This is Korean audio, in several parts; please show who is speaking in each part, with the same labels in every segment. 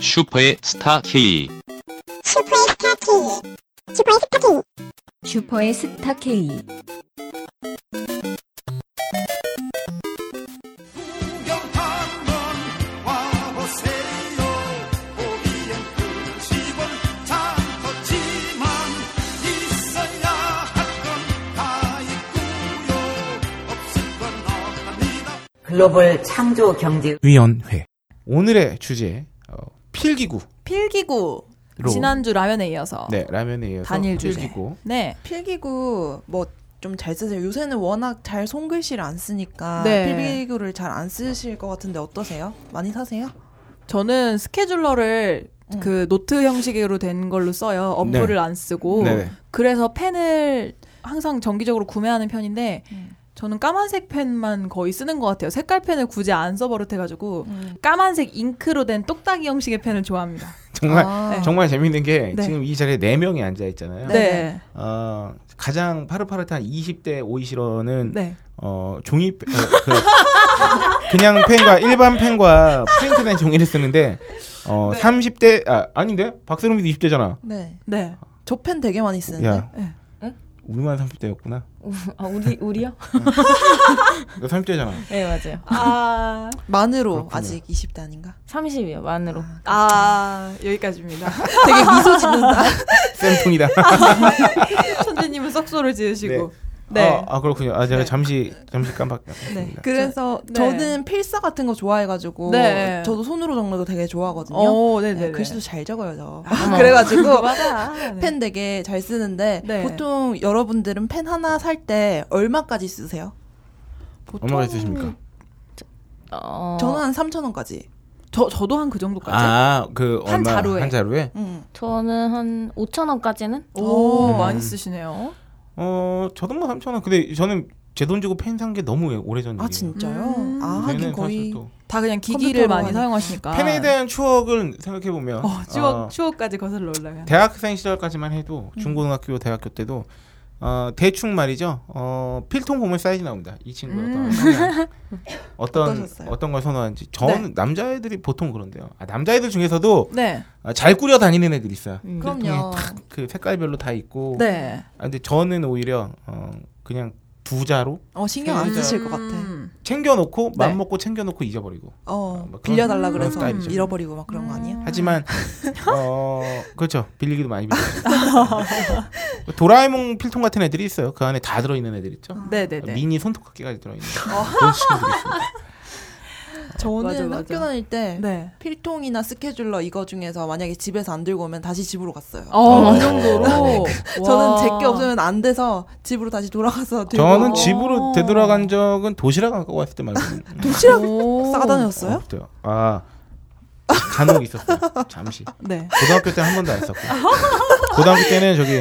Speaker 1: 슈퍼의 스타 K.
Speaker 2: 슈퍼의 스타 K 슈퍼의 스타 K
Speaker 3: 슈퍼의 스타 K.
Speaker 4: 구경 한번 와보세요 보기엔 끄집은 장터지만 있어야 할 건 다 있고요 없을 건 없답니다
Speaker 5: 글로벌 창조 경제
Speaker 6: 위원회.
Speaker 7: 오늘의 주제 어, 필기구로
Speaker 8: 필기구 지난주 라면에 이어서
Speaker 7: 네 라면에 의해서
Speaker 8: 단일 주제.
Speaker 7: 필기구
Speaker 8: 네.
Speaker 9: 필기구 뭐 좀 잘 쓰세요. 요새는 워낙 잘 손글씨를 안 쓰니까
Speaker 8: 네.
Speaker 9: 필기구를 잘 안 쓰실 것 같은데 어떠세요? 많이 사세요? 음.
Speaker 8: 저는 스케줄러를 그 노트 형식으로 된 걸로 써요. 어플을 안 쓰고
Speaker 7: 네네.
Speaker 8: 그래서 펜을 항상 정기적으로 구매하는 편인데
Speaker 9: 음.
Speaker 8: 저는 까만색 펜만 거의 쓰는 것 같아요. 색깔 펜을 굳이 안 써버릇해가지고
Speaker 9: 음.
Speaker 8: 까만색 잉크로 된 똑딱이 형식의 펜을 좋아합니다.
Speaker 7: 정말
Speaker 9: 아,
Speaker 7: 정말 재밌는 게
Speaker 8: 네.
Speaker 7: 지금 이 자리에 네 명이 앉아 있잖아요.
Speaker 8: 네,
Speaker 7: 어, 가장 파릇파릇한 20대 오이시러는
Speaker 8: 네.
Speaker 7: 어, 종이 펜- 어, 그, 냥 펜과 일반 펜과 프린트된 종이를 쓰는데 어, 30대 아 아닌데 박세롬이도 20대잖아.
Speaker 9: 네.
Speaker 8: 네.
Speaker 9: 저펜 되게 많이 쓰는데.
Speaker 7: 야
Speaker 8: 네.
Speaker 7: 우리만 30대였구나.
Speaker 3: 아, 우리, 우리요?
Speaker 7: 너 30대잖아.
Speaker 10: 네, 맞아요.
Speaker 8: 아,
Speaker 9: 만으로
Speaker 7: 그렇군요.
Speaker 9: 아직 20대 아닌가?
Speaker 10: 30이요, 만으로.
Speaker 8: 아 여기까지입니다.
Speaker 9: 되게 미소 짓는다.
Speaker 7: 쌤통이다.
Speaker 8: 선재님은 썩소를 지으시고. 네.
Speaker 7: 네. 아, 아 그렇군요. 아 제가
Speaker 8: 네.
Speaker 7: 잠시 잠시 깜빡했습니다.
Speaker 9: 그래서
Speaker 8: 네.
Speaker 9: 저는 필사 같은 거 좋아해가지고
Speaker 8: 네.
Speaker 9: 저도 손으로 적는 거 되게 좋아하거든요.
Speaker 8: 어, 네네.
Speaker 9: 네, 글씨도 잘 적어요 저.
Speaker 8: 아,
Speaker 9: 그래가지고
Speaker 8: 맞아. 네.
Speaker 9: 펜 되게 잘 쓰는데
Speaker 8: 네.
Speaker 9: 보통 여러분들은 펜 하나 살 때 얼마까지 쓰세요?
Speaker 7: 얼마나
Speaker 9: 음.
Speaker 7: 있으십니까?
Speaker 10: 어,
Speaker 9: 저는 한 3천 원까지.
Speaker 8: 저 저도 한 그 정도까지.
Speaker 7: 아그
Speaker 8: 한 자루에.
Speaker 7: 한 자루에
Speaker 9: 음.
Speaker 10: 저는 한 5천 원까지는?
Speaker 8: 오,
Speaker 7: 음.
Speaker 8: 많이 쓰시네요.
Speaker 7: 어 저도 뭐 3천 원. 근데 저는 제 돈 주고 펜 산 게 너무 예, 오래 전 일이에요.
Speaker 9: 아 진짜요?
Speaker 8: 음.
Speaker 9: 아 하긴 거의
Speaker 8: 다 그냥 기기를
Speaker 9: 컴퓨터로
Speaker 8: 많이
Speaker 9: 하는-
Speaker 8: 사용하시니까.
Speaker 7: 펜에 대한 추억을 생각해 보면
Speaker 8: 어, 추억 추억까지 거슬러 올라가.
Speaker 7: 대학생 시절까지만 해도
Speaker 9: 음.
Speaker 7: 중고등학교 대학교 때도 어, 대충 말이죠 어, 필통 보면 사이즈 나옵니다 이 친구가
Speaker 8: 음.
Speaker 7: 어떤- 어떤
Speaker 9: 어떠셨어요? 네.
Speaker 7: 어떤 걸 선호하는지 저는 남자애들이 보통 그런데요 아, 남자애들 중에서도
Speaker 8: 네.
Speaker 7: 아, 잘 꾸려 다니는 애들이 있어요
Speaker 10: 음.
Speaker 9: 그럼요.
Speaker 7: 그 색깔별로 다 있고
Speaker 8: 네.
Speaker 7: 아, 근데 저는 오히려 어, 그냥 두 자로
Speaker 9: 어 신경
Speaker 7: 네.
Speaker 9: 안 쓰실 것 같아.
Speaker 8: 음.
Speaker 7: 챙겨놓고
Speaker 8: 네.
Speaker 7: 맘 먹고 챙겨놓고 잊어버리고
Speaker 9: 어
Speaker 7: 아, 막 그런-
Speaker 9: 빌려달라
Speaker 7: 그런
Speaker 9: 그래서
Speaker 7: 스타일이죠.
Speaker 9: 잃어버리고 막 그런 거 아니에요?
Speaker 8: 음.
Speaker 7: 하지만 어 그렇죠 빌리기도 많이 빌리죠 도라에몽 필통 같은 애들이 있어요 그 안에 다 들어있는 애들 있죠
Speaker 8: 네, 네, 네.
Speaker 7: 미니 손톱깎이까지 들어있는 그런 친구들이 있습니다
Speaker 9: 저는
Speaker 8: 맞아, 맞아.
Speaker 9: 학교 다닐 때
Speaker 8: 네.
Speaker 9: 필통이나 스케줄러 이거 중에서 만약에 집에서 안 들고 오면 다시 집으로 갔어요.
Speaker 8: 어,
Speaker 7: 어.
Speaker 8: 그 정도로.
Speaker 9: 저는 제게 없으면 안 돼서 집으로 다시 돌아가서 들고
Speaker 7: 저는
Speaker 8: 어.
Speaker 7: 집으로 되돌아간 적은 도시락 갖고 왔을 때 말고 음,
Speaker 8: 도시락
Speaker 9: 싸다녔어요?
Speaker 7: 없어요 아 간혹 있었어요 잠시
Speaker 8: 네.
Speaker 7: 고등학교 때 한 번도 안 썼고 고등학교 때는 저기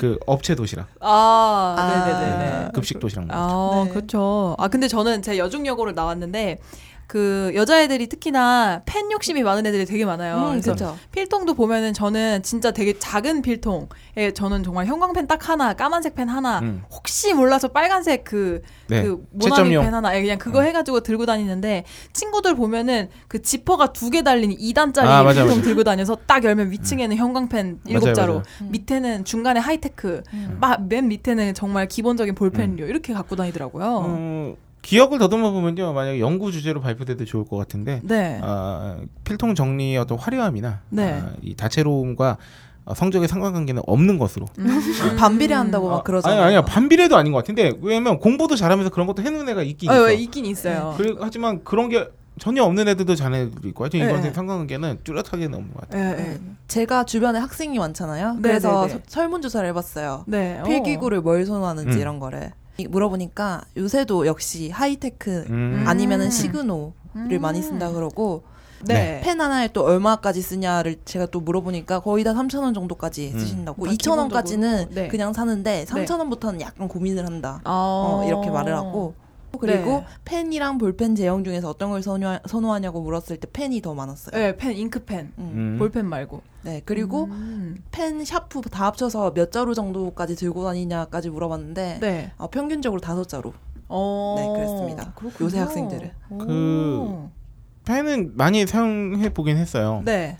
Speaker 7: 그 업체 도시락
Speaker 8: 아,
Speaker 9: 아.
Speaker 8: 네, 네, 네, 네.
Speaker 7: 급식 도시락
Speaker 8: 아,
Speaker 9: 네.
Speaker 8: 그렇죠. 아, 근데 저는 제 여중여고를 나왔는데 그 여자애들이 특히나 팬 욕심이 많은 애들이 되게 많아요.
Speaker 9: 음,
Speaker 8: 그래서
Speaker 9: 그렇죠.
Speaker 8: 필통도 보면은 저는 진짜 되게 작은 필통에 저는 정말 형광펜 딱 하나, 까만색 펜 하나,
Speaker 7: 음.
Speaker 8: 혹시 몰라서 빨간색 그,
Speaker 7: 네.
Speaker 8: 그 모나미
Speaker 7: 7.0.
Speaker 8: 펜 하나, 예, 그냥 그거 해가지고 들고 다니는데 친구들 보면은 그 지퍼가 두 개 달린 2단짜리
Speaker 7: 아, 맞아,
Speaker 8: 필통
Speaker 7: 맞아. 음.
Speaker 8: 들고 다녀서 딱 열면 위층에는 형광펜 일곱 자로
Speaker 7: 맞아요.
Speaker 9: 음.
Speaker 8: 밑에는 중간에 하이테크, 막 맨 밑에는 정말
Speaker 7: 음.
Speaker 8: 기본적인 볼펜류 이렇게 갖고 다니더라고요.
Speaker 7: 어, 기억을 더듬어 보면요 만약에 연구 주제로 발표돼도 좋을 것 같은데
Speaker 8: 네.
Speaker 7: 아, 필통 정리의 어떤 화려함이나
Speaker 8: 네.
Speaker 7: 아, 이 다채로움과 어, 성적의 상관관계는 없는 것으로.
Speaker 8: 음.
Speaker 9: 음. 반비례한다고
Speaker 7: 아,
Speaker 9: 막뭐 그러잖아요.
Speaker 7: 아니 아니야 반비례도 아닌 것 같은데 왜냐면 공부도 잘하면서 그런 것도 해놓은 애가 있긴
Speaker 8: 어,
Speaker 7: 있어.
Speaker 8: 예, 있긴 있어요.
Speaker 7: 그리고 하지만 그런 게 전혀 없는 애들도 자네들이 있고 하여튼
Speaker 8: 네,
Speaker 7: 이거에
Speaker 8: 네.
Speaker 7: 대한 상관관계는 뚜렷하게는 없는 것 같아요.
Speaker 8: 예, 예.
Speaker 9: 네. 음. 제가 주변에 학생이 많잖아요.
Speaker 8: 네,
Speaker 9: 그래서
Speaker 8: 네, 네.
Speaker 9: 서- 설문조사를 해봤어요.
Speaker 8: 네.
Speaker 9: 필기구를 뭘 선호하는지
Speaker 7: 음.
Speaker 9: 이런 거를 이- 물어보니까 요새도 역시 하이테크
Speaker 7: 음.
Speaker 9: 아니면은
Speaker 8: 음.
Speaker 9: 시그노를 많이 쓴다 그러고
Speaker 8: 어. 네.
Speaker 9: 펜 하나에 또 얼마까지 쓰냐를 제가 또 물어보니까 거의 다 3,000원 정도까지
Speaker 7: 음.
Speaker 9: 쓰신다고
Speaker 8: 그러니까
Speaker 9: 2,000원까지는
Speaker 8: 기본적으로, 네.
Speaker 9: 그냥 사는데 3,000원부터는 약간 고민을 한다
Speaker 8: 어,
Speaker 9: 어,
Speaker 8: 네.
Speaker 9: 이렇게 말을 하고 그리고 펜이랑 볼펜 제형 중에서 어떤 걸 선호하, 선호하냐고 물었을 때 펜이 더 많았어요
Speaker 8: 네, 펜 잉크펜.
Speaker 9: 음.
Speaker 7: 음.
Speaker 8: 볼펜 말고.
Speaker 9: 네 그리고
Speaker 8: 음.
Speaker 9: 펜 샤프 다 합쳐서 몇 자루 정도까지 들고 다니냐까지 물어봤는데
Speaker 8: 네.
Speaker 9: 어, 평균적으로 다섯 자루
Speaker 8: 어.
Speaker 9: 네, 그랬습니다.
Speaker 8: 그렇군요.
Speaker 9: 요새 학생들은.
Speaker 8: 오.
Speaker 7: 그- 펜은 많이 사용해 보긴 했어요.
Speaker 8: 네.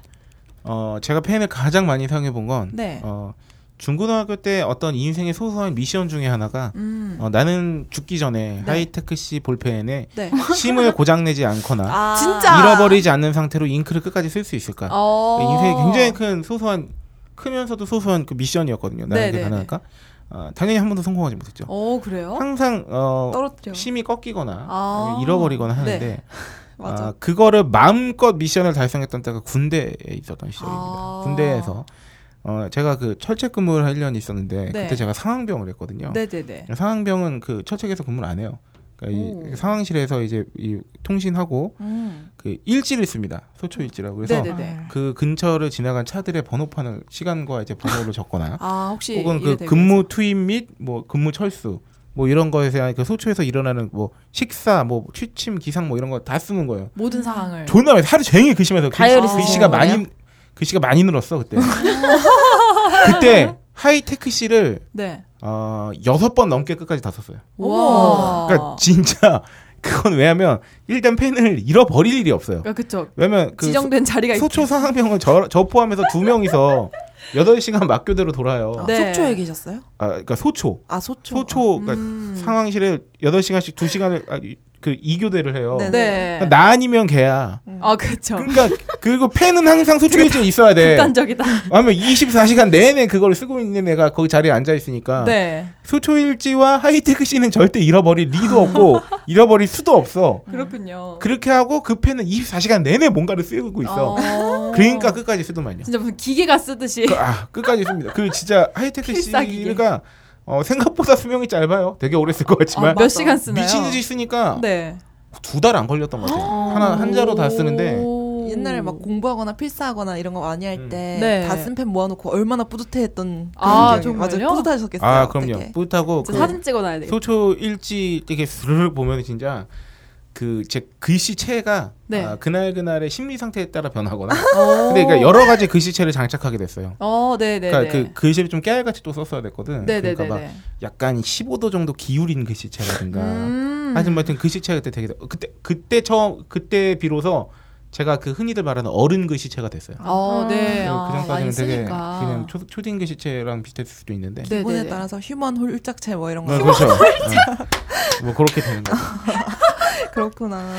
Speaker 7: 어, 제가 펜을 가장 많이 사용해 본 건
Speaker 8: 네.
Speaker 7: 어, 중고등학교 때 어떤 인생의 소소한 미션 중에 하나가
Speaker 8: 음.
Speaker 7: 어, 나는 죽기 전에
Speaker 8: 네.
Speaker 7: 하이테크 씨 볼펜에
Speaker 8: 네.
Speaker 7: 심을 고장내지 않거나
Speaker 8: 아.
Speaker 9: 진짜?
Speaker 7: 잃어버리지 않는 상태로 잉크를 끝까지 쓸 수 있을까?
Speaker 8: 어.
Speaker 7: 인생에 굉장히 큰 소소한 크면서도 소소한 그 미션이었거든요.
Speaker 8: 네,
Speaker 7: 나에게
Speaker 8: 네,
Speaker 7: 가능할까? 어, 당연히 한 번도 성공하지 못했죠.
Speaker 8: 어 그래요?
Speaker 7: 항상 어,
Speaker 8: 떨어뜨려.
Speaker 7: 심이 꺾이거나
Speaker 8: 아.
Speaker 7: 아니면 잃어버리거나 하는데
Speaker 8: 네, 맞아.
Speaker 7: 아, 그거를 마음껏 미션을 달성했던 때가 군대에 있었던 시절입니다.
Speaker 8: 아.
Speaker 7: 군대에서 어, 제가 그 철책 근무를 한 1년 있었는데
Speaker 8: 네.
Speaker 7: 그때 제가 상황병을 했거든요.
Speaker 8: 네네네.
Speaker 7: 상황병은 그 철책에서 근무를 안 해요. 그러니까 이
Speaker 8: 오.
Speaker 7: 상황실에서 이제 이 통신하고
Speaker 9: 음.
Speaker 7: 그 일지를 씁니다. 소초 일지라고 그래서
Speaker 8: 네네네.
Speaker 7: 그 근처를 지나간 차들의 번호판을 시간과 이제 번호를 적거나
Speaker 8: 아 혹시
Speaker 7: 혹은
Speaker 8: 이래
Speaker 7: 그
Speaker 8: 되게
Speaker 7: 근무 투입 및 뭐 근무 철수 뭐 이런 거에서 그냥 그 소초에서 일어나는 뭐 식사 뭐 취침 기상 뭐 이런 거 다 쓰는 거예요.
Speaker 8: 모든 상황을
Speaker 7: 존나 많이 하루 종일 그 글씨면서
Speaker 10: 다이어리 쓰시는
Speaker 7: 글씨가
Speaker 10: 거예요?
Speaker 7: 많이 글씨가 많이 늘었어 그때. 그때 하이테크 씨를
Speaker 8: 네.
Speaker 7: 어 여섯 번 넘게 끝까지 다 썼어요.
Speaker 8: 와.
Speaker 7: 그러니까 진짜 그건 왜냐면 일단 펜을 잃어버릴 일이 없어요.
Speaker 8: 그러니까 그쵸.
Speaker 7: 왜냐면 그 소-
Speaker 8: 지정된 자리가 있-
Speaker 7: 소초 상황병은 저, 저 포함해서 두 명이서 여덟 시간 막교대로 돌아요.
Speaker 8: 네.
Speaker 9: 속초에 계셨어요?
Speaker 7: 아 그러니까 소초
Speaker 9: 아 소초.
Speaker 7: 소초 그러니까
Speaker 8: 음.
Speaker 7: 상황실에 여덟 시간씩 두 시간을 아, 이- 그 이교대를 해요.
Speaker 9: 네.
Speaker 8: 네.
Speaker 7: 그러니까 나 아니면 걔야.
Speaker 8: 아 그쵸.
Speaker 7: 그러니까 네. 그리고 펜은 항상
Speaker 8: 그러니까
Speaker 7: 소중해져 있어야 돼.
Speaker 8: 극단적이다.
Speaker 7: 아니면 24시간 내내 그걸 쓰고 있는 애가 거기 자리에 앉아 있으니까
Speaker 8: 네.
Speaker 7: 소초일지와 하이테크 씨는 절대 잃어버릴 리도 없고 잃어버릴 수도 없어.
Speaker 8: 그렇군요.
Speaker 7: 그렇게 하고 그 펜은 24시간 내내 뭔가를 쓰고 있어.
Speaker 8: 어.
Speaker 7: 그러니까 끝까지 쓰더만요.
Speaker 8: 진짜 무슨 기계가 쓰듯이
Speaker 7: 그- 아 끝까지 씁니다. 그 진짜 하이테크
Speaker 8: 필사기계.
Speaker 7: 씨가 어, 생각보다 수명이 짧아요. 되게 오래 쓸 것 같지만
Speaker 8: 몇 시간 쓰나요?
Speaker 7: 미친 듯이 쓰니까
Speaker 8: 아, 네. 어,
Speaker 7: 두 달 안 걸렸던
Speaker 10: 어,
Speaker 7: 것 같아요. 하나 한 자로 다 쓰는데
Speaker 8: 오.
Speaker 9: 옛날에 막 공부하거나 필사하거나 이런 거 많이
Speaker 7: 음.
Speaker 9: 할 때
Speaker 8: 네.
Speaker 9: 다 쓴 펜 모아놓고 얼마나 뿌듯해했던 그런
Speaker 8: 아,
Speaker 9: 기억이-
Speaker 8: 정말요?
Speaker 9: 맞아요. 뿌듯하셨겠어요.
Speaker 7: 아 그럼요.
Speaker 9: 되게.
Speaker 7: 뿌듯하고
Speaker 8: 진짜
Speaker 7: 그-
Speaker 8: 사진 찍어놔야 돼.
Speaker 7: 소초 일지 이렇게 스르륵 보면 진짜 그 제 글씨체가
Speaker 8: 네. 아.
Speaker 7: 아, 그날 그날의 심리 상태에 따라 변하거나
Speaker 8: 오.
Speaker 7: 근데 그러니까 여러 가지 글씨체를 장착하게 됐어요.
Speaker 8: 어, 네, 네,
Speaker 7: 그러니까
Speaker 8: 네.
Speaker 7: 그 글씨를 좀 깨알같이 또 썼어야 됐거든.
Speaker 8: 네, 네,
Speaker 7: 그러니까
Speaker 8: 네,
Speaker 7: 막
Speaker 8: 네.
Speaker 7: 약간 15도 정도 기울인 글씨체라든가.
Speaker 8: 음.
Speaker 7: 하여튼 뭐하여튼 글씨체가 그때 되게 그때 그때 처음 그때 비로소 제가 그 흔히들 말하는 어른 글씨체가 됐어요.
Speaker 8: 어, 네.
Speaker 7: 그리고
Speaker 8: 아,
Speaker 7: 그
Speaker 8: 많이
Speaker 7: 전까지는 되게
Speaker 8: 쓰니까.
Speaker 7: 그냥 초, 초딩 글씨체랑 비슷했을 수도 있는데.
Speaker 8: 네,
Speaker 9: 기본에
Speaker 8: 네, 네.
Speaker 9: 따라서 휴먼 홀짝체 뭐 이런 거.
Speaker 7: 네, 그렇죠. 네. 뭐 그렇게 되는 거죠.
Speaker 9: 그렇구나.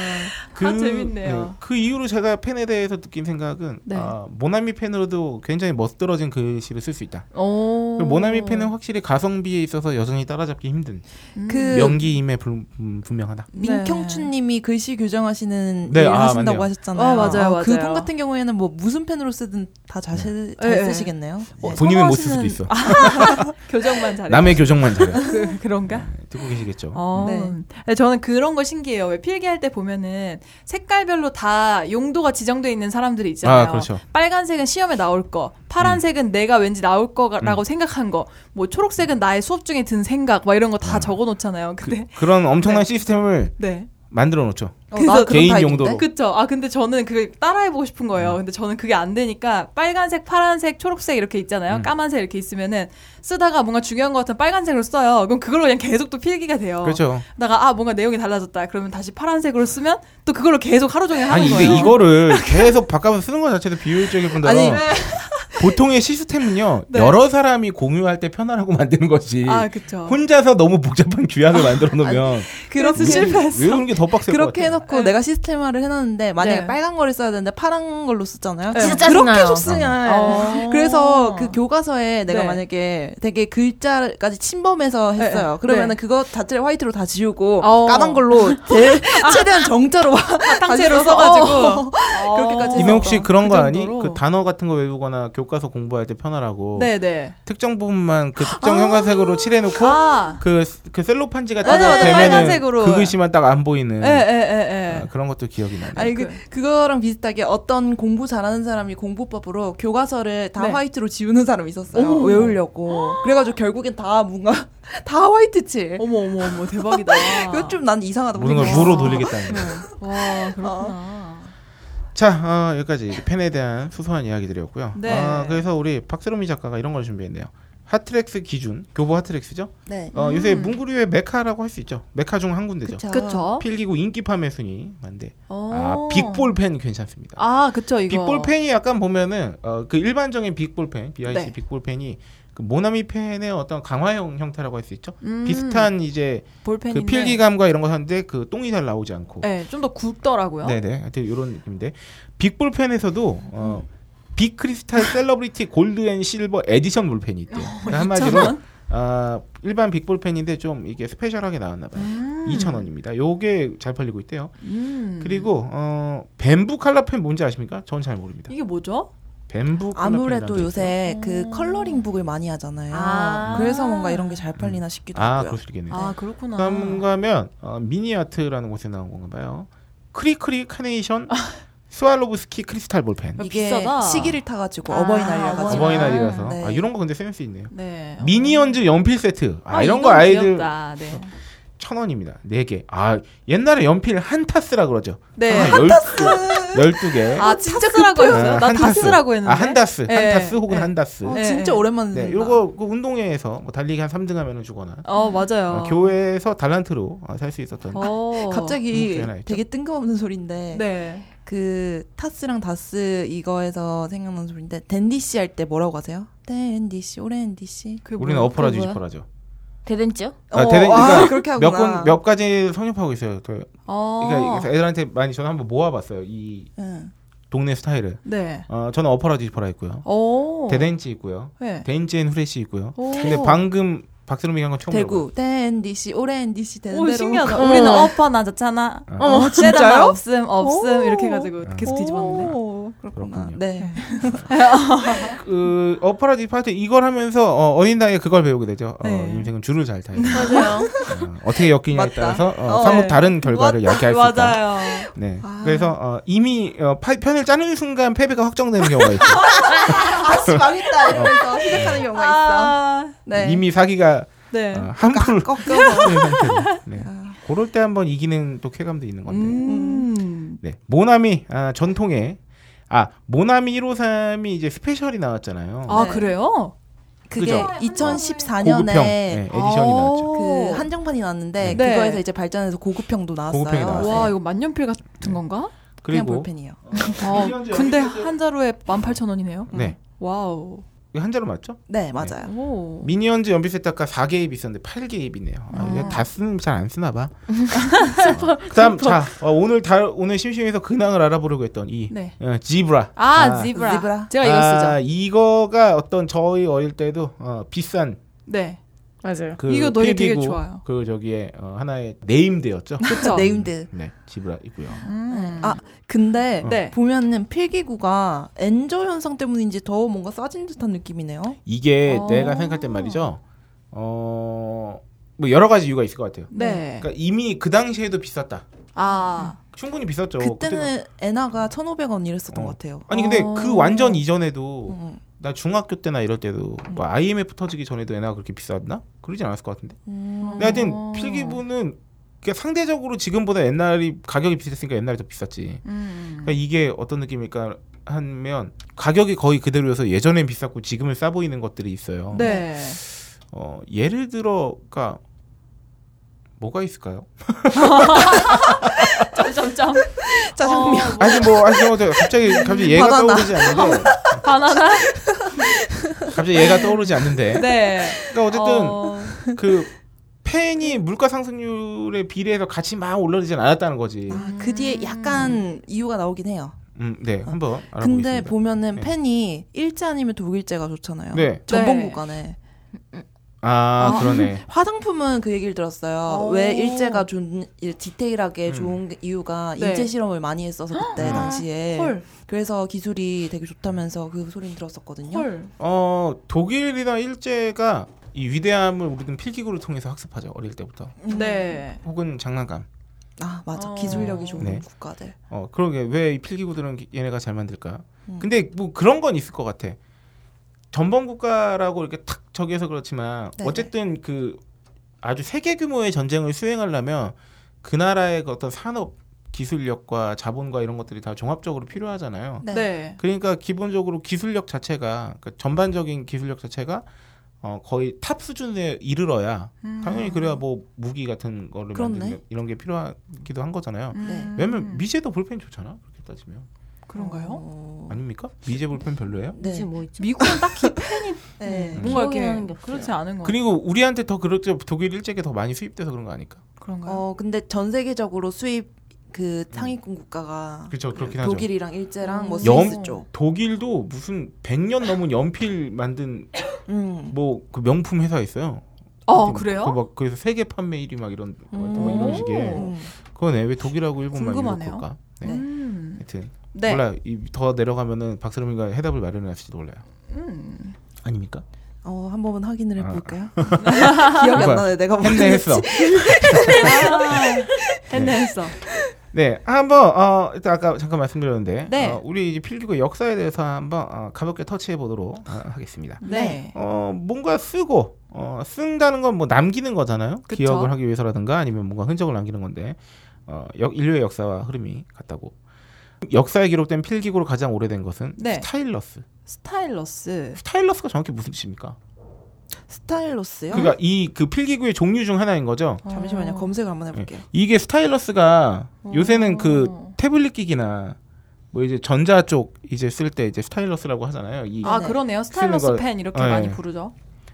Speaker 7: 그,
Speaker 8: 아, 재밌네요.
Speaker 7: 그 이후로 제가 펜에 대해서 느낀 생각은
Speaker 8: 네.
Speaker 7: 아, 모나미 펜으로도 굉장히 멋들어진 글씨를 쓸 수 있다.
Speaker 8: 오. 네.
Speaker 7: 그리고 모나미 펜은 확실히 가성비에 있어서 여전히 따라잡기 힘든
Speaker 8: 음.
Speaker 9: 그-
Speaker 7: 명기임에 불- 음, 분명하다.
Speaker 8: 네.
Speaker 9: 민경춘님이 글씨 교정하시는
Speaker 7: 네,
Speaker 9: 일
Speaker 7: 아,
Speaker 9: 하신다고
Speaker 7: 맞네요.
Speaker 9: 하셨잖아요. 어,
Speaker 8: 아, 맞아요, 맞아요.
Speaker 9: 그분 같은 경우에는 뭐 무슨 펜으로 쓰든 다 잘, 쓰, 잘
Speaker 8: 네, 네.
Speaker 9: 쓰시겠네요. 네.
Speaker 7: 본인은 못 쓸 수도
Speaker 8: 선호하시는- 아,
Speaker 7: 있어.
Speaker 8: 교정만 잘해.
Speaker 7: 남의 교정만 잘해. 네,
Speaker 8: 그, 그런가?
Speaker 7: 듣고 계시겠죠.
Speaker 8: 어.
Speaker 9: 네.
Speaker 8: 네, 저는 그런 거 신기해요. 왜 필기할 때 보면은 색깔별로 다 용도가 지정돼 있는 사람들이
Speaker 7: 아,
Speaker 8: 있잖아요.
Speaker 7: 그렇죠. 음.
Speaker 8: 빨간색은 시험에 나올 거, 파란색은 내가 왠지 나올 거라고 생각한 거, 뭐 초록색은 나의 수업 중에 든 생각, 막 이런 거 다 적어 놓잖아요. 근데
Speaker 7: 음. 그런 엄청난 시스템을
Speaker 8: 네.
Speaker 7: 만들어 놓죠.
Speaker 9: 어, 나 그런
Speaker 7: 개인
Speaker 9: 타입인데?
Speaker 7: 용도로.
Speaker 8: 그쵸. 아, 근데 저는 그걸 따라해보고
Speaker 7: 음.
Speaker 8: 싶은 거예요. 근데 저는 그게 안 되니까 빨간색, 파란색, 초록색 이렇게 있잖아요.
Speaker 7: 음.
Speaker 8: 까만색 이렇게 있으면은 쓰다가 뭔가 중요한 것 같은 빨간색으로 써요. 그럼 그걸로 그냥 계속 또 필기가 돼요.
Speaker 7: 그렇죠.
Speaker 8: 다가 아, 뭔가 내용이 달라졌다. 그러면 다시 파란색으로 쓰면 또 그걸로 계속 하루 종일 하는
Speaker 7: 아니 근데
Speaker 8: 거예요.
Speaker 7: 이거를 계속 바꿔서 쓰는 것 자체도 비효율적일 뿐더러
Speaker 9: 아니,
Speaker 7: 보통의 시스템은요
Speaker 8: 네.
Speaker 7: 여러 사람이 공유할 때 편안하고 만드는 거지
Speaker 8: 아, 그쵸.
Speaker 7: 혼자서 너무 복잡한 규약을 만들어 놓으면
Speaker 8: 그렇게
Speaker 7: 왜
Speaker 8: 실패했어.
Speaker 7: 그런 게 더 빡셀 것
Speaker 9: 그렇게
Speaker 7: 같아요.
Speaker 9: 해놓고 내가 시스템화를 해놨는데 만약에
Speaker 8: 네.
Speaker 9: 빨간 거를 써야 되는데 파란 걸로 쓰잖아요.
Speaker 8: 네.
Speaker 10: 진짜
Speaker 9: 그렇게
Speaker 10: 짜증나요.
Speaker 9: 속쓰냐.
Speaker 7: 아.
Speaker 8: 어.
Speaker 9: 그래서 그 교과서에 내가
Speaker 8: 네.
Speaker 9: 만약에 되게 글자까지 침범해서 했어요.
Speaker 8: 네.
Speaker 9: 그러면은
Speaker 8: 네.
Speaker 9: 그거 자체를 화이트로 다 지우고
Speaker 8: 어.
Speaker 9: 까만 걸로 대, 최대한 정자로 어.
Speaker 8: 땅채로
Speaker 9: 다시
Speaker 8: 써가지고
Speaker 9: 그렇게까지
Speaker 7: 이명 혹시
Speaker 9: 그
Speaker 7: 그런 거 아니?
Speaker 8: 정도로.
Speaker 7: 그 단어 같은 거 외우거나 교과서 공부할 때 편하라고
Speaker 8: 네네.
Speaker 7: 특정 부분만 그 특정 형광색으로 칠해놓고
Speaker 8: 아,
Speaker 7: 그, 그 셀로판지 같은
Speaker 8: 맞아,
Speaker 7: 거
Speaker 8: 맞아.
Speaker 7: 되면은
Speaker 8: 빨간색으로.
Speaker 7: 그 글씨만 딱 안 보이는
Speaker 8: 예, 예, 예,
Speaker 7: 아,
Speaker 8: 예.
Speaker 7: 그런 것도 기억이 나네.
Speaker 9: 아니 그 그거랑 비슷하게 어떤 공부 잘하는 사람이 공부법으로 교과서를 다
Speaker 8: 네.
Speaker 9: 화이트로 지우는 사람이 있었어요. 외우려고. 그래가지고 결국엔 다 뭔가 다 화이트칠.
Speaker 8: 어머, 어머, 어머, 대박이다.
Speaker 9: 이거 좀 난 이상하다.
Speaker 7: 모든 걸
Speaker 9: 모르겠어.
Speaker 7: 무로 돌리겠다는 거.
Speaker 8: 와, 그렇구나.
Speaker 7: 자, 어, 여기까지 펜에 대한 소소한 이야기들이었고요.
Speaker 8: 네.
Speaker 7: 아, 그래서 우리 박세롬이 작가가 이런 걸 준비했네요. 하트렉스 기준 교보 하트렉스죠.
Speaker 9: 네.
Speaker 7: 어, 요새 문구류의 메카라고 할 수 있죠. 메카 중 한 군데죠.
Speaker 9: 그쵸.
Speaker 8: 음. 그쵸.
Speaker 7: 필기구 인기 판매 순위 만대. 아
Speaker 8: 어.
Speaker 7: 빅볼 펜 괜찮습니다.
Speaker 8: 아 그쵸 이거.
Speaker 7: 빅볼 펜이 약간 보면은 어, 그 일반적인 빅볼 펜, BIC
Speaker 8: 네.
Speaker 7: 빅볼 펜이 그 모나미 펜의 어떤 강화형 형태라고 할 수 있죠.
Speaker 8: 음,
Speaker 7: 비슷한 이제
Speaker 8: 볼펜인데.
Speaker 7: 그 필기감과 이런 거 하는데 그 똥이 잘 나오지 않고.
Speaker 8: 네, 좀 더 굵더라고요.
Speaker 7: 네네. 하여튼 이런 느낌인데 빅볼 펜에서도 어,
Speaker 8: 음.
Speaker 7: 빅크리스탈 셀러브리티 골드 앤 실버 에디션 볼펜이 있대요. 그러니까 한마디로
Speaker 8: 어, 원
Speaker 7: 아, 일반 빅볼 펜인데 좀 이게 스페셜하게 나왔나 봐요.
Speaker 8: 음,
Speaker 7: 2,000원입니다. 요게 잘 팔리고 있대요. 그리고 어, 뱀부 칼라 펜 뭔지 아십니까? 전 잘 모릅니다.
Speaker 8: 이게 뭐죠?
Speaker 7: 뱀부 컬러
Speaker 9: 아무래도
Speaker 7: 펜이라는 게 있어요.
Speaker 9: 요새 그 컬러링북을 많이 하잖아요.
Speaker 8: 아.
Speaker 9: 그래서 뭔가 이런 게 잘 팔리나 싶기도
Speaker 7: 아
Speaker 9: 하고요.
Speaker 7: 그럴 수 있겠네요.
Speaker 8: 아 그렇구나.
Speaker 7: 그다음 가면 어, 미니아트라는 곳에 나온 건가 봐요. 크리크리 카네이션 스왈로브스키 크리스탈 볼펜.
Speaker 8: 아,
Speaker 9: 이게
Speaker 8: 비싸다.
Speaker 9: 시기를 타가지고
Speaker 8: 아,
Speaker 9: 어버이날이라가지고
Speaker 7: 어버이날이라서
Speaker 9: 네.
Speaker 7: 아, 이런 거 근데 센스 있네요.
Speaker 8: 네. 어,
Speaker 7: 미니언즈 연필 세트. 아, 이런
Speaker 8: 이건
Speaker 7: 거 아이들 어,
Speaker 8: 귀엽다. 네.
Speaker 7: 천 원입니다. 네 개. 아 옛날에 연필 한 타스라 그러죠.
Speaker 8: 네.
Speaker 7: 열두 개.
Speaker 9: 어,
Speaker 8: 아 진짜 크라고 했어요? 나 다스라고 했는데.
Speaker 7: 아한 타스, 한
Speaker 8: 예,
Speaker 7: 타스 혹은
Speaker 8: 예.
Speaker 7: 한 타스.
Speaker 9: 어,
Speaker 8: 네.
Speaker 9: 진짜 오랜만에
Speaker 7: 네,
Speaker 9: 듣는다.
Speaker 7: 요거 그 운동회에서 뭐 달리기 한 3등 하면은 주거나
Speaker 8: 어
Speaker 7: 어,
Speaker 8: 맞아요.
Speaker 7: 교회에서 달란트로 살 수 있었던
Speaker 8: 어.
Speaker 7: 음,
Speaker 9: 갑자기
Speaker 7: 그게 하나 있죠.
Speaker 9: 되게 뜬금없는 소리인데
Speaker 8: 네.
Speaker 9: 그 타스랑 다스 이거에서 생각난 소리인데 댄디씨 할 때 뭐라고 하세요? 댄디씨 오랜디씨
Speaker 8: 그게
Speaker 7: 우리는
Speaker 8: 뭐야?
Speaker 7: 어퍼라
Speaker 10: 그거야?
Speaker 7: 주지퍼라죠.
Speaker 10: 대댄지요?
Speaker 7: 아, 대단- 그러니까
Speaker 9: 어, 그렇게
Speaker 7: 몇,
Speaker 9: 하구나
Speaker 7: 권, 몇 가지 성립하고 있어요. 그,
Speaker 8: 어.
Speaker 7: 그러니까 그래서 애들한테 많이 저는 한번 모아봤어요. 이
Speaker 9: 응.
Speaker 7: 동네 스타일을.
Speaker 8: 네.
Speaker 7: 어, 저는 어퍼라 뒤퍼라 있고요.
Speaker 8: 오.
Speaker 7: 대댄치 있고요.
Speaker 8: 어. 네.
Speaker 7: 데인지엔 후레쉬 있고요.
Speaker 8: 오.
Speaker 7: 근데 방금 박스롬이가 한건 처음 들어봐요.
Speaker 9: 대구 댄디씨 오랜디씨 되는
Speaker 8: 오
Speaker 9: 대로
Speaker 8: 신기하다.
Speaker 10: 어.
Speaker 8: 우리는 어퍼 나잖아.
Speaker 7: 어.
Speaker 8: 어
Speaker 9: 진짜요?
Speaker 8: 나 없음 없음
Speaker 9: 오.
Speaker 8: 이렇게 해가지고 계속 뒤집었는데.
Speaker 9: 오, 그렇구나
Speaker 7: 그렇군요.
Speaker 9: 네
Speaker 7: 그 어퍼라 뒤퍼라 이걸 하면서 어, 어린다에 그걸 배우게 되죠. 어,
Speaker 8: 네.
Speaker 7: 인생은 줄을 잘 타야 돼.
Speaker 9: 맞아요
Speaker 7: 어, 어떻게 엮이냐에
Speaker 9: 맞다.
Speaker 7: 따라서 어,
Speaker 9: 어,
Speaker 7: 사뭇
Speaker 8: 네.
Speaker 7: 다른 결과를 야기할 수 있다.
Speaker 8: 맞아요.
Speaker 7: 네.
Speaker 9: 아.
Speaker 7: 그래서 어, 이미 어, 파- 편을 짜는 순간 패배가 확정되는 경우가 있죠.
Speaker 9: 다시 아, 망했다 이러면서 시작하는 경우가 있어
Speaker 8: 아.
Speaker 9: 네
Speaker 7: 어. 이미 사기가
Speaker 8: 네.
Speaker 7: 어, 함부로
Speaker 9: 꺾여
Speaker 7: 네, 상태로. 네.
Speaker 9: 아.
Speaker 7: 그럴 때 한번 이기는 또 쾌감도 있는 건데.
Speaker 8: 음.
Speaker 7: 네. 모나미 아, 전통의 아 모나미 153이 이제 스페셜이 나왔잖아요.
Speaker 8: 아
Speaker 9: 네.
Speaker 8: 그래요?
Speaker 9: 그게
Speaker 7: 그죠? 고급형
Speaker 9: 2014년에
Speaker 7: 네,
Speaker 8: 어.
Speaker 7: 에디션이 나왔죠.
Speaker 9: 그 한정판이 나왔는데
Speaker 8: 네.
Speaker 9: 그거에서 이제 발전해서 고급형도 나왔어요.
Speaker 7: 고급형이 나왔어요.
Speaker 8: 와 이거 만년필 같은 건가?
Speaker 9: 그냥
Speaker 7: 그리고
Speaker 9: 볼펜이에요.
Speaker 8: 아, 근데 한 자루에 18,000원이네요.
Speaker 7: 네.
Speaker 9: 음.
Speaker 8: 와우.
Speaker 7: 이거 한자로 맞죠?
Speaker 9: 네 맞아요.
Speaker 8: 오.
Speaker 7: 미니언즈 연필 세탁가 4개입 있었는데 8개입이네요. 아,
Speaker 8: 어.
Speaker 7: 이거 다 쓰는 잘안 쓰나 봐. 어, 그다음 자 어, 오늘 다 오늘 심심해서 근황을 알아보려고 했던 이
Speaker 8: 네.
Speaker 7: 어, 지브라.
Speaker 8: 아, 지브라.
Speaker 9: 지브라.
Speaker 8: 제가 이거
Speaker 7: 아,
Speaker 8: 쓰죠.
Speaker 7: 이거가 어떤 저희 어릴 때도 어, 비싼
Speaker 8: 네.
Speaker 10: 맞아요.
Speaker 7: 그
Speaker 8: 이거 노래 되게
Speaker 7: 필기구,
Speaker 8: 좋아요.
Speaker 7: 그 저기에 어, 하나의 네임드였죠.
Speaker 8: 그렇죠.
Speaker 9: 네임드.
Speaker 7: 네, 지브라 있고요.
Speaker 8: 음.
Speaker 9: 아
Speaker 7: 어.
Speaker 9: 근데
Speaker 8: 네.
Speaker 9: 보면은 필기구가 엔저 현상 때문인지 더 뭔가 싸진 듯한 느낌이네요.
Speaker 7: 이게
Speaker 8: 어.
Speaker 7: 내가 생각할 때 말이죠. 어, 뭐 여러 가지 이유가 있을 것 같아요.
Speaker 8: 네.
Speaker 7: 그러니까 이미 그 당시에도 비쌌다.
Speaker 8: 아.
Speaker 7: 충분히 비쌌죠. 그때가.
Speaker 9: 그때는 엔화가 1,500원 이랬었던
Speaker 7: 어.
Speaker 9: 것 같아요.
Speaker 7: 아니 뭐. 근데
Speaker 8: 어.
Speaker 7: 그 완전 이전에도
Speaker 9: 음,
Speaker 7: 나 중학교 때나 이럴 때도 뭐 IMF 터지기 전에도 애나가 그렇게 비쌌나? 그러진 않았을 것 같은데.
Speaker 9: 음.
Speaker 7: 근데 하여튼 필기부는 그러니까 상대적으로 지금보다 옛날이 가격이 비쌌으니까 옛날이 더 비쌌지.
Speaker 8: 음.
Speaker 7: 그러니까 이게 어떤 느낌일까 하면 가격이 거의 그대로여서 예전엔 비쌌고 지금은 싸 보이는 것들이 있어요.
Speaker 8: 네.
Speaker 7: 어, 예를 들어 그러니까 뭐가 있을까요?
Speaker 8: 점점점.
Speaker 9: 짜장면.
Speaker 7: 아니 뭐 아니 뭐 갑자기 갑자기 얘가
Speaker 9: 어, 바나나.
Speaker 7: 떠오르지 않는데
Speaker 8: 바나나?
Speaker 7: 갑자기 얘가 떠오르지 않는데.
Speaker 8: 네.
Speaker 7: 그러니까 어쨌든
Speaker 8: 어,
Speaker 7: 그 펜이 물가 상승률에 비례해서 같이 막 올라오진 않았다는 거지.
Speaker 9: 아, 그 뒤에
Speaker 8: 음.
Speaker 9: 약간 이유가 나오긴 해요.
Speaker 7: 음, 네, 한번 알아보겠습니다.
Speaker 9: 근데 보면은
Speaker 7: 네.
Speaker 9: 펜이 일제 아니면 독일제가 좋잖아요.
Speaker 7: 네.
Speaker 9: 전범
Speaker 8: 네.
Speaker 9: 국가네.
Speaker 7: 아, 그러네.
Speaker 9: 화장품은 그 얘기를 들었어요.
Speaker 8: 오.
Speaker 9: 왜 일제가 좀 이- 디테일하게
Speaker 7: 음.
Speaker 9: 좋은 게- 이유가
Speaker 8: 네.
Speaker 9: 인체 실험을 많이 했어서 그때
Speaker 7: 아,
Speaker 9: 당시에
Speaker 8: 헐.
Speaker 9: 그래서 기술이 되게 좋다면서 그 소리는 들었었거든요.
Speaker 8: 헐.
Speaker 7: 어, 독일이나 일제가 이 위대함을 우리는 필기구를 통해서 학습하죠. 어릴 때부터.
Speaker 8: 네.
Speaker 7: 혹은 장난감.
Speaker 9: 아 맞아
Speaker 8: 어.
Speaker 9: 기술력이 좋은
Speaker 7: 네.
Speaker 9: 국가들.
Speaker 7: 어, 그러게 왜 이 필기구들은 기- 얘네가 잘 만들까?
Speaker 9: 음.
Speaker 7: 근데 뭐 그런 건 있을 것 같아. 전범 국가라고 이렇게 탁 저기해서 그렇지만
Speaker 9: 네네.
Speaker 7: 어쨌든 그 아주 세계 규모의 전쟁을 수행하려면 그 나라의 그 어떤 산업 기술력과 자본과 이런 것들이 다 종합적으로
Speaker 9: 음.
Speaker 7: 필요하잖아요.
Speaker 8: 네.
Speaker 7: 그러니까 기본적으로 기술력 그러니까 자체가 그 전반적인 기술력 자체가 어, 거의 탑 수준에 이르러야
Speaker 8: 음.
Speaker 7: 당연히 그래야 뭐 무기 같은 거를
Speaker 9: 그렇네.
Speaker 7: 만드는 이런 게 필요하기도 한 거잖아요.
Speaker 8: 음.
Speaker 7: 왜냐면 미제도 볼펜 좋잖아. 그렇게 따지면
Speaker 8: 그런가요?
Speaker 9: 어,
Speaker 7: 아닙니까? 미제 볼펜 별로예요?
Speaker 9: 네.
Speaker 10: 뭐 있죠?
Speaker 8: 미국은 딱히
Speaker 9: 네.
Speaker 7: 음.
Speaker 8: 뭔가
Speaker 10: 기억나는
Speaker 8: 이렇게
Speaker 10: 게 없어요.
Speaker 8: 그렇지 않은 거
Speaker 7: 그리고 우리한테 더 그렇죠. 독일 일제게 더 많이 수입돼서 그런 거 아닐까?
Speaker 8: 그런가요?
Speaker 9: 어 근데 전 세계적으로 수입 그 상위권 국가가
Speaker 7: 음. 그렇죠. 그렇긴 하죠.
Speaker 9: 독일이랑 일제랑 뭐
Speaker 8: 음.
Speaker 9: 스위스
Speaker 8: 영-
Speaker 9: 쪽.
Speaker 7: 독일도 무슨 100년 넘은 연필 만든
Speaker 9: 음.
Speaker 7: 뭐 그 명품 회사 있어요.
Speaker 8: 어
Speaker 7: 그-
Speaker 8: 그래요?
Speaker 7: 그막 그래서 세계 판매 1위 막 이런 거 같은 거 이런 식의.
Speaker 9: 음.
Speaker 7: 그거네. 왜 독일하고 일본만
Speaker 8: 궁금하네요.
Speaker 7: 이럴까? 네.
Speaker 8: 음.
Speaker 7: 하여튼
Speaker 8: 네.
Speaker 7: 몰라. 이더 내려가면은 박스름이가 해답을 마련했을지도 몰라요.
Speaker 8: 음.
Speaker 7: 아닙니까?
Speaker 9: 어, 한 번만 확인을
Speaker 7: 아.
Speaker 9: 해볼까요? 기억이 안 나네. 내가
Speaker 7: 했네 했어.
Speaker 8: 했네 했어.
Speaker 7: 네, 한번 어 일단 아까 잠깐 말씀드렸는데
Speaker 8: 네.
Speaker 7: 어, 우리 이제 필기구 역사에 대해서 한번 어, 가볍게 터치해 보도록 어, 하겠습니다.
Speaker 8: 네.
Speaker 7: 어 뭔가 쓰고 어 쓴다는 건 뭐 남기는 거잖아요.
Speaker 8: 그쵸.
Speaker 7: 기억을 하기 위해서라든가 아니면 뭔가 흔적을 남기는 건데 어 역- 인류의 역사와 흐름이 같다고. 역사에 기록된 필기구로 가장 오래된 것은
Speaker 8: 네.
Speaker 7: 스타일러스.
Speaker 8: 스타일러스.
Speaker 7: 스타일러스가 정확히 무슨 뜻입니까?
Speaker 9: 스타일러스요?
Speaker 7: 그러니까 이 그 필기구의 종류 중 하나인 거죠.
Speaker 9: 어.
Speaker 8: 어.
Speaker 9: 잠시만요. 검색을 한번 해볼게요.
Speaker 7: 예. 이게 스타일러스가 요새는 그
Speaker 8: 어.
Speaker 7: 태블릿 기기나 뭐 이제 전자 쪽 이제 쓸 때 이제 스타일러스라고 하잖아요. 이
Speaker 8: 아
Speaker 9: 네.
Speaker 8: 그러네요. 스타일러스
Speaker 7: 거-
Speaker 8: 펜 이렇게
Speaker 7: 네.
Speaker 8: 많이 부르죠.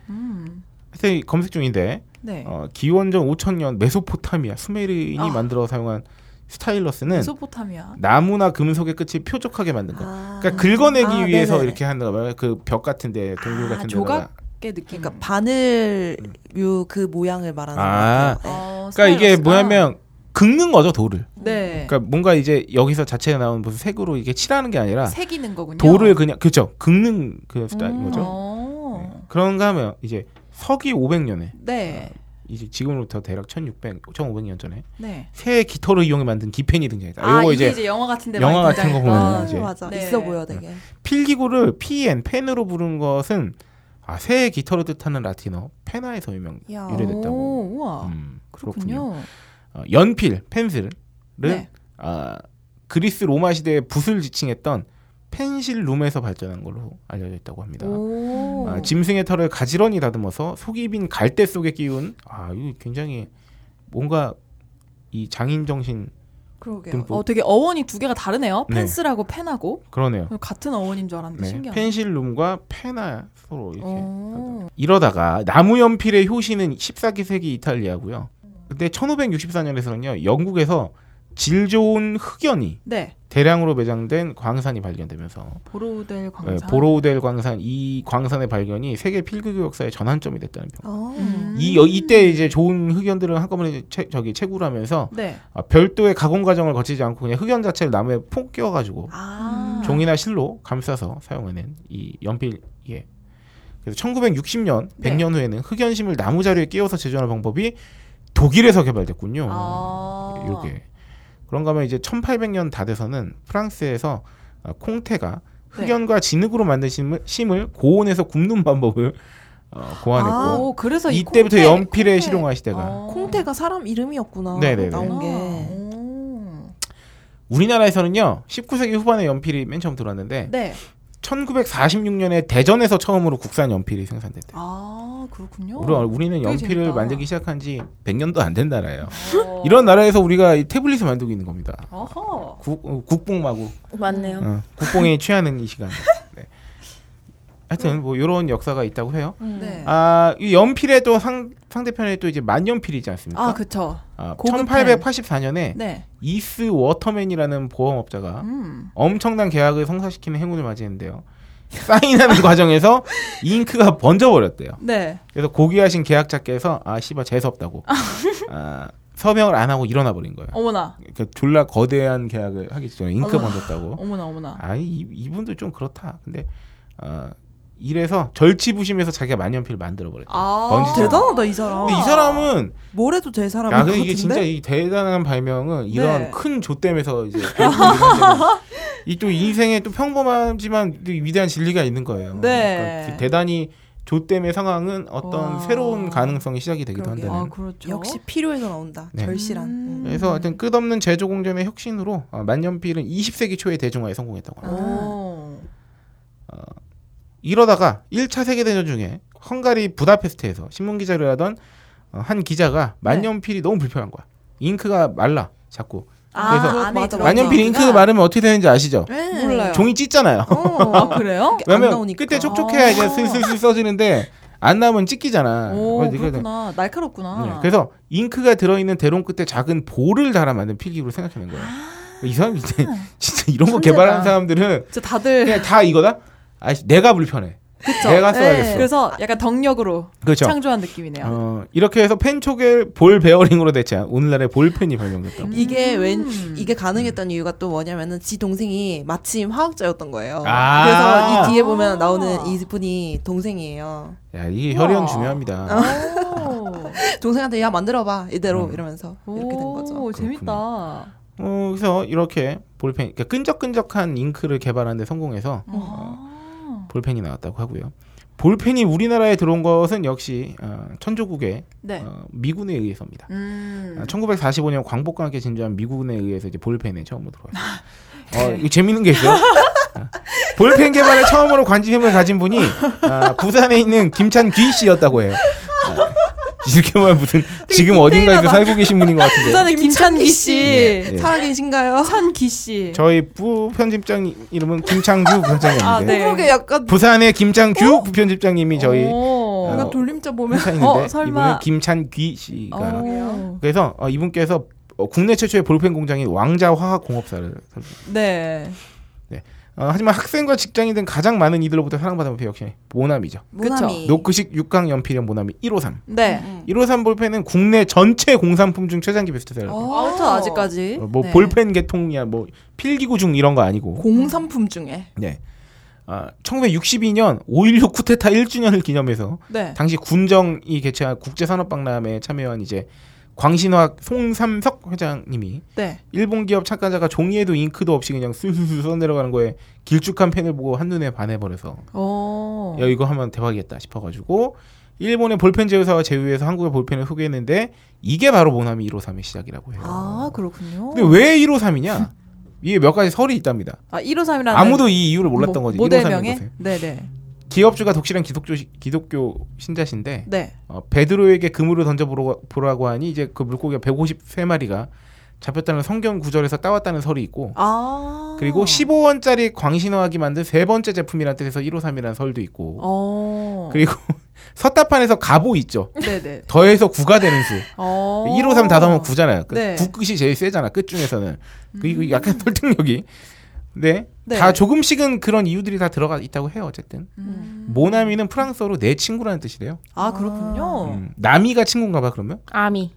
Speaker 8: 음.
Speaker 7: 하여튼 검색 중인데
Speaker 8: 네.
Speaker 7: 어, 기원전 5000년 메소포타미아 수메르인이
Speaker 8: 아.
Speaker 7: 만들어 사용한 스타일러스는
Speaker 8: 메소포타미아.
Speaker 7: 나무나 금속의 끝이 뾰족하게 만든 거.
Speaker 9: 아.
Speaker 7: 그러니까 긁어내기
Speaker 9: 아,
Speaker 7: 위해서
Speaker 9: 네네네.
Speaker 7: 이렇게 하는 거예요. 그 벽 같은데 동굴
Speaker 8: 아,
Speaker 7: 같은데.
Speaker 8: 조각? 꽤 느낌.
Speaker 9: 그러니까 바늘류 그 모양을 말하는
Speaker 7: 음. 아.
Speaker 9: 것 같아요.
Speaker 8: 어,
Speaker 7: 그러니까 이게
Speaker 8: 스타일러스가-
Speaker 7: 뭐냐면 긁는 거죠 돌을.
Speaker 8: 네.
Speaker 7: 그러니까 뭔가 이제 여기서 자체에 나온 무슨 색으로 이게 칠하는 게 아니라
Speaker 8: 새기는 거군요.
Speaker 7: 돌을 그냥 그죠 긁는 그
Speaker 8: 음.
Speaker 7: 스타일인 거죠.
Speaker 8: 어.
Speaker 7: 네. 그런가 하면 이제 서기 500년에
Speaker 8: 네.
Speaker 7: 이제 지금으로부터 대략 1600, 1500년 전에
Speaker 8: 네.
Speaker 7: 새 깃털을 이용해 만든 기펜이 등장했다.
Speaker 8: 아,
Speaker 7: 이거
Speaker 8: 이게
Speaker 7: 이제,
Speaker 8: 이제, 영화 같은데
Speaker 7: 영화
Speaker 8: 많이
Speaker 7: 같은 거
Speaker 8: 등장했던.
Speaker 7: 보면은
Speaker 9: 아,
Speaker 7: 어, 이제. 음.
Speaker 9: 맞아.
Speaker 8: 네.
Speaker 9: 있어 보여 되게.
Speaker 7: 필기구를 PN 펜으로 부른 것은 아, 새 깃털을 뜻하는 라틴어 페나에서 유명
Speaker 9: 야.
Speaker 7: 유래됐다고.
Speaker 8: 오, 우와.
Speaker 7: 음, 그렇군요.
Speaker 8: 그렇군요.
Speaker 7: 어, 연필 펜슬은
Speaker 8: 네.
Speaker 7: 아, 그리스 로마 시대의 붓을 지칭했던 펜실룸에서 발전한 걸로 알려져 있다고
Speaker 8: 네.
Speaker 7: 합니다.
Speaker 8: 오.
Speaker 7: 아, 짐승의 털을 가지런히 다듬어서 속이 빈 갈대 속에 끼운 아 이거 굉장히 뭔가 이 장인 정신
Speaker 9: 그러게요.
Speaker 7: 듬뿍
Speaker 8: 어, 되게 어원이 두 개가 다르네요.
Speaker 7: 네.
Speaker 8: 펜스라고 펜하고
Speaker 7: 그러네요.
Speaker 8: 같은 어원인 줄 알았는데
Speaker 7: 네.
Speaker 8: 음, 신기하네. 어.
Speaker 7: 펜실룸과 페나 서로 이렇게
Speaker 8: 오.
Speaker 7: 이러다가 나무 연필의 효시는 14기 세기 이탈리아고요. 근데 1564년에서는요 영국에서 질 좋은 흑연이
Speaker 8: 네.
Speaker 7: 대량으로 매장된 광산이 발견되면서
Speaker 8: 보로델 광산.
Speaker 7: 네, 보로우델 광산 이 광산의 발견이 세계 필기구 역사의 전환점이 됐다는 평.
Speaker 9: 어.
Speaker 8: 음.
Speaker 7: 이 여- 이때 이제 좋은 흑연들을 한꺼번에 채, 저기 채굴하면서
Speaker 8: 네.
Speaker 7: 아, 별도의 가공 과정을 거치지 않고 그냥 흑연 자체를 나무에 푹 끼워가지고
Speaker 8: 음.
Speaker 9: 아.
Speaker 7: 종이나 실로 감싸서 사용하는 이 연필 예. 그래서 1960년
Speaker 8: 네.
Speaker 7: 100년 후에는 흑연심을 나무 자루에 끼워서 제조하는 방법이 독일에서 개발됐군요.
Speaker 8: 아.
Speaker 7: 어, 이렇게 그런가 하면 이제 1800년 다 돼서는 프랑스에서 아,
Speaker 8: 네.
Speaker 7: 콩테가 흑연과 진흙으로 만든 심을, 심을 고온에서 굽는 방법을 어, 고안했고
Speaker 8: 아, 오, 그래서 이
Speaker 7: 이때부터
Speaker 8: 콩테-
Speaker 7: 연필의
Speaker 8: 콩테-
Speaker 7: 실용화시대가
Speaker 8: 어.
Speaker 9: 콩태가 사람 이름이었구나.
Speaker 7: 네네네.
Speaker 9: 나온 게.
Speaker 8: 오.
Speaker 7: 우리나라에서는요 19세기 후반에 연필이 맨 처음 들어왔는데
Speaker 8: 네.
Speaker 7: 1946년에 대전에서 처음으로 국산 연필이 생산됐대요.
Speaker 8: 아, 그렇군요.
Speaker 7: 우리, 우리는
Speaker 8: 되게
Speaker 7: 연필을
Speaker 8: 재밌다.
Speaker 7: 만들기 시작한 지 100년도 안 된 나라예요.
Speaker 8: 어.
Speaker 7: 이런 나라에서 우리가 이 태블릿을 만들고 있는 겁니다.
Speaker 8: 어허.
Speaker 7: 국, 어, 국뽕마구
Speaker 10: 맞네요.
Speaker 7: 어, 국뽕에 취하는 이 시간. 네. 하여튼 뭐 이런 역사가 있다고 해요.
Speaker 8: 네. 아,
Speaker 7: 아, 이 연필의 또 상, 상대편에 또 이제 만연필이지 않습니까?
Speaker 8: 그쵸.
Speaker 7: 아,
Speaker 8: 고급
Speaker 7: 1884년에
Speaker 8: 네.
Speaker 7: 이스 워터맨이라는 보험업자가
Speaker 8: 음.
Speaker 7: 엄청난 계약을 성사시키는 행운을 맞이했는데요. 사인하는 과정에서 잉크가 번져버렸대요.
Speaker 8: 네.
Speaker 7: 그래서 고귀하신 계약자께서 아 씨발 재수 없다고 아, 서명을 안 하고 일어나 버린 거예요.
Speaker 8: 어머나.
Speaker 7: 그러니까 졸라 거대한 계약을 하기 전에 잉크
Speaker 8: 어머.
Speaker 7: 번졌다고.
Speaker 8: 어머나, 어머나.
Speaker 7: 아니 이, 이분도 좀 그렇다. 근데 아, 이래서 절치부심해서 자기가 만년필 만들어 버렸대. 요
Speaker 8: 아.
Speaker 7: 번지죠.
Speaker 9: 대단하다 이 사람.
Speaker 7: 근데 이 사람은
Speaker 9: 뭘 해도 될 사람인 것
Speaker 7: 야 아, 근데
Speaker 9: 같은데.
Speaker 7: 이게 진짜 이 대단한 발명은 이런
Speaker 8: 네.
Speaker 7: 큰 조땜에서 이제 이 또 인생에 또 평범하지만 또 위대한 진리가 있는 거예요.
Speaker 8: 네.
Speaker 7: 그 대단히 조땜의 상황은 어떤
Speaker 8: 와.
Speaker 7: 새로운 가능성이 시작이 되기도
Speaker 9: 그러게요.
Speaker 7: 한다는.
Speaker 8: 아, 그렇죠.
Speaker 9: 역시 필요해서 나온다.
Speaker 7: 네.
Speaker 9: 절실한.
Speaker 8: 음.
Speaker 7: 그래서 하여튼 끝없는 제조 공정의 혁신으로
Speaker 8: 아.
Speaker 7: 어, 만년필은 20세기 초에 대중화에 성공했다고 합니다.
Speaker 8: 오.
Speaker 7: 이러다가 1차 세계대전 중에 헝가리 부다페스트에서 신문 기자를 하던 어, 한
Speaker 9: 네.
Speaker 7: 기자가 만년필이 너무 불편한 거야. 잉크가 말라 자꾸. 그래서
Speaker 8: 안에
Speaker 9: 맞아, 그렇죠.
Speaker 8: 들어간
Speaker 9: 맞아.
Speaker 7: 만년필 잉크
Speaker 8: 거구나.
Speaker 7: 마르면 어떻게 되는지 아시죠?
Speaker 9: 네.
Speaker 8: 몰라요.
Speaker 7: 종이 찢잖아요.
Speaker 8: 어, 아, 그래요?
Speaker 9: 안
Speaker 7: 왜냐면
Speaker 9: 나오니까.
Speaker 7: 그때 촉촉해야 이제 슬슬슬 써지는데 안 나오면 찢기잖아.
Speaker 8: 오,
Speaker 7: 그래서 이거-
Speaker 8: 그렇구나. 날카롭구나.
Speaker 7: 네, 그래서 잉크가 들어있는 대롱 끝에 작은 볼을 달아 만든 필기구를 생각해낸 거예요. 이 사람 진짜, 진짜 이런 거
Speaker 10: 천재다.
Speaker 7: 개발하는 사람들은
Speaker 8: 진짜 다들
Speaker 7: 그냥 다 이거다. 아, 내가 불편해. 내가 써야겠어.
Speaker 8: 네. 그래서 약간 덕력으로
Speaker 7: 네. 그렇죠.
Speaker 8: 창조한 느낌이네요.
Speaker 7: 어, 이렇게 해서 펜 촉을 볼 베어링으로 대체한 오늘날의 볼펜이 발명됐다.
Speaker 9: 이게 웬 이게 가능했던 이유가 또 뭐냐면은 지 동생이 마침 화학자였던 거예요.
Speaker 7: 아.
Speaker 9: 그래서 이 뒤에 보면 나오는 이분이 동생이에요.
Speaker 7: 야, 이게 혈연 중요합니다.
Speaker 9: 동생한테 야 만들어봐 이대로
Speaker 7: 음.
Speaker 9: 이러면서
Speaker 8: 오,
Speaker 9: 이렇게 된 거죠.
Speaker 8: 오, 재밌다.
Speaker 7: 어, 그래서 이렇게 볼펜, 그러니까 끈적끈적한 잉크를 개발하는데 성공해서
Speaker 8: 아.
Speaker 7: 어, 볼펜이 나왔다고 하고요. 볼펜이 우리나라에 들어온 것은 역시 어, 천조국의
Speaker 8: 네.
Speaker 7: 어, 아, 미군에 의해서입니다.
Speaker 8: 음.
Speaker 7: 1945년 광복과 함께 진주한 미군에 의해서 이제 볼펜에 처음으로 들어왔어요.
Speaker 8: 네.
Speaker 7: 어, 이거 재밌는 게 있어요. 아, 볼펜 개발에 처음으로 관심을 가진 분이 아, 부산에 있는 김찬귀 씨였다고 해요. 아, 이렇게만 무슨 지금 어딘가에서 살고 계신 분인 것 같은데.
Speaker 8: 부산의 김찬기 씨,
Speaker 7: 예,
Speaker 9: 네.
Speaker 7: 예.
Speaker 9: 살아계신가요?
Speaker 8: 찬기 씨.
Speaker 7: 저희 부 편집장 이름은 김창규 부편장님인데
Speaker 8: 아, 네.
Speaker 9: 그게 약간
Speaker 7: 부산의 김창규 부편집장님이 저희
Speaker 8: 오.
Speaker 7: 어,
Speaker 9: 약간 돌림자 보면 어.
Speaker 7: 회사인데
Speaker 8: 어, 설마.
Speaker 7: 이분은 김찬귀 씨가
Speaker 8: 오.
Speaker 7: 그래서 어, 이분께서 어, 국내 최초의 볼펜 공장인 왕자화학공업사를 설립.
Speaker 8: 네.
Speaker 7: 어, 하지만 학생과 직장인 등 가장 많은 이들로부터 사랑받은 표 역시 모나미죠.
Speaker 9: 모나미.
Speaker 7: 노크식 육각 연필형 모나미 153.
Speaker 8: 네.
Speaker 9: 음.
Speaker 7: 153 볼펜은 국내 전체 공산품 중 최장기 베스트셀러.
Speaker 9: 어.
Speaker 8: 아무튼 아직까지.
Speaker 7: 어, 뭐
Speaker 9: 네.
Speaker 7: 볼펜 개통이야 뭐 필기구 중 이런 거 아니고.
Speaker 9: 공산품 중에
Speaker 7: 네. 아, 1962년 5.16 쿠데타 1주년을 기념해서
Speaker 8: 네.
Speaker 7: 당시 군정이 개최한 국제산업박람회에 참여한 이제 광신화학 송삼석 회장님이
Speaker 8: 네.
Speaker 7: 일본 기업 착가자가 종이에도 잉크도 없이 그냥 술술술 써내려가는 거에 길쭉한 펜을 보고 한눈에 반해버려서
Speaker 8: 오.
Speaker 7: 야 이거 하면 대박이겠다 싶어가지고 일본의 볼펜 제휴사와 제휴해서 한국의 볼펜을 소개했는데 이게 바로 모나미 153의 시작이라고 해요.
Speaker 8: 아, 그렇군요.
Speaker 7: 근데 왜 153이냐? 이게 몇 가지 설이 있답니다.
Speaker 8: 아, 153이라는
Speaker 7: 아무도 이 이유를 몰랐던 거지. 153인
Speaker 8: 모델명에?
Speaker 7: 것을.
Speaker 8: 네, 네.
Speaker 7: 기업주가 독실한 기독교, 기독교 신자신데
Speaker 8: 네.
Speaker 7: 어, 베드로에게 그물을 던져보라고 하니 이제 그 물고기가 153마리가 잡혔다는 성경 구절에서 따왔다는 설이 있고
Speaker 8: 아.
Speaker 7: 그리고 15원짜리 광신어학이 만든 세 번째 제품이라는 뜻에서 153이라는 설도 있고
Speaker 8: 어.
Speaker 7: 그리고 서타판에서 갑오 있죠
Speaker 8: 네, 네.
Speaker 7: 더해서 구가 되는 수
Speaker 8: 어.
Speaker 7: 153 다더면 구잖아요
Speaker 8: 네. 음.
Speaker 7: 구 끝이 제일 세잖아 끝 중에서는 그리고 약간 설득력이 근데
Speaker 8: 네.
Speaker 7: 다 조금씩은 그런 이유들이 다 들어가 있다고 해요 어쨌든
Speaker 8: 음.
Speaker 7: 모나미는 프랑스어로 내 친구라는 뜻이래요
Speaker 8: 아, 그렇군요.
Speaker 7: 음, 나미가 친구인가 봐 그러면
Speaker 10: 아미.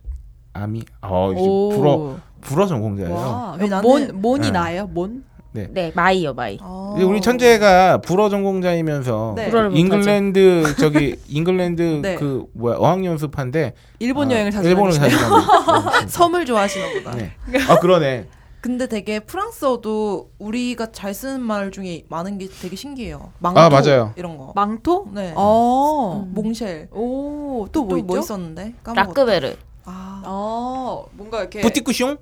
Speaker 7: 아미 어 이제
Speaker 8: 오.
Speaker 7: 불어 불어 전공자예요.
Speaker 8: 와,
Speaker 9: 왜
Speaker 8: 그럼
Speaker 9: 나는-
Speaker 8: 몬 몬이
Speaker 7: 네.
Speaker 8: 나예요? 몬?
Speaker 10: 네, 마이요, 마이.
Speaker 9: 어.
Speaker 7: 이제 예, 우리 천재가 불어 전공자이면서
Speaker 8: 네.
Speaker 10: 불어를
Speaker 7: 잉글랜드 저기 잉글랜드
Speaker 8: 네.
Speaker 7: 그 뭐야 어학 연습한데 아,
Speaker 8: 일본 여행을 자주
Speaker 7: 일본을
Speaker 8: 다니시네요.
Speaker 7: 자주 다니.
Speaker 9: 섬을 좋아하시나 보다.
Speaker 7: 네. 아 그러네.
Speaker 9: 근데 되게 프랑스어도 우리가 잘 쓰는 말 중에 많은 게 되게 신기해요. 망토
Speaker 7: 아, 맞아요.
Speaker 9: 이런 거.
Speaker 8: 망토?
Speaker 9: 네.
Speaker 8: 어.
Speaker 9: 몽쉘.
Speaker 8: 오, 또 뭐
Speaker 9: 또
Speaker 8: 있죠?
Speaker 9: 뭐 있었는데? 까먹었다.
Speaker 10: 라크베르.
Speaker 9: 아,
Speaker 8: 어, 뭔가 이렇게
Speaker 7: 부티쿠숑?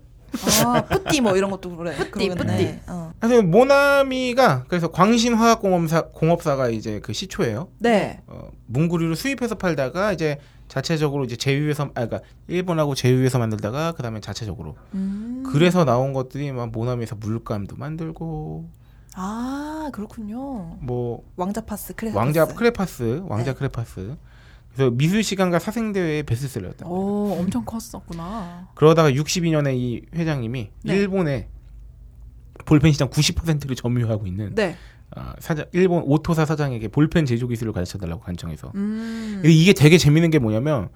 Speaker 9: 아, 뿌띠 뭐 이런 것도 그래. 뿌띠, 뿌띠. 어.
Speaker 7: 하여튼 모나미가 그래서 광신화학공업사 공업사가 이제 그 시초예요.
Speaker 8: 네.
Speaker 7: 어, 문구류를 수입해서 팔다가 이제 자체적으로 이제 제휴해서 아 그러니까 일본하고 제휴해서 만들다가 그다음에 자체적으로
Speaker 8: 음.
Speaker 7: 그래서 나온 것들이 막 모나미에서 물감도 만들고
Speaker 8: 아, 그렇군요.
Speaker 7: 뭐
Speaker 9: 왕자 파스
Speaker 8: 네,
Speaker 9: 크레.
Speaker 7: 왕자 크레파스, 왕자 크레파스. 그래서 미술 시간과 사생대회의 베스트셀러였다.
Speaker 8: 오, 어, 엄청 컸었구나.
Speaker 7: 그러다가 62년에 이 회장님이
Speaker 8: 네.
Speaker 7: 일본의 볼펜 시장 90%를 점유하고 있는
Speaker 8: 네.
Speaker 7: 아, 사장, 일본 오토사 사장에게 볼펜 제조 기술을 가르쳐 달라고 간청해서.
Speaker 8: 음.
Speaker 7: 근데 이게 되게 재밌는 게 뭐냐면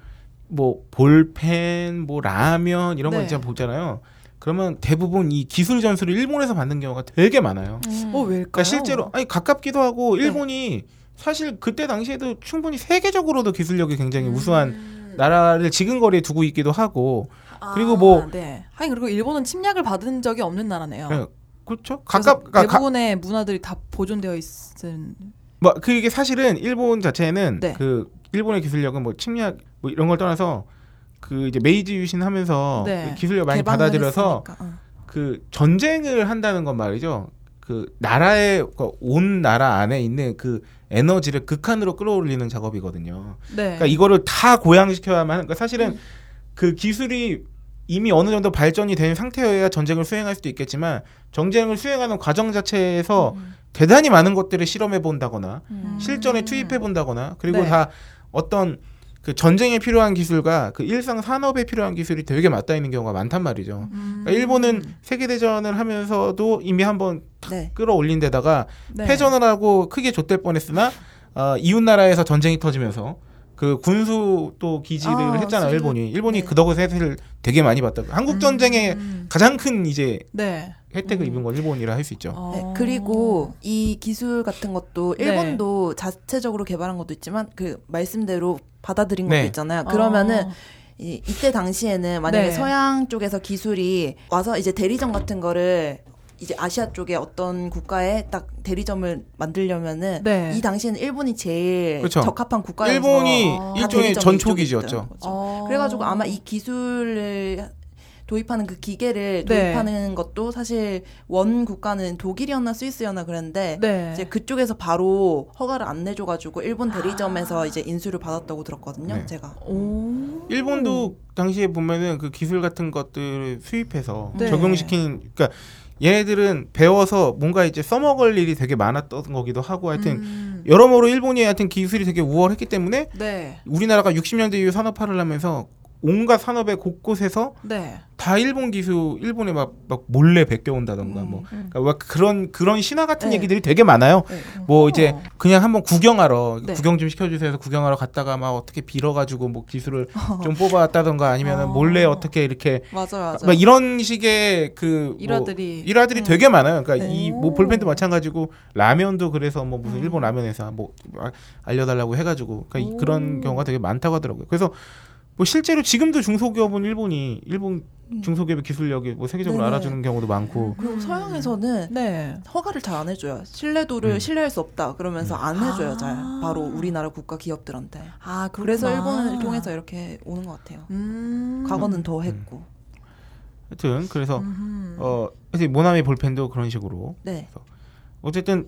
Speaker 7: 뭐 볼펜, 뭐 라면 이런 거
Speaker 8: 네.
Speaker 7: 진짜 보잖아요. 그러면 대부분 이 기술 전수를 일본에서 받는 경우가 되게 많아요.
Speaker 10: 음,
Speaker 8: 어, 왜일까요? 네.
Speaker 7: 그러니까 실제로 아니 가깝기도 하고 일본이 사실 그때 당시에도 충분히 세계적으로도 기술력이 굉장히
Speaker 8: 음.
Speaker 7: 우수한 나라를 지근거리에 두고 있기도 하고 그리고 뭐-
Speaker 8: 아, 네. 하긴 그리고 일본은 침략을 받은 적이 없는 나라네요.
Speaker 7: 네, 그렇죠
Speaker 8: 그래서
Speaker 7: 가깝 가, 가,
Speaker 8: 대부분의 문화들이 다 보존되어 있은
Speaker 7: 뭐 그게 사실은 일본 자체는
Speaker 8: 네.
Speaker 7: 그 일본의 기술력은 뭐 침략 뭐 이런 걸 떠나서 그 이제 메이지 유신하면서 그
Speaker 8: 네.
Speaker 7: 기술력 많이
Speaker 9: 개방을
Speaker 7: 받아들여서
Speaker 9: 했으니까. 어.
Speaker 7: 그 전쟁을 한다는 건 말이죠 그 나라의 그온 나라 안에 있는 그 에너지를 극한으로 끌어올리는 작업이거든요.
Speaker 8: 네.
Speaker 7: 그러니까 이거를 다 고양시켜야만 하는- 그러니까 사실은 그 기술이 이미 어느 정도 발전이 된 상태여야 전쟁을 수행할 수도 있겠지만 전쟁을 수행하는 과정 자체에서 대단히 많은 것들을 실험해 본다거나
Speaker 9: 음.
Speaker 7: 실전에 투입해 본다거나 그리고
Speaker 8: 네.
Speaker 7: 다 어떤 그 전쟁에 필요한 기술과 그 일상 산업에 필요한 기술이 되게 맞닿아 있는 경우가 많단 말이죠.
Speaker 8: 음.
Speaker 7: 그러니까 일본은 세계 대전을 하면서도 이미 한번
Speaker 9: 네.
Speaker 7: 끌어올린 데다가
Speaker 8: 네.
Speaker 7: 패전을 하고 크게 좆될 뻔했으나 어, 이웃 나라에서 전쟁이 터지면서 그 군수 또 기지를
Speaker 9: 아,
Speaker 7: 했잖아요
Speaker 9: 지금.
Speaker 7: 일본이 일본이
Speaker 9: 네.
Speaker 7: 그 덕을 세를 되게 많이 봤다 한국 전쟁의
Speaker 8: 음.
Speaker 7: 가장 큰 이제
Speaker 8: 네.
Speaker 7: 혜택을 입은 건 일본이라 할 수 있죠
Speaker 8: 어.
Speaker 9: 네, 그리고 이 기술 같은 것도
Speaker 8: 네.
Speaker 9: 일본도 자체적으로 개발한 것도 있지만 그 말씀대로 받아들인 것도
Speaker 7: 네.
Speaker 9: 있잖아요.
Speaker 8: 어.
Speaker 9: 그러면은 이, 이때 당시에는 만약에
Speaker 8: 네.
Speaker 9: 서양 쪽에서 기술이 와서 이제 대리점 같은 거를 이제 아시아 쪽에 어떤 국가에 딱 대리점을 만들려면은
Speaker 8: 네.
Speaker 9: 이 당시에는 일본이 제일
Speaker 7: 그렇죠.
Speaker 9: 적합한 국가여서
Speaker 7: 일본이
Speaker 9: 다 대리점이
Speaker 7: 일종의 전초기지였죠.
Speaker 9: 이쪽에 있다는 거죠.
Speaker 8: 어.
Speaker 9: 그래가지고 아마 이 기술을 도입하는 그 기계를
Speaker 8: 네.
Speaker 9: 도입하는 것도 사실 원 국가는 독일이었나 스위스였나 그랬는데
Speaker 8: 네.
Speaker 9: 이제 그쪽에서 바로 허가를 안 내줘가지고 일본 대리점에서
Speaker 8: 아.
Speaker 9: 이제 인수를 받았다고 들었거든요.
Speaker 7: 네.
Speaker 9: 제가
Speaker 8: 어, 오. 음.
Speaker 7: 일본도 당시에 보면은 그 기술 같은 것들을 수입해서
Speaker 8: 네.
Speaker 7: 적용시킨 그러니까 얘네들은 배워서 뭔가 이제 써먹을 일이 되게 많았던 거기도 하고 하여튼
Speaker 8: 음.
Speaker 7: 여러모로 일본이 하여튼 기술이 되게 우월했기 때문에
Speaker 8: 네.
Speaker 7: 우리나라가 60년대 이후 산업화를 하면서 온갖 산업의 곳곳에서
Speaker 8: 네.
Speaker 7: 다 일본 기술 일본에 막, 막 몰래 베껴온다던가 뭐 그러니까 막 그런 그런 신화 같은
Speaker 9: 네.
Speaker 7: 얘기들이 되게 많아요.
Speaker 9: 네.
Speaker 7: 뭐 이제 그냥 한번 구경하러
Speaker 8: 네.
Speaker 7: 구경 좀 시켜주세요 해서 구경하러 갔다가 막 어떻게 빌어가지고 뭐 기술을 좀 뽑아왔다던가 아니면은 몰래 어떻게 이렇게
Speaker 9: 맞아요, 맞아요.
Speaker 7: 막 이런 식의 그
Speaker 8: 일화들이.
Speaker 7: 뭐 일화들이 되게 많아요. 그러니까
Speaker 9: 네.
Speaker 7: 이 뭐 볼펜도 마찬가지고 라면도 그래서 뭐 무슨 일본 라면에서 뭐 아- 알려달라고 해가지고 그러니까 이- 그런 경우가 되게 많다고 하더라고요. 그래서 뭐 실제로 지금도 중소기업은 일본이 일본 중소기업의 기술력이 뭐 세계적으로
Speaker 9: 네네.
Speaker 7: 알아주는 경우도 많고
Speaker 9: 그리고 서양에서는
Speaker 8: 네.
Speaker 9: 허가를 잘 안 해줘요. 신뢰도를
Speaker 7: 음.
Speaker 9: 신뢰할 수 없다 그러면서 안 해줘요. 잘
Speaker 8: 아.
Speaker 9: 바로 우리나라 국가 기업들한테.
Speaker 8: 아, 그렇구나.
Speaker 9: 그래서 일본을 통해서 이렇게 오는 것 같아요.
Speaker 8: 음.
Speaker 9: 과거는 더 했고.
Speaker 7: 하여튼 그래서
Speaker 8: 음흠.
Speaker 7: 어 사실 모나미 볼펜도 그런 식으로
Speaker 9: 네.
Speaker 7: 어쨌든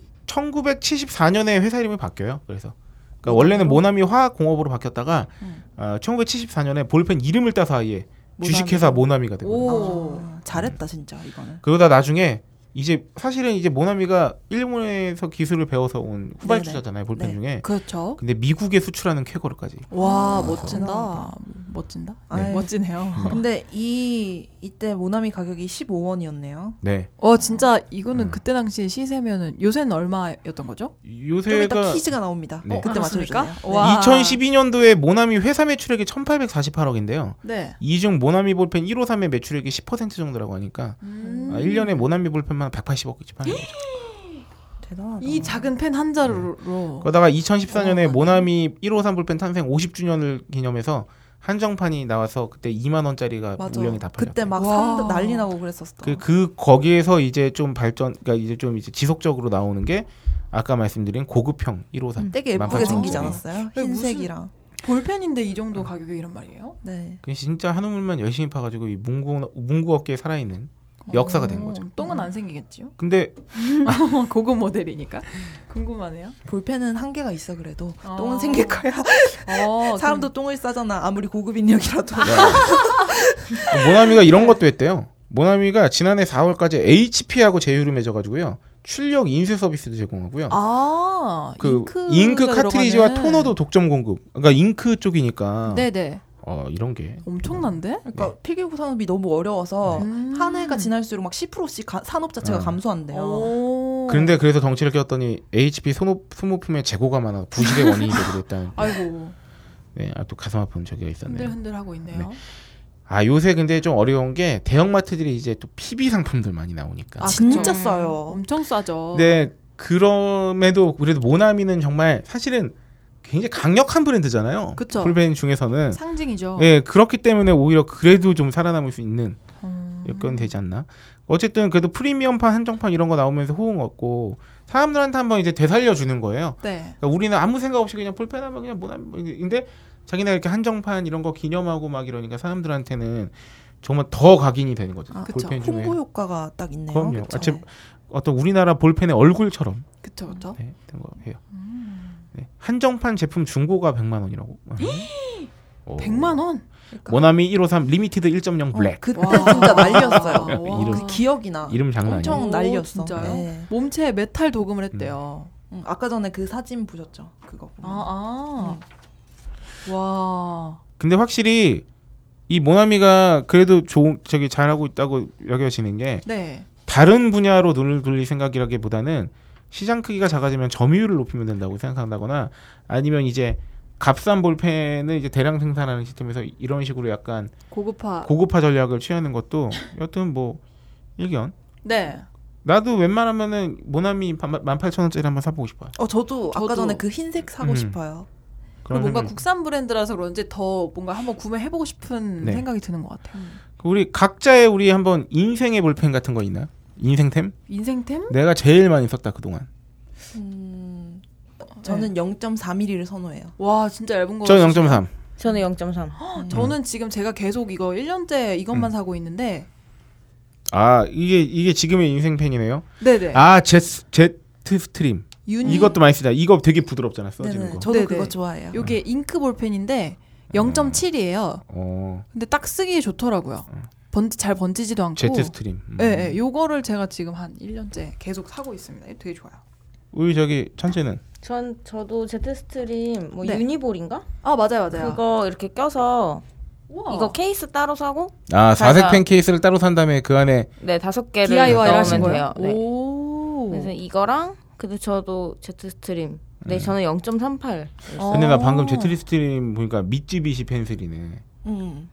Speaker 7: 1974년에 회사 이름이 바뀌어요. 그래서 그러니까 원래는 모나미 화학공업으로 바뀌었다가
Speaker 9: 음.
Speaker 7: 어, 1974년에 볼펜 이름을 따서 아예 주식회사 모나미가 되고
Speaker 8: 오.
Speaker 9: 아, 잘했다 진짜 이거는.
Speaker 7: 그러다 나중에 이제 사실은 이제 모나미가 일본에서 기술을 배워서 온 후발주자잖아요 볼펜
Speaker 9: 네.
Speaker 7: 중에
Speaker 8: 그렇죠.
Speaker 7: 근데 미국에 수출하는 쾌거르까지
Speaker 9: 와
Speaker 8: 멋진다. 멋진다.
Speaker 9: 네.
Speaker 8: 멋지네요.
Speaker 7: 음.
Speaker 9: 근데 이 이때 모나미 가격이 15원이었네요.
Speaker 7: 네
Speaker 8: 어 진짜 이거는
Speaker 7: 음.
Speaker 8: 그때 당시 시세면은 요새는 얼마였던 거죠?
Speaker 9: 좀 이따
Speaker 7: 요새가
Speaker 9: 퀴즈가 나옵니다.
Speaker 7: 네.
Speaker 9: 그때
Speaker 8: 아,
Speaker 9: 맞춰주니까.
Speaker 8: 그렇습니까?
Speaker 9: 네.
Speaker 8: 와.
Speaker 7: 2012년도에 모나미 회사 매출액이 1848억인데요
Speaker 8: 네.
Speaker 7: 이 중 모나미 볼펜 153의 매출액이 10% 정도라고 하니까
Speaker 9: 음.
Speaker 7: 아, 1년에 모나미 볼펜만 180억씩 파는 거죠
Speaker 9: 대단하다.
Speaker 8: 이 작은 펜 한 자루로
Speaker 7: 그러다가 2014년에 모나미 153 볼펜 탄생 50주년을 기념해서 한정판이 나와서 그때 2만 원짜리가
Speaker 9: 맞아.
Speaker 7: 물량이 다 팔렸어요
Speaker 9: 그때 막
Speaker 8: 와.
Speaker 9: 사람들 난리 나고 그랬었어.
Speaker 7: 그, 그 거기에서 이제 좀 발전, 그러니까 이제 좀 이제 지속적으로 나오는 게 아까 말씀드린 고급형 153.
Speaker 9: 되게 예쁘게
Speaker 7: 만팔천
Speaker 9: 생기지
Speaker 7: 원짜리.
Speaker 9: 않았어요?
Speaker 8: 네, 무슨-
Speaker 9: 흰색이랑.
Speaker 8: 볼펜인데 이 정도 가격에 이런 말이에요?
Speaker 9: 네.
Speaker 7: 그 진짜 한우물만 열심히 파가지고 이 문구 문구 업계에 살아있는 역사가 된
Speaker 8: 어,
Speaker 7: 거죠.
Speaker 8: 똥은
Speaker 9: 음.
Speaker 8: 안 생기겠지요?
Speaker 7: 근데
Speaker 8: 고급 모델이니까 궁금하네요.
Speaker 9: 볼펜은 한계가 있어 그래도
Speaker 8: 어.
Speaker 9: 똥은 생길 거야.
Speaker 8: 어,
Speaker 9: 사람도 똥을 싸잖아. 아무리 고급 인력이라도.
Speaker 7: 모나미가 이런 것도 했대요. 모나미가 지난해 4월까지 HP하고 제휴를 맺어가지고요 출력 인쇄 서비스도 제공하고요.
Speaker 8: 아
Speaker 7: 그
Speaker 8: 잉크가
Speaker 7: 잉크 카트리지와
Speaker 8: 들어가는-
Speaker 7: 토너도 독점 공급. 그러니까 잉크 쪽이니까
Speaker 8: 네네
Speaker 7: 어, 이런 게
Speaker 8: 엄청난데?
Speaker 7: 네.
Speaker 9: 그러니까 필기구 산업이 너무 어려워서
Speaker 8: 음.
Speaker 9: 한 해가 지날수록 막 10%씩 가, 산업 자체가
Speaker 7: 음.
Speaker 9: 감소한대요.
Speaker 8: 오.
Speaker 7: 그런데 그래서 덩치를 꼈더니 HP 소모, 소모품의 재고가 많아 부실의 원인이 되기도 했다는
Speaker 8: 아이고
Speaker 7: 네, 아, 또 가슴 아픈 저기가 있었네요.
Speaker 8: 흔들흔들 하고 있네요.
Speaker 7: 아 요새 근데 좀 어려운 게 대형마트들이 이제 또 PB 상품들 많이 나오니까.
Speaker 8: 아,
Speaker 9: 진짜
Speaker 10: 그쵸.
Speaker 9: 싸요.
Speaker 8: 엄청 싸죠.
Speaker 7: 근데 네, 그럼에도 그래도 모나미는 정말 사실은 굉장히 강력한 브랜드잖아요.
Speaker 8: 그쵸.
Speaker 7: 풀벤 중에서는
Speaker 8: 상징이죠.
Speaker 7: 예 그렇기 때문에 오히려 그래도 좀 살아남을 수 있는
Speaker 8: 음.
Speaker 7: 여건 되지 않나. 어쨌든 그래도 프리미엄판 한정판 이런 거 나오면서 호응 얻고 사람들한테 한번 이제 되살려 주는 거예요.
Speaker 8: 네.
Speaker 7: 그러니까 우리는 아무 생각 없이 그냥 뭐 볼펜 하면 그냥 모나미 근데 자기네 이렇게 한정판 이런 거 기념하고 막 이러니까 사람들한테는 정말 더 각인이 되는 거죠.
Speaker 9: 아, 그쵸.
Speaker 7: 볼펜 중에
Speaker 9: 홍보 효과가 딱 있네요.
Speaker 7: 그럼요. 아,
Speaker 9: 그쵸?
Speaker 7: 어차피- 어떤 우리나라 볼펜의 얼굴처럼
Speaker 8: 그쵸
Speaker 9: 어?
Speaker 8: 그쵸.
Speaker 7: 네, 된거 해요.
Speaker 9: 음.
Speaker 7: 네. 한정판 제품 중고가 100만 원이라고. 오.
Speaker 8: 100만 원.
Speaker 7: 모나미 153 리미티드 1.0
Speaker 9: 어,
Speaker 7: 블랙. 네,
Speaker 9: 그때
Speaker 8: 와.
Speaker 9: 진짜 날렸어요.
Speaker 8: 와.
Speaker 7: 이름.
Speaker 9: 그 기억이 나.
Speaker 7: 이름 장난 아니에요.
Speaker 9: 엄청
Speaker 8: 오,
Speaker 9: 날렸어.
Speaker 8: 진짜요?
Speaker 9: 네.
Speaker 8: 몸체에 메탈 도금을 했대요.
Speaker 9: 음, 아까 전에 그 사진 보셨죠? 그거. 보면.
Speaker 8: 아, 아. 와.
Speaker 7: 근데 확실히 이 모나미가 그래도 좋은 저기 잘하고 있다고 여겨지는 게
Speaker 8: 네.
Speaker 7: 다른 분야로 눈을 돌릴 생각이라기보다는 시장 크기가 작아지면 점유율을 높이면 된다고 생각한다거나 아니면 이제 값싼 볼펜을 이제 대량 생산하는 시스템에서 이런 식으로 약간
Speaker 9: 아.
Speaker 8: 고급화.
Speaker 7: 고급화 전략을 취하는 것도 여튼 뭐 일견
Speaker 8: 네.
Speaker 7: 나도 웬만하면은 모나미 18,000원짜리 한번 사보고 싶어요.
Speaker 9: 어 저도,
Speaker 8: 저도.
Speaker 9: 아까 전에 그 흰색 사고
Speaker 7: 음.
Speaker 9: 싶어요.
Speaker 8: 그리고
Speaker 7: 그런
Speaker 8: 뭔가
Speaker 7: 생각이-
Speaker 8: 국산 브랜드라서 그런지 더 뭔가 한번 구매해보고 싶은
Speaker 7: 네.
Speaker 8: 생각이 드는 것 같아요.
Speaker 7: 그 우리 각자의 우리 한번 인생의 볼펜 같은 거 있나? 인생템?
Speaker 8: 인생템?
Speaker 7: 내가 제일 많이 썼다 그동안.
Speaker 9: 음,
Speaker 8: 네.
Speaker 9: 저는 0.4mm를 선호해요.
Speaker 8: 와 진짜 얇은 거.
Speaker 7: 저는 0.3.
Speaker 10: 저는 0.3.
Speaker 8: 저는 지금 제가 계속 이거 1년째
Speaker 7: 음.
Speaker 8: 이것만 사고 있는데.
Speaker 7: 아 이게 이게 지금의 인생 펜이네요.
Speaker 8: 네네.
Speaker 7: 아 제스 제트 스트림
Speaker 8: 윤
Speaker 7: 이것도 많이 쓰다. 이거 되게 부드럽잖아 써지는
Speaker 9: 네네.
Speaker 7: 거.
Speaker 9: 저도
Speaker 8: 네네.
Speaker 9: 그거 좋아해요.
Speaker 7: 음.
Speaker 8: 요게 잉크 볼펜인데 0.7이에요.
Speaker 7: 어
Speaker 8: 근데 딱 쓰기에 좋더라고요. 번지 잘 번지지도 않고.
Speaker 7: 음. 제트 스트림. 음.
Speaker 8: 예, 예, 요거를 제가 지금 한 1년째 계속 사고 있습니다. 이거 되게 좋아요.
Speaker 7: 우리 저기 천재는
Speaker 10: 전 저도 제트 스트림 뭐
Speaker 8: 네.
Speaker 10: 유니볼인가?
Speaker 8: 아, 맞아요, 맞아요.
Speaker 10: 그거 이렇게 껴서
Speaker 8: 우와.
Speaker 10: 이거 케이스 따로 사고
Speaker 7: 아
Speaker 10: 사색
Speaker 7: 사색
Speaker 10: 맞아.
Speaker 7: 펜 케이스를 따로 산 다음에 그 안에
Speaker 10: 네 다섯 개를
Speaker 8: DIY를
Speaker 10: 넣으면
Speaker 8: 하신
Speaker 10: 돼요.
Speaker 8: 거예요?
Speaker 10: 네.
Speaker 8: 오.
Speaker 10: 그래서 이거랑 근데 저도 제트 스트림.
Speaker 7: 음.
Speaker 10: 네 저는 0.38.
Speaker 7: 아,
Speaker 9: 어.
Speaker 7: 근데 나 방금 제트 스트림 보니까 미쯔비시 펜슬이네.
Speaker 9: 음,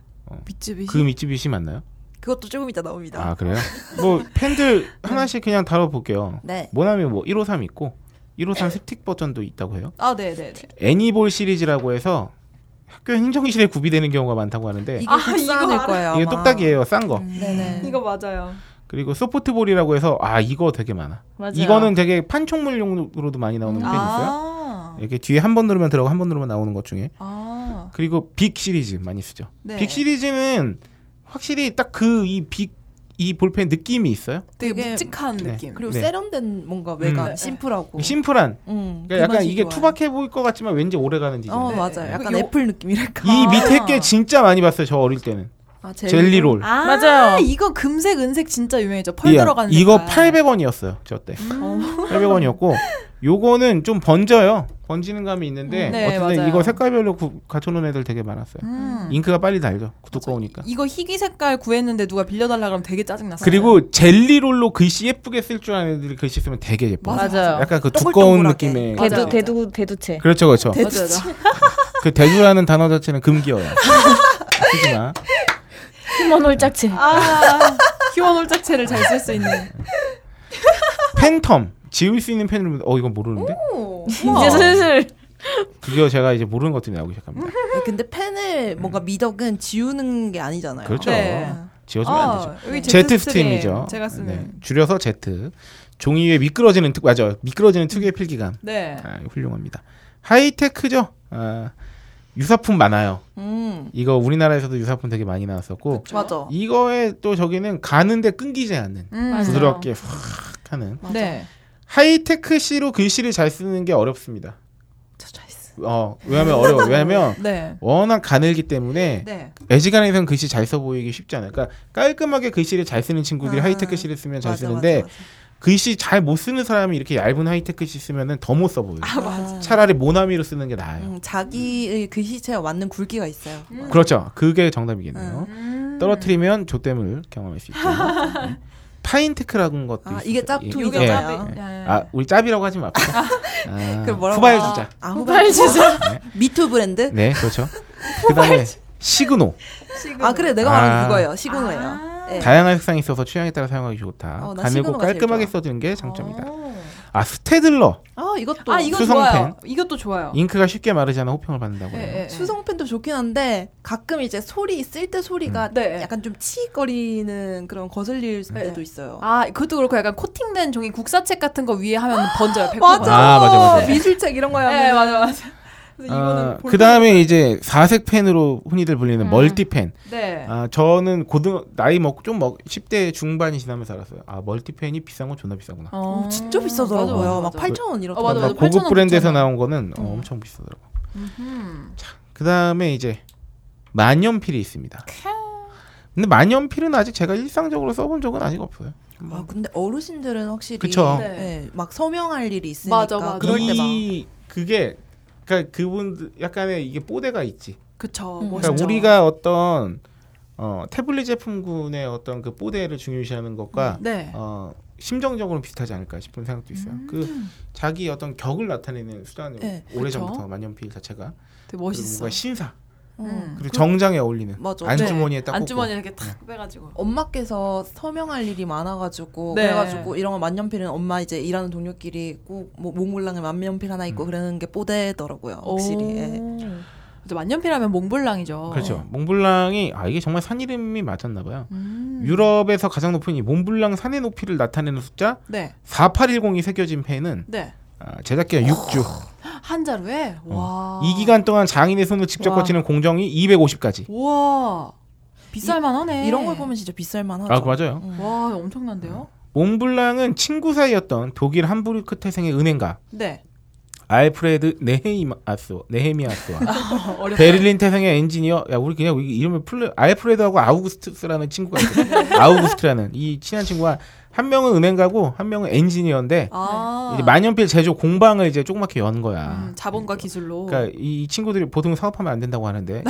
Speaker 8: 밑집이
Speaker 7: 그 미쯔비시 맞나요?
Speaker 9: 그것도 조금 이따 나옵니다.
Speaker 7: 아 그래요? 뭐 펜들 하나씩 그냥 다뤄볼게요.
Speaker 9: 네.
Speaker 7: 모나미 뭐 153 있고 153 스틱 버전도 있다고 해요.
Speaker 8: 아, 네, 네, 네.
Speaker 7: 애니볼 시리즈라고 해서 학교 행정실에 구비되는 경우가 많다고 하는데
Speaker 9: 이게
Speaker 8: 아, 이거
Speaker 9: 국산일
Speaker 8: 알아.
Speaker 9: 그 거예요.
Speaker 7: 이게
Speaker 9: 아마. 음.
Speaker 7: 똑딱이에요 음. 싼 거.
Speaker 9: 네네.
Speaker 8: 이거 맞아요.
Speaker 7: 그리고 소프트볼이라고 해서 아 이거 되게 많아.
Speaker 10: 맞아요.
Speaker 7: 이거는 되게 판촉물용으로도 많이 나오는
Speaker 10: 음.
Speaker 7: 펜이 있어요.
Speaker 8: 아.
Speaker 7: 이렇게 뒤에 한 번 누르면 들어가고 한 번 누르면 나오는 것 중에
Speaker 8: 아.
Speaker 7: 그리고 빅 시리즈 많이 쓰죠.
Speaker 8: 네.
Speaker 7: 빅 시리즈는 확실히 딱 그 이 빅 이 볼펜 느낌이 있어요.
Speaker 8: 되게,
Speaker 9: 되게-
Speaker 8: 묵직한
Speaker 7: 네.
Speaker 8: 느낌.
Speaker 9: 그리고
Speaker 7: 네. 음.
Speaker 9: 세련된 뭔가 외관
Speaker 8: 네.
Speaker 9: 심플하고.
Speaker 7: 심플한.
Speaker 9: 음, 그
Speaker 7: 그러니까 약간
Speaker 9: 맛이
Speaker 7: 이게
Speaker 9: 좋아요.
Speaker 7: 투박해 보일 것 같지만 왠지 오래가는 디자인.
Speaker 9: 어
Speaker 8: 네.
Speaker 9: 맞아요. 약간
Speaker 8: 요-
Speaker 9: 애플 느낌이랄까.
Speaker 7: 이
Speaker 8: 아.
Speaker 7: 밑에 게 진짜 많이 봤어요. 저 어릴 때는
Speaker 9: 아,
Speaker 7: 젤리롤.
Speaker 8: 아,
Speaker 10: 맞아요.
Speaker 8: 이거 금색, 은색 진짜 유명했죠. 펄
Speaker 7: 예,
Speaker 8: 들어가는 음. 어.
Speaker 7: 이거
Speaker 8: 색깔.
Speaker 7: 800원이었어요. 저 때. 800원이었고 요거는 좀 번져요. 번지는 감이 있는데
Speaker 8: 음, 네,
Speaker 7: 어쨌든
Speaker 8: 맞아요.
Speaker 7: 이거 색깔별로 구, 갖춰놓은 애들 되게 많았어요.
Speaker 8: 음.
Speaker 7: 잉크가 빨리 달죠. 두꺼우니까.
Speaker 8: 이거 희귀 색깔 구했는데 누가 빌려달라 그러면 되게 짜증났어요.
Speaker 7: 그리고 젤리롤로 글씨 예쁘게 쓸 줄 아는 애들이 글씨 쓰면 되게 예뻐.
Speaker 8: 맞아.
Speaker 10: 맞아요.
Speaker 7: 약간 그 두꺼운
Speaker 9: 동글동글하게.
Speaker 7: 느낌의
Speaker 8: 맞아요.
Speaker 10: 대두 대두 대두채.
Speaker 7: 그렇죠 그렇죠.
Speaker 9: 대두
Speaker 8: 맞아요.
Speaker 7: 그 대두라는 단어 자체는 금기어야. 쓰지 마.
Speaker 10: 휴먼 홀짝채.
Speaker 8: 아, 키원 홀짝체를 잘 쓸 수 있는.
Speaker 7: 팬텀 지울 수 있는 펜으로 어 이건 모르는데
Speaker 10: 이제 슬슬
Speaker 7: 드디어 제가 이제 모르는 것들이 나오기 시작합니다.
Speaker 9: 네, 근데 펜을 뭔가 미덕은 지우는 게 아니잖아요.
Speaker 7: 그렇죠.
Speaker 8: 네.
Speaker 7: 지워주면 안 되죠. 네.
Speaker 8: 여기
Speaker 7: 제트
Speaker 8: 제트
Speaker 7: 스팀이죠. 네.
Speaker 8: 스트림 제가 쓰는.
Speaker 7: 줄여서 제트. 종이 위에 미끄러지는 특 맞아. 미끄러지는 특유의 필기감.
Speaker 8: 네.
Speaker 7: 아, 훌륭합니다. 하이테크죠. 아, 유사품 많아요.
Speaker 9: 음.
Speaker 7: 이거 우리나라에서도 유사품 되게 많이 나왔었고
Speaker 9: 맞아.
Speaker 7: 이거에 또 저기는 가는데 끊기지 않는
Speaker 8: 음.
Speaker 10: 맞아요.
Speaker 7: 부드럽게 확 하는
Speaker 8: 네.
Speaker 7: 하이테크 C로 글씨를 잘 쓰는 게 어렵습니다. 어 왜냐면 어려워. 왜냐면
Speaker 8: 네.
Speaker 7: 워낙 가늘기 때문에
Speaker 8: 네.
Speaker 7: 애지간해선 글씨 잘 써 보이기 쉽지 않아요. 그러니까 깔끔하게 글씨를 잘 쓰는 친구들이
Speaker 9: 아,
Speaker 7: 하이테크 C를 쓰면 잘
Speaker 9: 맞아,
Speaker 7: 쓰는데
Speaker 9: 맞아,
Speaker 7: 글씨 잘 못 쓰는 사람이 이렇게 얇은 하이테크 씨 쓰면은 더 못 써 보여요.
Speaker 9: 맞아.
Speaker 7: 차라리 모나미로 쓰는 게 나아요.
Speaker 9: 음, 자기의 글씨체에 맞는 굵기가 있어요. 아,
Speaker 7: 그렇죠. 그게 정답이겠네요.
Speaker 8: 음.
Speaker 7: 떨어뜨리면 조땜을 경험할 수 있죠. 네. 파인테크라는 것도
Speaker 9: 아,
Speaker 7: 있어요.
Speaker 9: 이게
Speaker 8: 요게
Speaker 9: 짝퉁이잖아요.
Speaker 7: 예.
Speaker 8: 짭이. 네.
Speaker 7: 아, 우리 짭이라고 하지 마. 아,
Speaker 9: 그 뭐라고
Speaker 7: 후발
Speaker 9: 하죠?
Speaker 7: 주자.
Speaker 8: 어,
Speaker 9: 아, 후발 주자. 뭐, 미투 브랜드?
Speaker 7: 네, 그렇죠. 그다음에 시그노.
Speaker 9: 아, 그래. 내가
Speaker 7: 아.
Speaker 9: 말한 그거예요. 시그노예요. 예.
Speaker 7: 다양한 색상이 있어서 취향에 따라 사용하기 좋다.
Speaker 9: 어, 나
Speaker 7: 가늘고
Speaker 9: 시그노가 제일
Speaker 7: 깔끔하게
Speaker 9: 좋아. 어.
Speaker 7: 써주는 게 장점이다. 아, 스테들러.
Speaker 9: 아, 이것도
Speaker 8: 아, 이거
Speaker 7: 수성펜.
Speaker 8: 좋아요. 이것도 좋아요.
Speaker 7: 잉크가 쉽게 마르지 않아 호평을 받는다고 해요.
Speaker 8: 어. 예, 예.
Speaker 9: 네. 수성펜도 좋긴 한데 가끔 이제 소리 쓸 때 소리가
Speaker 8: 네.
Speaker 9: 약간 좀 치익거리는 그런 거슬릴 때도 있어요.
Speaker 8: 아, 그것도 그렇고 약간 코팅된 종이 국사책 같은 거 위에 하면 번져요. 100%.
Speaker 9: 맞아.
Speaker 7: 아, 맞아, 맞아.
Speaker 9: 미술책 이런 거야.
Speaker 8: 네, 맞아, 맞아. 그래서 이거는 볼-
Speaker 7: 그 다음에 이제 사색 펜으로 흔히들
Speaker 8: 음.
Speaker 7: 불리는 멀티펜.
Speaker 8: 네.
Speaker 7: 아 저는 고등 나이 먹고 좀먹 10대 중반이 지나면서 알았어요. 아 멀티펜이 비싼 건 존나 비싸구나.
Speaker 8: 어,
Speaker 9: 어, 진짜 비싸더라고요.
Speaker 8: 맞아, 맞아,
Speaker 9: 막
Speaker 8: 맞아.
Speaker 9: 8,000원 이렇다.
Speaker 8: 어, 맞아, 맞아.
Speaker 7: 막 고급
Speaker 8: 8,000원,
Speaker 7: 브랜드에서
Speaker 8: 9,000원.
Speaker 7: 나온 거는 어,
Speaker 8: 음.
Speaker 7: 엄청 비싸더라고.
Speaker 8: 음흠.
Speaker 7: 그 다음에 이제 만년필이 있습니다. 근데 만년필은 아직 제가 일상적으로 써본 적은 아직 없어요.
Speaker 8: 뭐,
Speaker 9: 아, 근데 어르신들은 확실히
Speaker 7: 그쵸.
Speaker 8: 네.
Speaker 9: 예, 막 서명할 일이 있으니까
Speaker 8: 맞아, 맞아.
Speaker 9: 그럴 때 막.
Speaker 7: 이 그게 그러니까 그분 약간의 이게 뽀대가 있지.
Speaker 8: 그쵸.
Speaker 9: 음.
Speaker 8: 멋있죠.
Speaker 7: 그러니까 우리가 어떤 어, 태블릿 제품군의 어떤 그 뽀대를 중요시하는 것과
Speaker 8: 네.
Speaker 7: 어, 심정적으로 는 비슷하지 않을까 싶은 생각도 있어요. 그 자기 어떤 격을 나타내는 수단이
Speaker 9: 네,
Speaker 7: 오래전부터
Speaker 8: 음. 그쵸.
Speaker 7: 만년필 자체가
Speaker 8: 되게
Speaker 7: 그리고
Speaker 8: 그렇죠. 멋있어. 네.
Speaker 7: 뭔가 신사
Speaker 9: 음.
Speaker 7: 그리고 정장에 어울리는
Speaker 9: 맞아.
Speaker 7: 안주머니에 딱 꽂고.
Speaker 8: 네,
Speaker 7: 네.
Speaker 8: 안주머니 이렇게 탁 빼가지고.
Speaker 9: 엄마께서 서명할 일이 많아가지고
Speaker 8: 네.
Speaker 9: 그래가지고 이런 거 만년필은 엄마 이제 일하는 동료끼리 꼭뭐 몽블랑에 만년필 하나
Speaker 7: 음.
Speaker 9: 있고 그러는 게 뽀대더라고요 확실히. 예.
Speaker 8: 오. 이제 만년필하면 몽블랑이죠.
Speaker 7: 그렇죠. 몽블랑이 아 이게 정말 산 이름이 맞았나 봐요.
Speaker 8: 음.
Speaker 7: 유럽에서 가장 높은 이 몽블랑 산의 높이를 나타내는 숫자
Speaker 8: 네.
Speaker 7: 4810이 새겨진 펜은
Speaker 8: 네.
Speaker 7: 아, 제작기간
Speaker 8: 어.
Speaker 7: 6주.
Speaker 8: 한 자루에 와.
Speaker 7: 어. 이 기간 동안 장인의 손으로 직접
Speaker 8: 와.
Speaker 7: 거치는 공정이 250까지.
Speaker 8: 우와. 비쌀만 하네.
Speaker 9: 이런 걸 보면 진짜 비쌀만 하죠.
Speaker 7: 아, 맞아요.
Speaker 9: 음.
Speaker 8: 와, 엄청난데요?
Speaker 7: 몽블랑은 친구 사이였던 독일 함부르크 태생의 은행가
Speaker 8: 네.
Speaker 7: 알프레드 네헤이마스 네헤미아스와
Speaker 8: 어렵다.
Speaker 7: 베를린 태생의 엔지니어 야 우리 그냥 우리 이름을 풀 알프레드하고 아우구스트스라는 친구가 있어요. 아우구스트라는 이 친한 친구가 한 명은 은행가고 한 명은 엔지니어인데
Speaker 8: 아.
Speaker 7: 이제 만년필 제조 공방을 이제 조그맣게 연 거야.
Speaker 8: 음, 자본과 기술로.
Speaker 7: 아. 그러니까 이 친구들이 보통 사업하면 안 된다고 하는데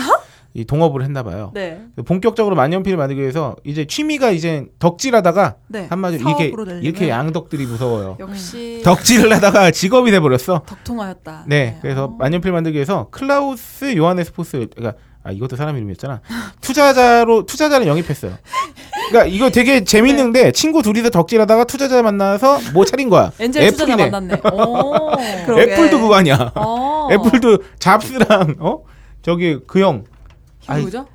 Speaker 7: 이 동업을 했나 봐요.
Speaker 8: 네.
Speaker 7: 본격적으로 만년필을 만들기 위해서 이제 취미가 이제 덕질하다가
Speaker 8: 네.
Speaker 7: 한마디로
Speaker 9: 사업으로
Speaker 7: 이렇게
Speaker 9: 되려면.
Speaker 7: 이렇게 양덕들이 무서워요.
Speaker 8: 역시
Speaker 7: 덕질을 하다가 직업이 돼 버렸어.
Speaker 8: 덕통하였다.
Speaker 7: 네. 그래서
Speaker 8: 어.
Speaker 7: 만년필 만들기 위해서 클라우스 요하네스포스 그러니까 아 이것도 사람 이름이었잖아. 투자자로 투자자를 영입했어요. 그러니까 이거 되게 재밌는데 친구 둘이서 덕질하다가 투자자 만나서 뭐 차린 거야.
Speaker 8: 엔젤 투자자
Speaker 7: 애플이네.
Speaker 8: 만났네. 오.
Speaker 9: 그럼- 그러게.
Speaker 7: 애플도 그거 아니야.
Speaker 8: 어.
Speaker 7: 애플도 잡스랑 어 저기 그 형 그 형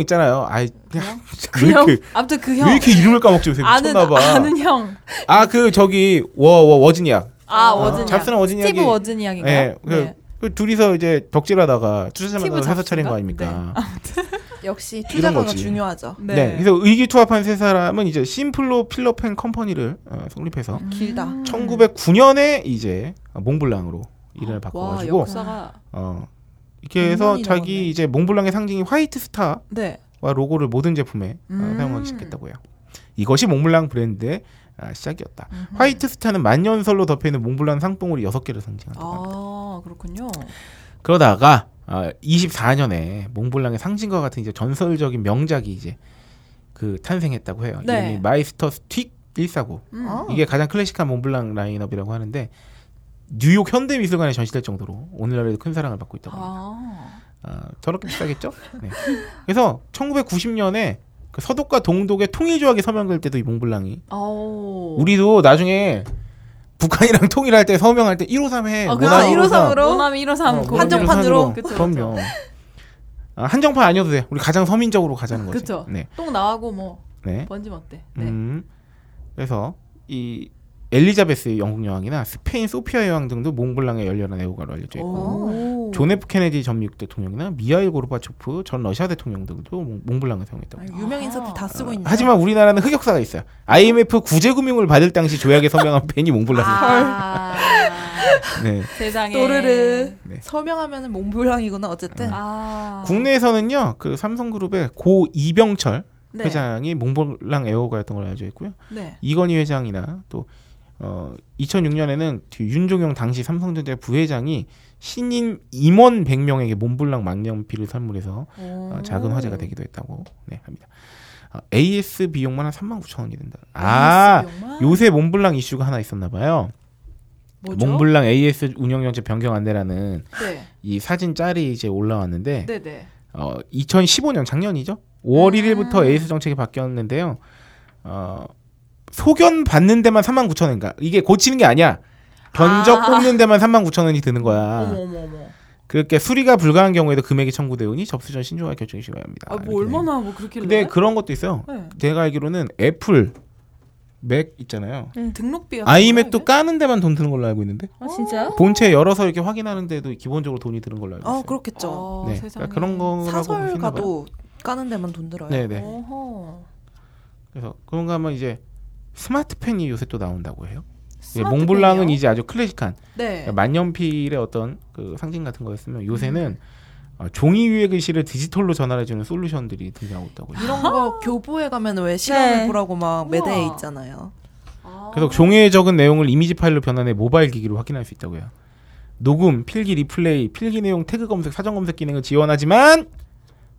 Speaker 8: 누구죠?
Speaker 7: 있잖아요. 아이 그냥 왜
Speaker 8: 그 형.
Speaker 7: 이렇게
Speaker 8: 아무튼 그 형.
Speaker 7: 왜 이렇게 이름을 까먹지 요새
Speaker 8: 아는
Speaker 7: 미쳤나봐.
Speaker 8: 아는 형.
Speaker 7: 아 그 저기 워워 워지니아.
Speaker 8: 아, 워즈니아.
Speaker 7: 잡스랑 워지니아기.
Speaker 8: 스티브 워즈니아인가요? 네.
Speaker 7: 예, 그, 그 둘이서 이제 덕질하다가 투자자
Speaker 8: 스티브
Speaker 7: 만나서 회사 차린 거
Speaker 8: 잡스인가?
Speaker 7: 아닙니까?
Speaker 9: 역시
Speaker 7: 이런
Speaker 9: 투자가
Speaker 7: 거지.
Speaker 9: 중요하죠.
Speaker 7: 네.
Speaker 8: 아,
Speaker 7: 그래서 의기투합한 세 사람은 이제 심플로 필러펜 컴퍼니를 어,
Speaker 8: 음.
Speaker 7: 설립해서
Speaker 9: 길다.
Speaker 7: 1909년에 이제 몽블랑으로 이름을
Speaker 8: 아, 와,
Speaker 7: 바꿔가지고
Speaker 8: 역사가
Speaker 7: 어, 이렇게 해서
Speaker 9: 100년이
Speaker 7: 자기
Speaker 9: 넘었네.
Speaker 7: 이제 몽블랑의 상징인 화이트 스타
Speaker 8: 네.
Speaker 7: 와 로고를 모든 제품에 어,
Speaker 8: 음.
Speaker 7: 사용하기 시작했다고요. 이것이 몽블랑 브랜드의 아, 시작이었다. 화이트 스타는 만년설로 덮여 있는 몽블랑 상봉우리 6개를 상징한다고 합니다.
Speaker 8: 아, 그렇군요.
Speaker 7: 그러다가 아, 24년에 몽블랑의 상징과 같은 이제 전설적인 명작이 이제 그 탄생했다고 해요.
Speaker 8: 네.
Speaker 7: 이름이 마이스터 스틱 149.
Speaker 8: 음.
Speaker 9: 어?
Speaker 7: 이게 가장 클래식한 몽블랑 라인업이라고 하는데 뉴욕 현대미술관에 전시될 정도로 오늘날에도 큰 사랑을 받고 있다고 합니다.
Speaker 8: 아.
Speaker 7: 아, 저렇게 비싸겠죠? 네. 그래서 1990년에 그 서독과 동독의 통일조약이 서명될 때도 이 몽블랑이
Speaker 8: 아오.
Speaker 7: 우리도 나중에 북한이랑 통일할 때 서명할 때 153회
Speaker 8: 아,
Speaker 7: 네, 원
Speaker 8: 그쵸.
Speaker 9: 모나미 153 으로?
Speaker 8: 모나미 153 그거.
Speaker 9: 한정판으로?
Speaker 8: 그쵸, 그쵸.
Speaker 7: 어, 그럼요. 아, 한정판 아니어도 돼. 우리 가장 서민적으로 가자는 거지.
Speaker 8: 그쵸.
Speaker 7: 네.
Speaker 8: 똥 나하고 뭐
Speaker 7: 네.
Speaker 8: 번짐 어때? 네.
Speaker 7: 음. 그래서 이 엘리자베스 영국 여왕이나 스페인 소피아 여왕 등도 몽블랑의 열렬한 애호가로 알려져
Speaker 9: 어.
Speaker 7: 있고
Speaker 8: 오.
Speaker 7: 존 F 케네디 전 미국 대통령이나 미하일 고르바초프 전 러시아 대통령 등도 몽- 몽블랑을 사용했다고. 해요.
Speaker 9: 유명인사들 다 쓰고 있는.
Speaker 7: 아, 하지만 우리나라는 흑역사가 있어요. IMF 구제금융을 받을 당시 조약에 서명한 벤이 몽블랑이에요.
Speaker 8: 아.
Speaker 7: 네.
Speaker 8: 세상에.
Speaker 9: 또르르
Speaker 7: 네.
Speaker 9: 서명하면은 몽블랑이구나 어쨌든.
Speaker 8: 아.
Speaker 7: 국내에서는요, 그 삼성그룹의 고 이병철
Speaker 8: 네.
Speaker 7: 회장이 몽블랑 애호가였던 걸로 알려져 있고요.
Speaker 8: 네.
Speaker 7: 이건희 회장이나 또 어, 2006년에는 그 윤종영 당시 삼성전자 부회장이 신임 임원 100명에게 몬블랑 망년필을 선물해서
Speaker 8: 오.
Speaker 7: 어, 작은 화제가
Speaker 8: 음.
Speaker 7: 되기도 했다고 네, 합니다. 아, AS 비용만 한 3만 9천 원이 된다. 아
Speaker 8: 비용만?
Speaker 7: 요새 몬블랑 이슈가 하나 있었나 봐요.
Speaker 8: 뭐죠?
Speaker 7: 몬블랑 AS 운영 정책 변경 안내라는
Speaker 8: 네.
Speaker 7: 이 사진 짤이 이제 올라왔는데
Speaker 8: 네, 네.
Speaker 7: 어, 2015년 작년이죠. 5월
Speaker 8: 아.
Speaker 7: 1일부터 에이스 정책이 바뀌었는데요. 어, 소견 받는 데만 3만 9천 원인가? 그러니까 이게 고치는 게 아니야. 견적
Speaker 8: 아.
Speaker 7: 뽑는 데만 3만 9천 원이 드는
Speaker 8: 어머
Speaker 7: 거야.
Speaker 8: 어머 어머.
Speaker 7: 그렇게 수리가 불가한 경우에도 금액이 청구되오니 접수 전 신중하게 결정이 필요합니다.
Speaker 8: 아, 뭐
Speaker 7: 이렇게
Speaker 8: 얼마나 뭐 그렇게
Speaker 7: 됩니다. 근데 그런 것도 있어요.
Speaker 8: 네.
Speaker 7: 제가 알기로는 애플 맥 있잖아요.
Speaker 8: 음, 등록비야.
Speaker 7: 아이맥도 까는 데만 돈 드는 걸로 알고 있는데
Speaker 10: 아 진짜요?
Speaker 7: 본체 열어서 이렇게 확인하는데도 기본적으로 돈이 드는 걸로 알고 있어요.
Speaker 9: 아 그렇겠죠.
Speaker 8: 어,
Speaker 7: 네,
Speaker 8: 세상에.
Speaker 7: 그러니까 그런 거라고
Speaker 9: 사설
Speaker 7: 보시나 봐요.
Speaker 9: 가도 까는 데만 돈 들어요.
Speaker 7: 네네.
Speaker 8: 어허.
Speaker 7: 그래서 그런가 하면 이제 스마트펜이 요새 또 나온다고 해요. 예,
Speaker 8: 스마트폰이요?
Speaker 7: 몽블랑은 이제 아주 클래식한 그러니까
Speaker 8: 네.
Speaker 7: 만년필의 어떤 그 상징 같은 거였으면 요새는 어, 종이 위의 글씨를 디지털로 전환해주는 솔루션들이 등장하고 있다고 해요.
Speaker 9: 이런 거 교보에 가면 왜 시험을
Speaker 10: 네.
Speaker 9: 보라고 막 매대에
Speaker 8: 우와.
Speaker 9: 있잖아요.
Speaker 7: 그래서 종이에 적은 내용을 이미지 파일로 변환해 모바일 기기로 확인할 수 있다고 해요. 녹음, 필기 리플레이, 필기 내용 태그 검색, 사전 검색 기능을 지원하지만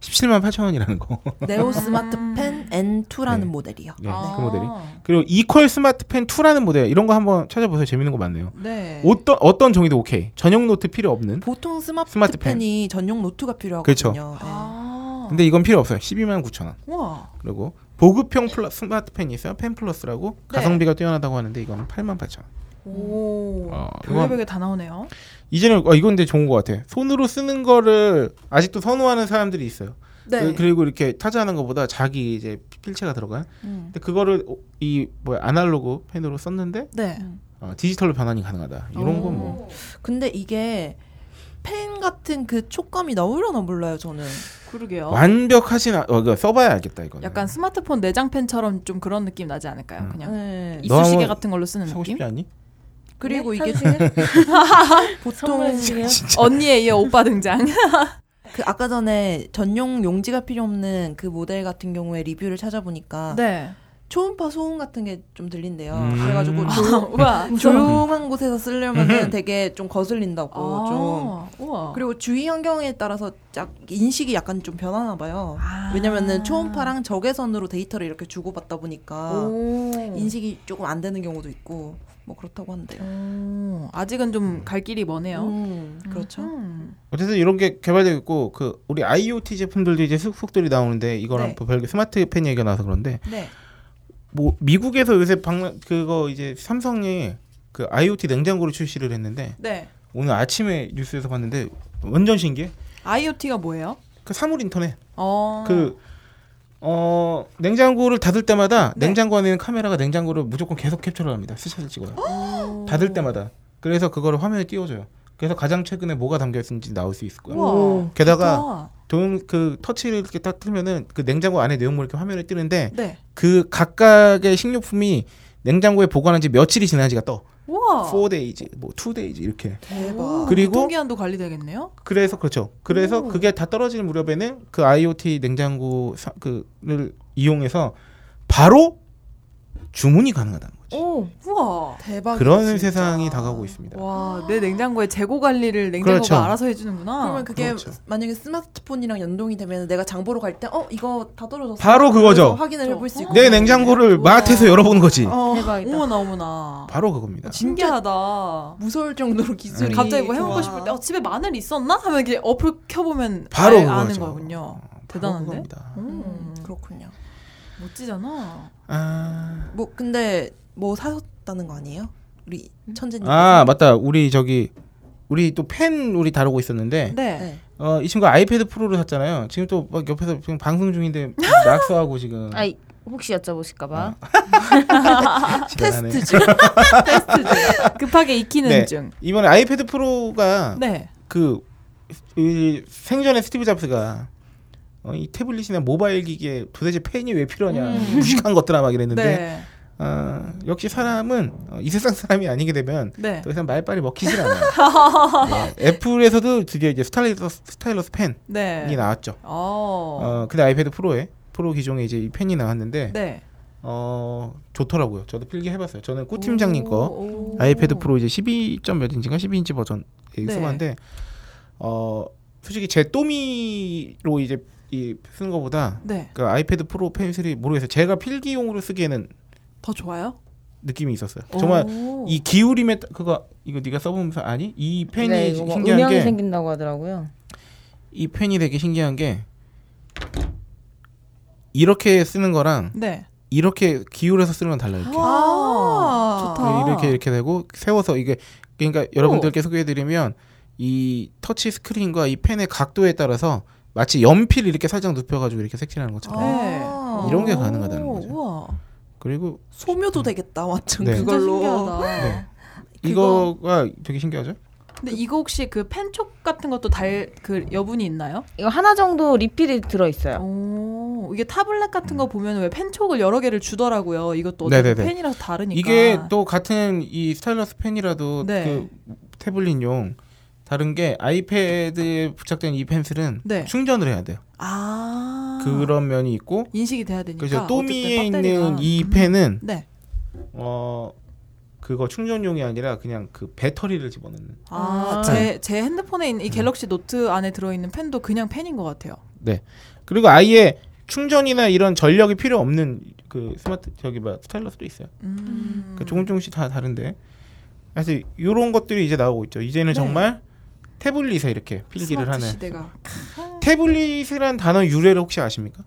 Speaker 7: 17만 8천 원이라는 거.
Speaker 8: 음.
Speaker 9: 네오 스마트펜 N2라는
Speaker 7: 네.
Speaker 9: 모델이요.
Speaker 7: 네,
Speaker 8: 아.
Speaker 7: 그 모델이. 그리고 이퀄 스마트펜 2라는 모델 이런 거 한번 찾아보세요. 재밌는 거 많네요.
Speaker 8: 네.
Speaker 7: 어떤 어떤 종이도 오케이. 전용 노트 필요 없는.
Speaker 9: 보통
Speaker 7: 스마트펜.
Speaker 9: 스마트펜이 전용 노트가 필요하거든요. 네.
Speaker 8: 아.
Speaker 7: 근데 이건 필요 없어요. 12만 9천 원.
Speaker 8: 우와.
Speaker 7: 그리고 보급형 플러, 스마트펜이 있어요. 펜 플러스라고
Speaker 8: 네.
Speaker 7: 가성비가 뛰어나다고 하는데 이건 8만 8천 원.
Speaker 8: 오.
Speaker 7: 어, 이건-
Speaker 8: 별개별게 다 나오네요.
Speaker 7: 이제는 어, 이건 근데 좋은 것 같아. 손으로 쓰는 거를 아직도 선호하는 사람들이 있어요.
Speaker 8: 네.
Speaker 7: 그- 그리고 이렇게 타자하는 것보다 자기 이제 필체가 들어간.
Speaker 9: 음.
Speaker 7: 근데 그거를 오- 이 뭐야 아날로그 펜으로 썼는데
Speaker 8: 네.
Speaker 7: 어, 디지털로 변환이 가능하다. 이런 건 뭐.
Speaker 9: 근데 이게 펜 같은 그 촉감이 나오려나 몰라요 저는.
Speaker 8: 그러게요.
Speaker 7: 완벽하진 않, 어, 이거 써봐야 알겠다 이거는.
Speaker 8: 어. 약간 스마트폰 내장펜처럼 좀 그런 느낌 나지 않을까요?
Speaker 7: 음.
Speaker 8: 그냥
Speaker 9: 네.
Speaker 7: 너
Speaker 8: 이쑤시개
Speaker 7: 한번
Speaker 8: 같은 걸로 쓰는
Speaker 7: 사고
Speaker 8: 느낌?
Speaker 7: 싶지 않니?
Speaker 9: 그리고
Speaker 10: 네?
Speaker 9: 이게
Speaker 10: 사주세요.
Speaker 9: 보통
Speaker 10: 선물해주세요.
Speaker 8: 언니에 이어 오빠 등장.
Speaker 9: 그 아까 전에 전용 용지가 필요 없는 그 모델 같은 경우에 리뷰를 찾아보니까
Speaker 8: 네.
Speaker 9: 초음파 소음 같은 게 좀 들린대요.
Speaker 7: 음.
Speaker 9: 그래가지고
Speaker 8: 아,
Speaker 9: 조,
Speaker 8: 우와.
Speaker 9: 조용한 곳에서 쓰려면 되게 좀 거슬린다고 좀.
Speaker 8: 아, 우와.
Speaker 9: 그리고 주위 환경에 따라서 짝 인식이 약간 좀 변하나 봐요.
Speaker 8: 아.
Speaker 9: 왜냐면은 초음파랑 적외선으로 데이터를 이렇게 주고받다 보니까
Speaker 8: 오.
Speaker 9: 인식이 조금 안 되는 경우도 있고 뭐 그렇다고 한대요.
Speaker 8: 오. 아직은 좀 갈 길이 머네요.
Speaker 9: 음, 그렇죠.
Speaker 8: 음.
Speaker 7: 어쨌든 이런 게 개발되고 있고 그 우리 IoT 제품들도 이제 쑥쑥들이 나오는데 이거랑
Speaker 8: 네.
Speaker 7: 또 별개 스마트펜 얘기가 나서 그런데
Speaker 8: 네.
Speaker 7: 뭐 미국에서 요새 방 그거 이제 삼성이 그 IoT 냉장고를 출시를 했는데
Speaker 8: 네.
Speaker 7: 오늘 아침에 뉴스에서 봤는데 완전 신기해.
Speaker 8: IoT가 뭐예요?
Speaker 7: 그 사물 인터넷
Speaker 8: 어.
Speaker 7: 그 어 냉장고를 닫을 때마다
Speaker 8: 네.
Speaker 7: 냉장고 안에 있는 카메라가 냉장고를 무조건 계속 캡처를 합니다. 스샷을 찍어요.
Speaker 8: 오.
Speaker 7: 닫을 때마다. 그래서 그거를 화면에 띄워줘요. 그래서 가장 최근에 뭐가 담겨 있는지 나올 수 있을 거야.
Speaker 8: 우와.
Speaker 7: 게다가
Speaker 8: 좋다.
Speaker 7: 돈 그 터치를 이렇게 딱 틀면은 그 냉장고 안에 내용물 이렇게 화면에 뜨는데
Speaker 8: 네.
Speaker 7: 그 각각의 식료품이 냉장고에 보관한 지 며칠이 지난지가 떠.
Speaker 8: 우와.
Speaker 7: 4days, 뭐 2days 이렇게.
Speaker 9: 대박.
Speaker 7: 그리고-
Speaker 8: 유통기한도 관리되겠네요.
Speaker 7: 그래서 그렇죠. 그래서 그게 다 떨어지는 무렵에는 그 IoT 냉장고 사, 그를 이용해서 바로 주문이 가능하다는 거지.
Speaker 10: 오.
Speaker 8: 우와.
Speaker 9: 대박.
Speaker 7: 그런 세상이 다가오고 있습니다.
Speaker 8: 아, 와, 내 냉장고에 재고 관리를 냉장고가
Speaker 7: 그렇죠.
Speaker 8: 알아서 해주는구나.
Speaker 9: 그러면 그게
Speaker 7: 그렇죠.
Speaker 9: 만약에 스마트폰이랑 연동이 되면 내가 장 보러 갈 때 어 이거 다 떨어졌어.
Speaker 7: 바로 그거죠.
Speaker 9: 그래서 확인을 해볼 수 있고.
Speaker 7: 내 냉장고를 마트에서 열어보는 거지.
Speaker 8: 아.
Speaker 9: 어,
Speaker 10: 대박이다.
Speaker 8: 어머나 어머나.
Speaker 7: 바로 그겁니다.
Speaker 8: 신기하다.
Speaker 9: 무서울 정도로 기술이
Speaker 8: 갑자기 뭐 해먹고
Speaker 9: 좋아.
Speaker 8: 싶을 때 어, 집에 마늘 있었나? 하면 이게 어플 켜보면
Speaker 7: 바로
Speaker 8: 알- 아는
Speaker 7: 그거죠. 어,
Speaker 8: 거군요.
Speaker 7: 바로
Speaker 8: 대단한데?
Speaker 7: 그겁니다.
Speaker 8: 음,
Speaker 9: 음, 그렇군요.
Speaker 8: 멋지잖아.
Speaker 7: 아...
Speaker 9: 뭐 근데 뭐 사셨다는 거 아니에요? 우리 천재님.
Speaker 8: 그러니까.
Speaker 7: 아 맞다 우리 저기 우리 또 펜 우리 다루고 있었는데
Speaker 8: 네.
Speaker 9: 네.
Speaker 7: 어 이 친구 가 아이패드 프로를 샀잖아요 지금 또 막 옆에서 지금 방송 중인데 낙서하고 지금
Speaker 10: 아 혹시 여쭤보실까봐.
Speaker 7: 아,
Speaker 10: 네,
Speaker 7: 지랄하네.
Speaker 9: 테스트 중.
Speaker 8: 테스트 중. 급하게 익히는
Speaker 7: 네.
Speaker 8: 중.
Speaker 7: 이번에 아이패드 프로가
Speaker 8: 네.
Speaker 7: 그 이, 생전에 스티브 잡스가 어, 이 태블릿이나 모바일 기기에 도대체 펜이 왜 필요하냐 무식한 것들아 막 이랬는데
Speaker 8: 음. 네.
Speaker 7: 어, 역시 사람은 어, 이 세상 사람이 아니게 되면
Speaker 8: 네.
Speaker 7: 더 이상 말빨이 먹히질 않아요. 네, 애플에서도 드디어 이제 스타일러스, 스타일러스 펜이
Speaker 8: 네.
Speaker 7: 나왔죠.
Speaker 8: 어.
Speaker 7: 어, 근데 아이패드 프로에 프로 기종에 이제 이 펜이 나왔는데
Speaker 8: 네.
Speaker 7: 어, 좋더라고요. 저도 필기해봤어요. 저는 꼬 팀장님 거
Speaker 8: 오, 오.
Speaker 7: 아이패드 프로 이제 12. 점 몇인지가 12인치 버전 에
Speaker 8: 네.
Speaker 7: 써봤는데 어 솔직히 제 또미로 이제 이 쓰는 거보다
Speaker 8: 네.
Speaker 7: 그 아이패드 프로 펜슬이 모르겠어요. 제가 필기용으로 쓰기에는
Speaker 8: 더 좋아요?
Speaker 7: 느낌이 있었어요. 정말
Speaker 8: 오.
Speaker 7: 이 기울임에 따- 그거 이거 네가 써보면서 아니 이 펜이
Speaker 10: 네, 이거 뭐
Speaker 7: 신기한
Speaker 10: 음영이
Speaker 7: 게 이
Speaker 10: 생긴다고 하더라고요.
Speaker 7: 펜이 되게 신기한 게 이렇게 쓰는 거랑
Speaker 8: 네.
Speaker 7: 이렇게 기울여서 쓰는 건 달라요. 이렇게.
Speaker 8: 아. 좋다.
Speaker 7: 네, 이렇게 이렇게 되고 세워서 이게 그러니까 여러분들께 소개해드리면 이 터치 스크린과 이 펜의 각도에 따라서 마치 연필 이렇게 살짝 눕혀가지고 이렇게 색칠하는 것처럼
Speaker 8: 네.
Speaker 9: 아.
Speaker 7: 이런 게
Speaker 8: 오,
Speaker 7: 가능하다는 거죠.
Speaker 8: 우와.
Speaker 7: 그리고
Speaker 9: 소묘도 되겠다 완전
Speaker 7: 네.
Speaker 9: 그걸로.
Speaker 8: 신기하다.
Speaker 7: 네. 이거가 되게 신기하죠?
Speaker 8: 근데 이거 혹시 그 펜촉 같은 것도 달 그 여분이 있나요?
Speaker 10: 이거 하나 정도 리필이 들어있어요.
Speaker 8: 오 이게 타블렛 같은 거 보면 왜 펜촉을 여러 개를 주더라고요. 이것도 어차피
Speaker 7: 네네네.
Speaker 8: 펜이라서 다르니까.
Speaker 7: 이게 또 같은 이 스타일러스 펜이라도
Speaker 8: 그러니까. 네.
Speaker 7: 그 태블릿용 다른 게 아이패드에 부착된 이 펜슬은
Speaker 8: 네.
Speaker 7: 충전을 해야 돼요.
Speaker 8: 아
Speaker 7: 그런 면이 있고
Speaker 8: 인식이 돼야 되니까.
Speaker 7: 그래서 또미에
Speaker 8: 그러니까 어쨌든 배터리가-
Speaker 7: 있는 이 펜은
Speaker 8: 네.
Speaker 7: 어 그거 충전용이 아니라 그냥 그 배터리를 집어넣는.
Speaker 10: 아.
Speaker 8: 아제
Speaker 7: 네.
Speaker 8: 제 핸드폰에
Speaker 7: 음.
Speaker 8: 있는 이 갤럭시 노트 안에 들어있는 펜도 그냥 펜인 것 같아요.
Speaker 7: 네. 그리고 아예 충전이나 이런 전력이 필요 없는 그 스마트 저기 뭐 스타일러스도 있어요.
Speaker 8: 음.
Speaker 7: 그러니까 조금 조금씩 다 다른데. 그래서 이런 것들이 이제 나오고 있죠. 이제는
Speaker 8: 네.
Speaker 7: 정말 태블릿에 이렇게 필기를
Speaker 8: 스마트
Speaker 7: 하는.
Speaker 8: 시대가
Speaker 7: 태블릿이란 단어 유래를 혹시 아십니까?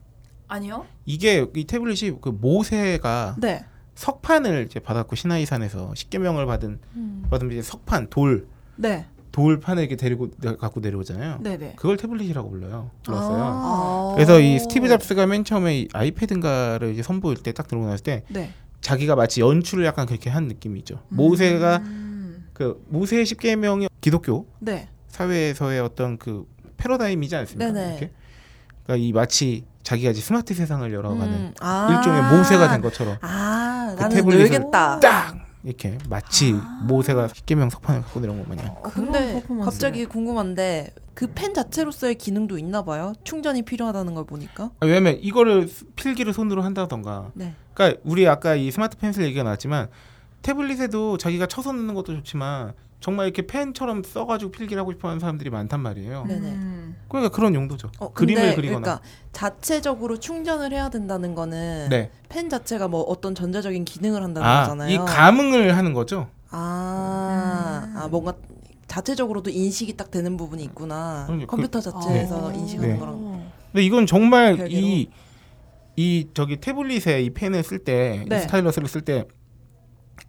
Speaker 8: 아니요.
Speaker 7: 이게 이 태블릿이 그 모세가
Speaker 8: 네.
Speaker 7: 석판을 이제 받았고 시나이산에서 십계명을 받은
Speaker 8: 음.
Speaker 7: 받으면 이제 석판 돌
Speaker 8: 네.
Speaker 7: 돌판을 이렇게 데리고 내- 갖고 내려오잖아요.
Speaker 8: 네네.
Speaker 7: 그걸 태블릿이라고 불러요. 불렀어요.
Speaker 9: 아.
Speaker 7: 그래서 이 스티브 잡스가 맨 처음에 이 아이패드인가를 이제 선보일 때 딱 들고 나왔을 때
Speaker 8: 네.
Speaker 7: 자기가 마치 연출을 약간 그렇게 한 느낌이 있죠. 모세가
Speaker 8: 음.
Speaker 7: 그 모세의 십계명이 기독교
Speaker 8: 네.
Speaker 7: 사회에서의 어떤 그 패러다임이지 않습니까?
Speaker 9: 네네.
Speaker 7: 이렇게? 그러니까 이 마치 자기가 이제 스마트 세상을 열어가는
Speaker 9: 음, 아.
Speaker 7: 일종의 모세가 된 것처럼
Speaker 9: 아
Speaker 7: 그
Speaker 9: 나는
Speaker 7: 태블릿을
Speaker 9: 놀겠다.
Speaker 7: 이렇게 마치
Speaker 9: 아.
Speaker 7: 모세가 십계명 석판을 갖고 내려온 것 마냥
Speaker 8: 그런
Speaker 9: 어, 근데
Speaker 8: 퍼포먼스를.
Speaker 9: 갑자기 궁금한데 그 펜 자체로서의 기능도 있나 봐요. 충전이 필요하다는 걸 보니까.
Speaker 7: 아, 왜냐면 이거를 수- 필기를 손으로 한다던가
Speaker 9: 네.
Speaker 7: 그러니까 우리 아까 이 스마트 펜슬 얘기가 나왔지만 태블릿에도 자기가 쳐서 넣는 것도 좋지만 정말 이렇게 펜처럼 써가지고 필기를 하고 싶어하는 사람들이 많단 말이에요
Speaker 9: 네네.
Speaker 8: 음.
Speaker 7: 그러니까 그런 용도죠
Speaker 9: 어, 근데
Speaker 7: 그림을 그리거나
Speaker 9: 그러니까 자체적으로 충전을 해야 된다는 거는
Speaker 7: 네.
Speaker 9: 펜 자체가 뭐 어떤 전자적인 기능을 한다는
Speaker 7: 아,
Speaker 9: 거잖아요.
Speaker 7: 이 감흥을 하는 거죠
Speaker 9: 아, 아, 뭔가 자체적으로도 인식이 딱 되는 부분이 있구나.
Speaker 7: 그러니까 그럼요.
Speaker 9: 컴퓨터 자체에서
Speaker 8: 네.
Speaker 9: 인식하는
Speaker 7: 네.
Speaker 9: 거랑.
Speaker 7: 근데 이건 정말
Speaker 9: 별개로.
Speaker 7: 이 이 저기 태블릿에 이 펜을 쓸 때
Speaker 8: 네.
Speaker 7: 스타일러스를 쓸 때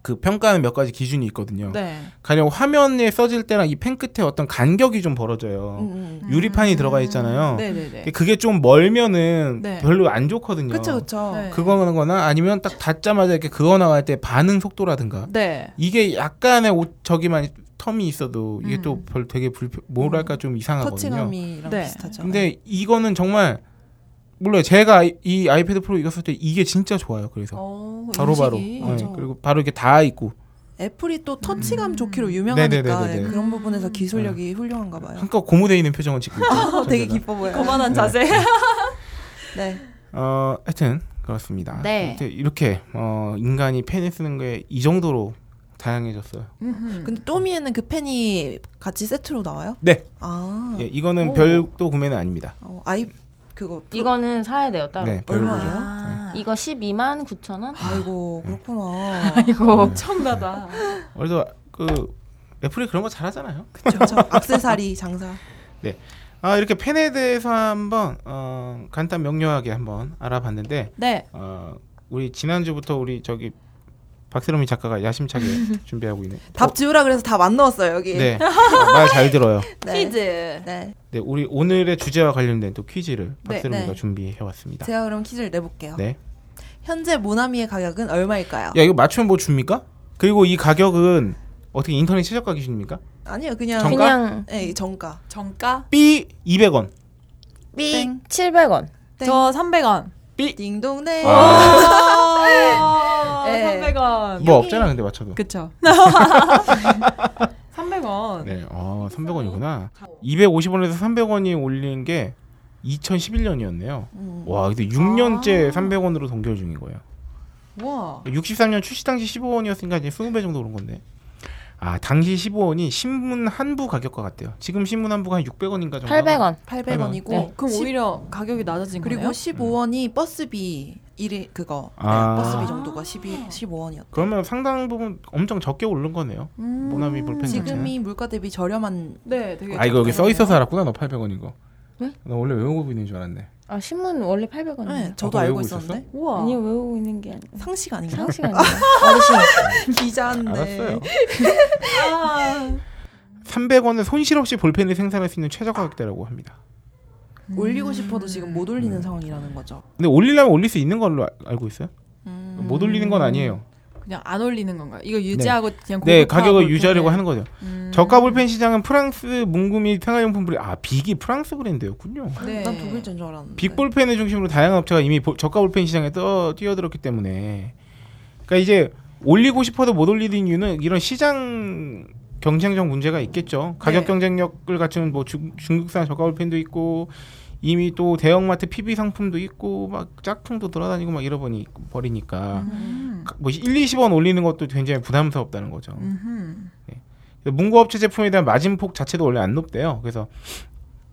Speaker 7: 그 평가하는 몇 가지 기준이 있거든요.
Speaker 8: 네.
Speaker 7: 가령 화면에 써질 때랑 이 펜 끝에 어떤 간격이 좀 벌어져요.
Speaker 9: 음, 음. 음.
Speaker 7: 유리판이 들어가 있잖아요.
Speaker 8: 네네네.
Speaker 7: 그게 좀 멀면은
Speaker 8: 네.
Speaker 7: 별로 안 좋거든요.
Speaker 9: 그쵸, 그쵸.
Speaker 7: 아.
Speaker 8: 네.
Speaker 7: 그거거나 아니면 딱 닿자마자 이렇게 그어 나갈 때 반응 속도라든가
Speaker 8: 네.
Speaker 7: 이게 약간의 옷 저기만 텀이 있어도 이게
Speaker 8: 음.
Speaker 7: 또 별 되게 불편 뭐랄까 좀 이상하거든요.
Speaker 9: 음. 터치감이랑
Speaker 8: 네.
Speaker 9: 비슷하죠.
Speaker 7: 근데 이거는 정말 몰라요. 제가 아이- 이 아이패드 프로 이거 쓸때 이게 진짜 좋아요. 그래서
Speaker 8: 어,
Speaker 7: 바로 바로
Speaker 8: 인식이.
Speaker 7: 네,
Speaker 9: 맞아.
Speaker 7: 그리고 바로 이렇게 다 있고
Speaker 9: 애플이 또 터치감 좋기로 유명하니까
Speaker 7: 음. 네네네네네. 음. 네.
Speaker 9: 예, 그런 부분에서 기술력이 훌륭한가 봐요.
Speaker 7: 한껏 고무돼 있는 표정을 짓고 있죠.
Speaker 9: 네. 되게
Speaker 7: 저기가.
Speaker 9: 기뻐 보여요.
Speaker 8: 거만한 어, 자세.
Speaker 9: 네.
Speaker 7: 어, 하여튼 그렇습니다.
Speaker 10: 네.
Speaker 7: 하여튼 이렇게 어, 인간이 펜을 쓰는 게 이 정도로 다양해졌어요.
Speaker 8: 음흠.
Speaker 9: 근데 또미에는 그 펜이 같이 세트로 나와요?
Speaker 7: 네,
Speaker 9: 아,
Speaker 7: 예, 이거는 별도 구매는 아닙니다.
Speaker 9: 어, 아이 그거 프로-
Speaker 10: 이거는 사야 돼요 따로.
Speaker 7: 네, 별도죠.
Speaker 9: 얼마예요?
Speaker 8: 아,
Speaker 10: 이거 12만 9천 원.
Speaker 9: 아이고
Speaker 7: 네.
Speaker 9: 그렇구나.
Speaker 10: 이거
Speaker 8: 엄청나다.
Speaker 7: 그래서 그 애플이 그런 거 잘하잖아요.
Speaker 9: 그쵸. 악세사리 장사.
Speaker 7: 아, 이렇게 펜에 대해서 한번 어, 간단 명료하게 한번 알아봤는데
Speaker 8: 네.
Speaker 7: 어, 우리 지난주부터 우리 저기 박세롬이 작가가 야심차게 준비하고 있네.
Speaker 9: 답 지우라 그래서 답 안 넣었어요 여기.
Speaker 7: 어. 네. 말 잘 들어요.
Speaker 9: 네.
Speaker 10: 퀴즈.
Speaker 9: 네.
Speaker 7: 네, 우리 오늘의 주제와 관련된 또 퀴즈를
Speaker 8: 네,
Speaker 7: 박세롬이가
Speaker 9: 네.
Speaker 7: 준비해 왔습니다.
Speaker 9: 제가 그럼 퀴즈를 내볼게요.
Speaker 7: 네.
Speaker 9: 현재 모나미의 가격은 얼마일까요?
Speaker 7: 야, 이거 맞추면 뭐 줍니까? 그리고 이 가격은 어떻게 인터넷 최저가 기준입니까?
Speaker 9: 아니요 그냥
Speaker 7: 정가?
Speaker 10: 그냥
Speaker 9: 네 정가.
Speaker 8: 정가?
Speaker 7: B 200원.
Speaker 10: B
Speaker 9: 땡.
Speaker 10: 700원.
Speaker 9: 네.
Speaker 8: 저 300원.
Speaker 9: 딩동댕.
Speaker 7: 아.
Speaker 8: 아,
Speaker 9: 네.
Speaker 8: 300원.
Speaker 7: 뭐 없잖아 근데 맞춰도.
Speaker 8: 그쵸. 300원.
Speaker 7: 네. 아, 300원이구나. 250원에서 300원이 올린 게 2011년이었네요.
Speaker 9: 음,
Speaker 7: 와, 근데 6년째 300원으로 동결 중인 거예요.
Speaker 8: 우와.
Speaker 7: 63년 출시 당시 15원이었으니까 이제 20배 정도 오른 건데. 아, 당시 15원이 신문 한부 가격과 같대요. 지금 신문 한부가 한 600원인가 정도.
Speaker 10: 800원.
Speaker 9: 800원이고
Speaker 7: 네.
Speaker 8: 어, 그럼 오히려 가격이 낮아진
Speaker 9: 네. 그리고
Speaker 8: 거네요?
Speaker 9: 15원이 버스비 일일 그거.
Speaker 7: 아.
Speaker 9: 네, 버스비 정도가 12 15원이었.
Speaker 7: 그러면 상당 부분 엄청 적게 오른 거네요.
Speaker 8: 음.
Speaker 7: 모나미 볼펜 자체는.
Speaker 9: 지금이 물가 대비 저렴한
Speaker 8: 네, 되게
Speaker 7: 아, 이거 여기 써
Speaker 9: 적당하네요.
Speaker 7: 있어서 알았구나. 너 800원인 거.
Speaker 10: 네?
Speaker 7: 나 원래 외우고 있는 줄 알았네.
Speaker 10: 아 신문 원래 800원이에요.
Speaker 9: 네,
Speaker 7: 아,
Speaker 9: 저도
Speaker 7: 그거
Speaker 9: 알고
Speaker 7: 외우고
Speaker 9: 있었는데
Speaker 8: 우와.
Speaker 10: 아니요 외우고 있는 게 아니라
Speaker 9: 상식 아닌가?
Speaker 10: 상식 아니에요. 어르신.
Speaker 8: 네.
Speaker 9: 기자인데.
Speaker 7: 알았어요.
Speaker 8: 아.
Speaker 7: 300원은 손실 없이 볼펜을 생산할 수 있는 최저 가격대라고 합니다.
Speaker 9: 음.
Speaker 7: 음.
Speaker 9: 올리고 싶어도 지금 못 올리는 상황이라는 거죠.
Speaker 7: 근데 올리려면 올릴 수 있는 걸로 아- 알고 있어요.
Speaker 8: 음.
Speaker 7: 못 올리는 건 아니에요.
Speaker 8: 그냥 안 올리는 건가요? 이거 유지하고 그냥
Speaker 7: 네,
Speaker 8: 고급화
Speaker 7: 가격을
Speaker 8: 볼펜을-
Speaker 7: 유지하려고 하는 거죠.
Speaker 8: 음.
Speaker 7: 저가 볼펜 시장은 프랑스 문구 및 생활용품 브랜드, 아, 빅이 프랑스 브랜드였군요.
Speaker 8: 네.
Speaker 9: 난 독일전 줄 알았는데.
Speaker 7: 빅 볼펜을 중심으로 다양한 업체가 이미 보- 저가 볼펜 시장에 떠, 뛰어들었기 때문에. 그러니까 이제 올리고 싶어도 못 올리는 이유는 이런 시장 경쟁적 문제가 있겠죠. 가격
Speaker 8: 네.
Speaker 7: 경쟁력을 갖춘 뭐 중, 중국산 저가 볼펜도 있고 이미 또 대형마트 PB 상품도 있고 막 짝퉁도 돌아다니고 막 이러버니 버리니까
Speaker 8: 음.
Speaker 7: 뭐 1, 20원 올리는 것도 굉장히 부담스럽다는 거죠.
Speaker 8: 음흠.
Speaker 7: 문구 업체 제품에 대한 마진폭 자체도 원래 안 높대요. 그래서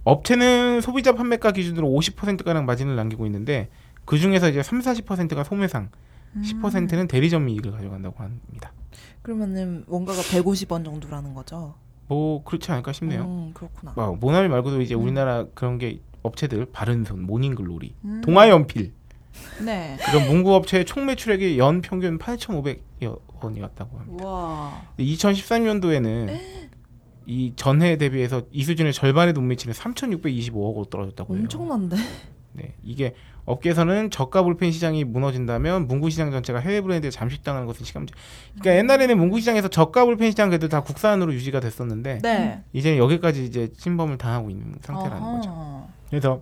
Speaker 7: 업체는 소비자 판매가 기준으로 50%가량 마진을 남기고 있는데 그 중에서 이제 3, 40%가 소매상, 10%는 대리점 이익을 가져간다고 합니다.
Speaker 9: 그러면은 뭔가가 150원 정도라는 거죠.
Speaker 7: 뭐 그렇지 않을까 싶네요.
Speaker 9: 음, 그렇구나.
Speaker 7: 뭐 모나미 말고도 이제 우리나라 그런 게 업체들 바른손, 모닝글로리,
Speaker 8: 음.
Speaker 7: 동아연필
Speaker 8: 네.
Speaker 7: 그런 문구 업체의 총 매출액이 연 평균 8,500여 원이었다고 합니다.
Speaker 8: 와.
Speaker 7: 2013년도에는 이 전해 대비해서 이 수준의 절반에도 못 미치는 3,625억으로 떨어졌다고 해요.
Speaker 9: 엄청난데.
Speaker 7: 네, 이게 업계에서는 저가 볼펜 시장이 무너진다면 문구 시장 전체가 해외 브랜드에 잠식당하는 것은 시감제. 그러니까 옛날에는 문구 시장에서 저가 볼펜 시장 그래도 다 국산으로 유지가 됐었는데
Speaker 8: 네.
Speaker 7: 이제는 여기까지 이제 침범을 당하고 있는 음, 상태라는
Speaker 8: 어허.
Speaker 7: 거죠. 그래서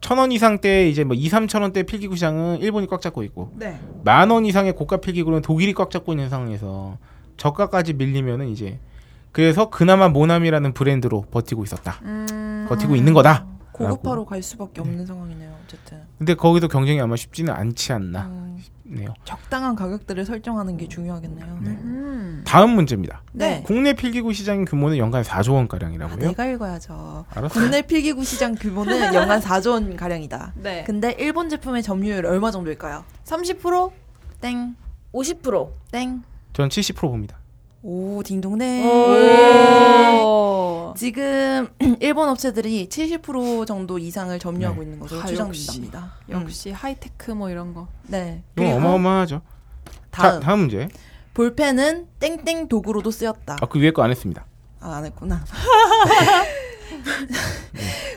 Speaker 7: 천 원 이상 대 이제 뭐 2, 3천 원대 필기구 시장은 일본이 꽉 잡고 있고
Speaker 8: 네.
Speaker 7: 만 원 이상의 고가 필기구는 독일이 꽉 잡고 있는 상황에서 저가까지 밀리면은 이제 그래서 그나마 모나미라는 브랜드로 버티고 있었다.
Speaker 8: 음.
Speaker 7: 버티고 있는 거다.
Speaker 9: 고급화로 갈 수밖에 없는 상황이네요. 어쨌든
Speaker 7: 근데 거기서 경쟁이 아마 쉽지는 않지 않나
Speaker 9: 음,
Speaker 7: 네요.
Speaker 9: 적당한 가격대를 설정하는 게 중요하겠네요.
Speaker 7: 네.
Speaker 8: 음.
Speaker 7: 다음 문제입니다.
Speaker 9: 네.
Speaker 7: 국내 필기구 시장 규모는 연간 4조 원
Speaker 9: 아,
Speaker 7: 가량이라고요?
Speaker 9: 내가 읽어야죠.
Speaker 7: 알았어요.
Speaker 9: 국내 필기구 시장 규모는 연간 4조 원 가량이다.
Speaker 8: 네.
Speaker 9: 근데 일본 제품의 점유율 얼마 정도일까요?
Speaker 8: 30%?
Speaker 9: 땡,
Speaker 10: 50%.
Speaker 9: 땡.
Speaker 7: 전 70% 봅니다.
Speaker 9: 오, 딩동댕.
Speaker 8: 오.
Speaker 9: 지금 일본 업체들이 70% 정도 이상을 점유하고 있는 것으로
Speaker 8: 아,
Speaker 9: 추정됩니다.
Speaker 8: 역시 음. 하이테크 뭐 이런 거.
Speaker 9: 음, 네.
Speaker 7: 이건
Speaker 9: 그리고
Speaker 7: 어마어마하죠. 자,
Speaker 9: 다음 아.
Speaker 7: 다음 문제.
Speaker 9: 볼펜은 땡땡 도구로도 쓰였다.
Speaker 7: 아, 그 위에 거 안 했습니다.
Speaker 9: 아, 안 했구나.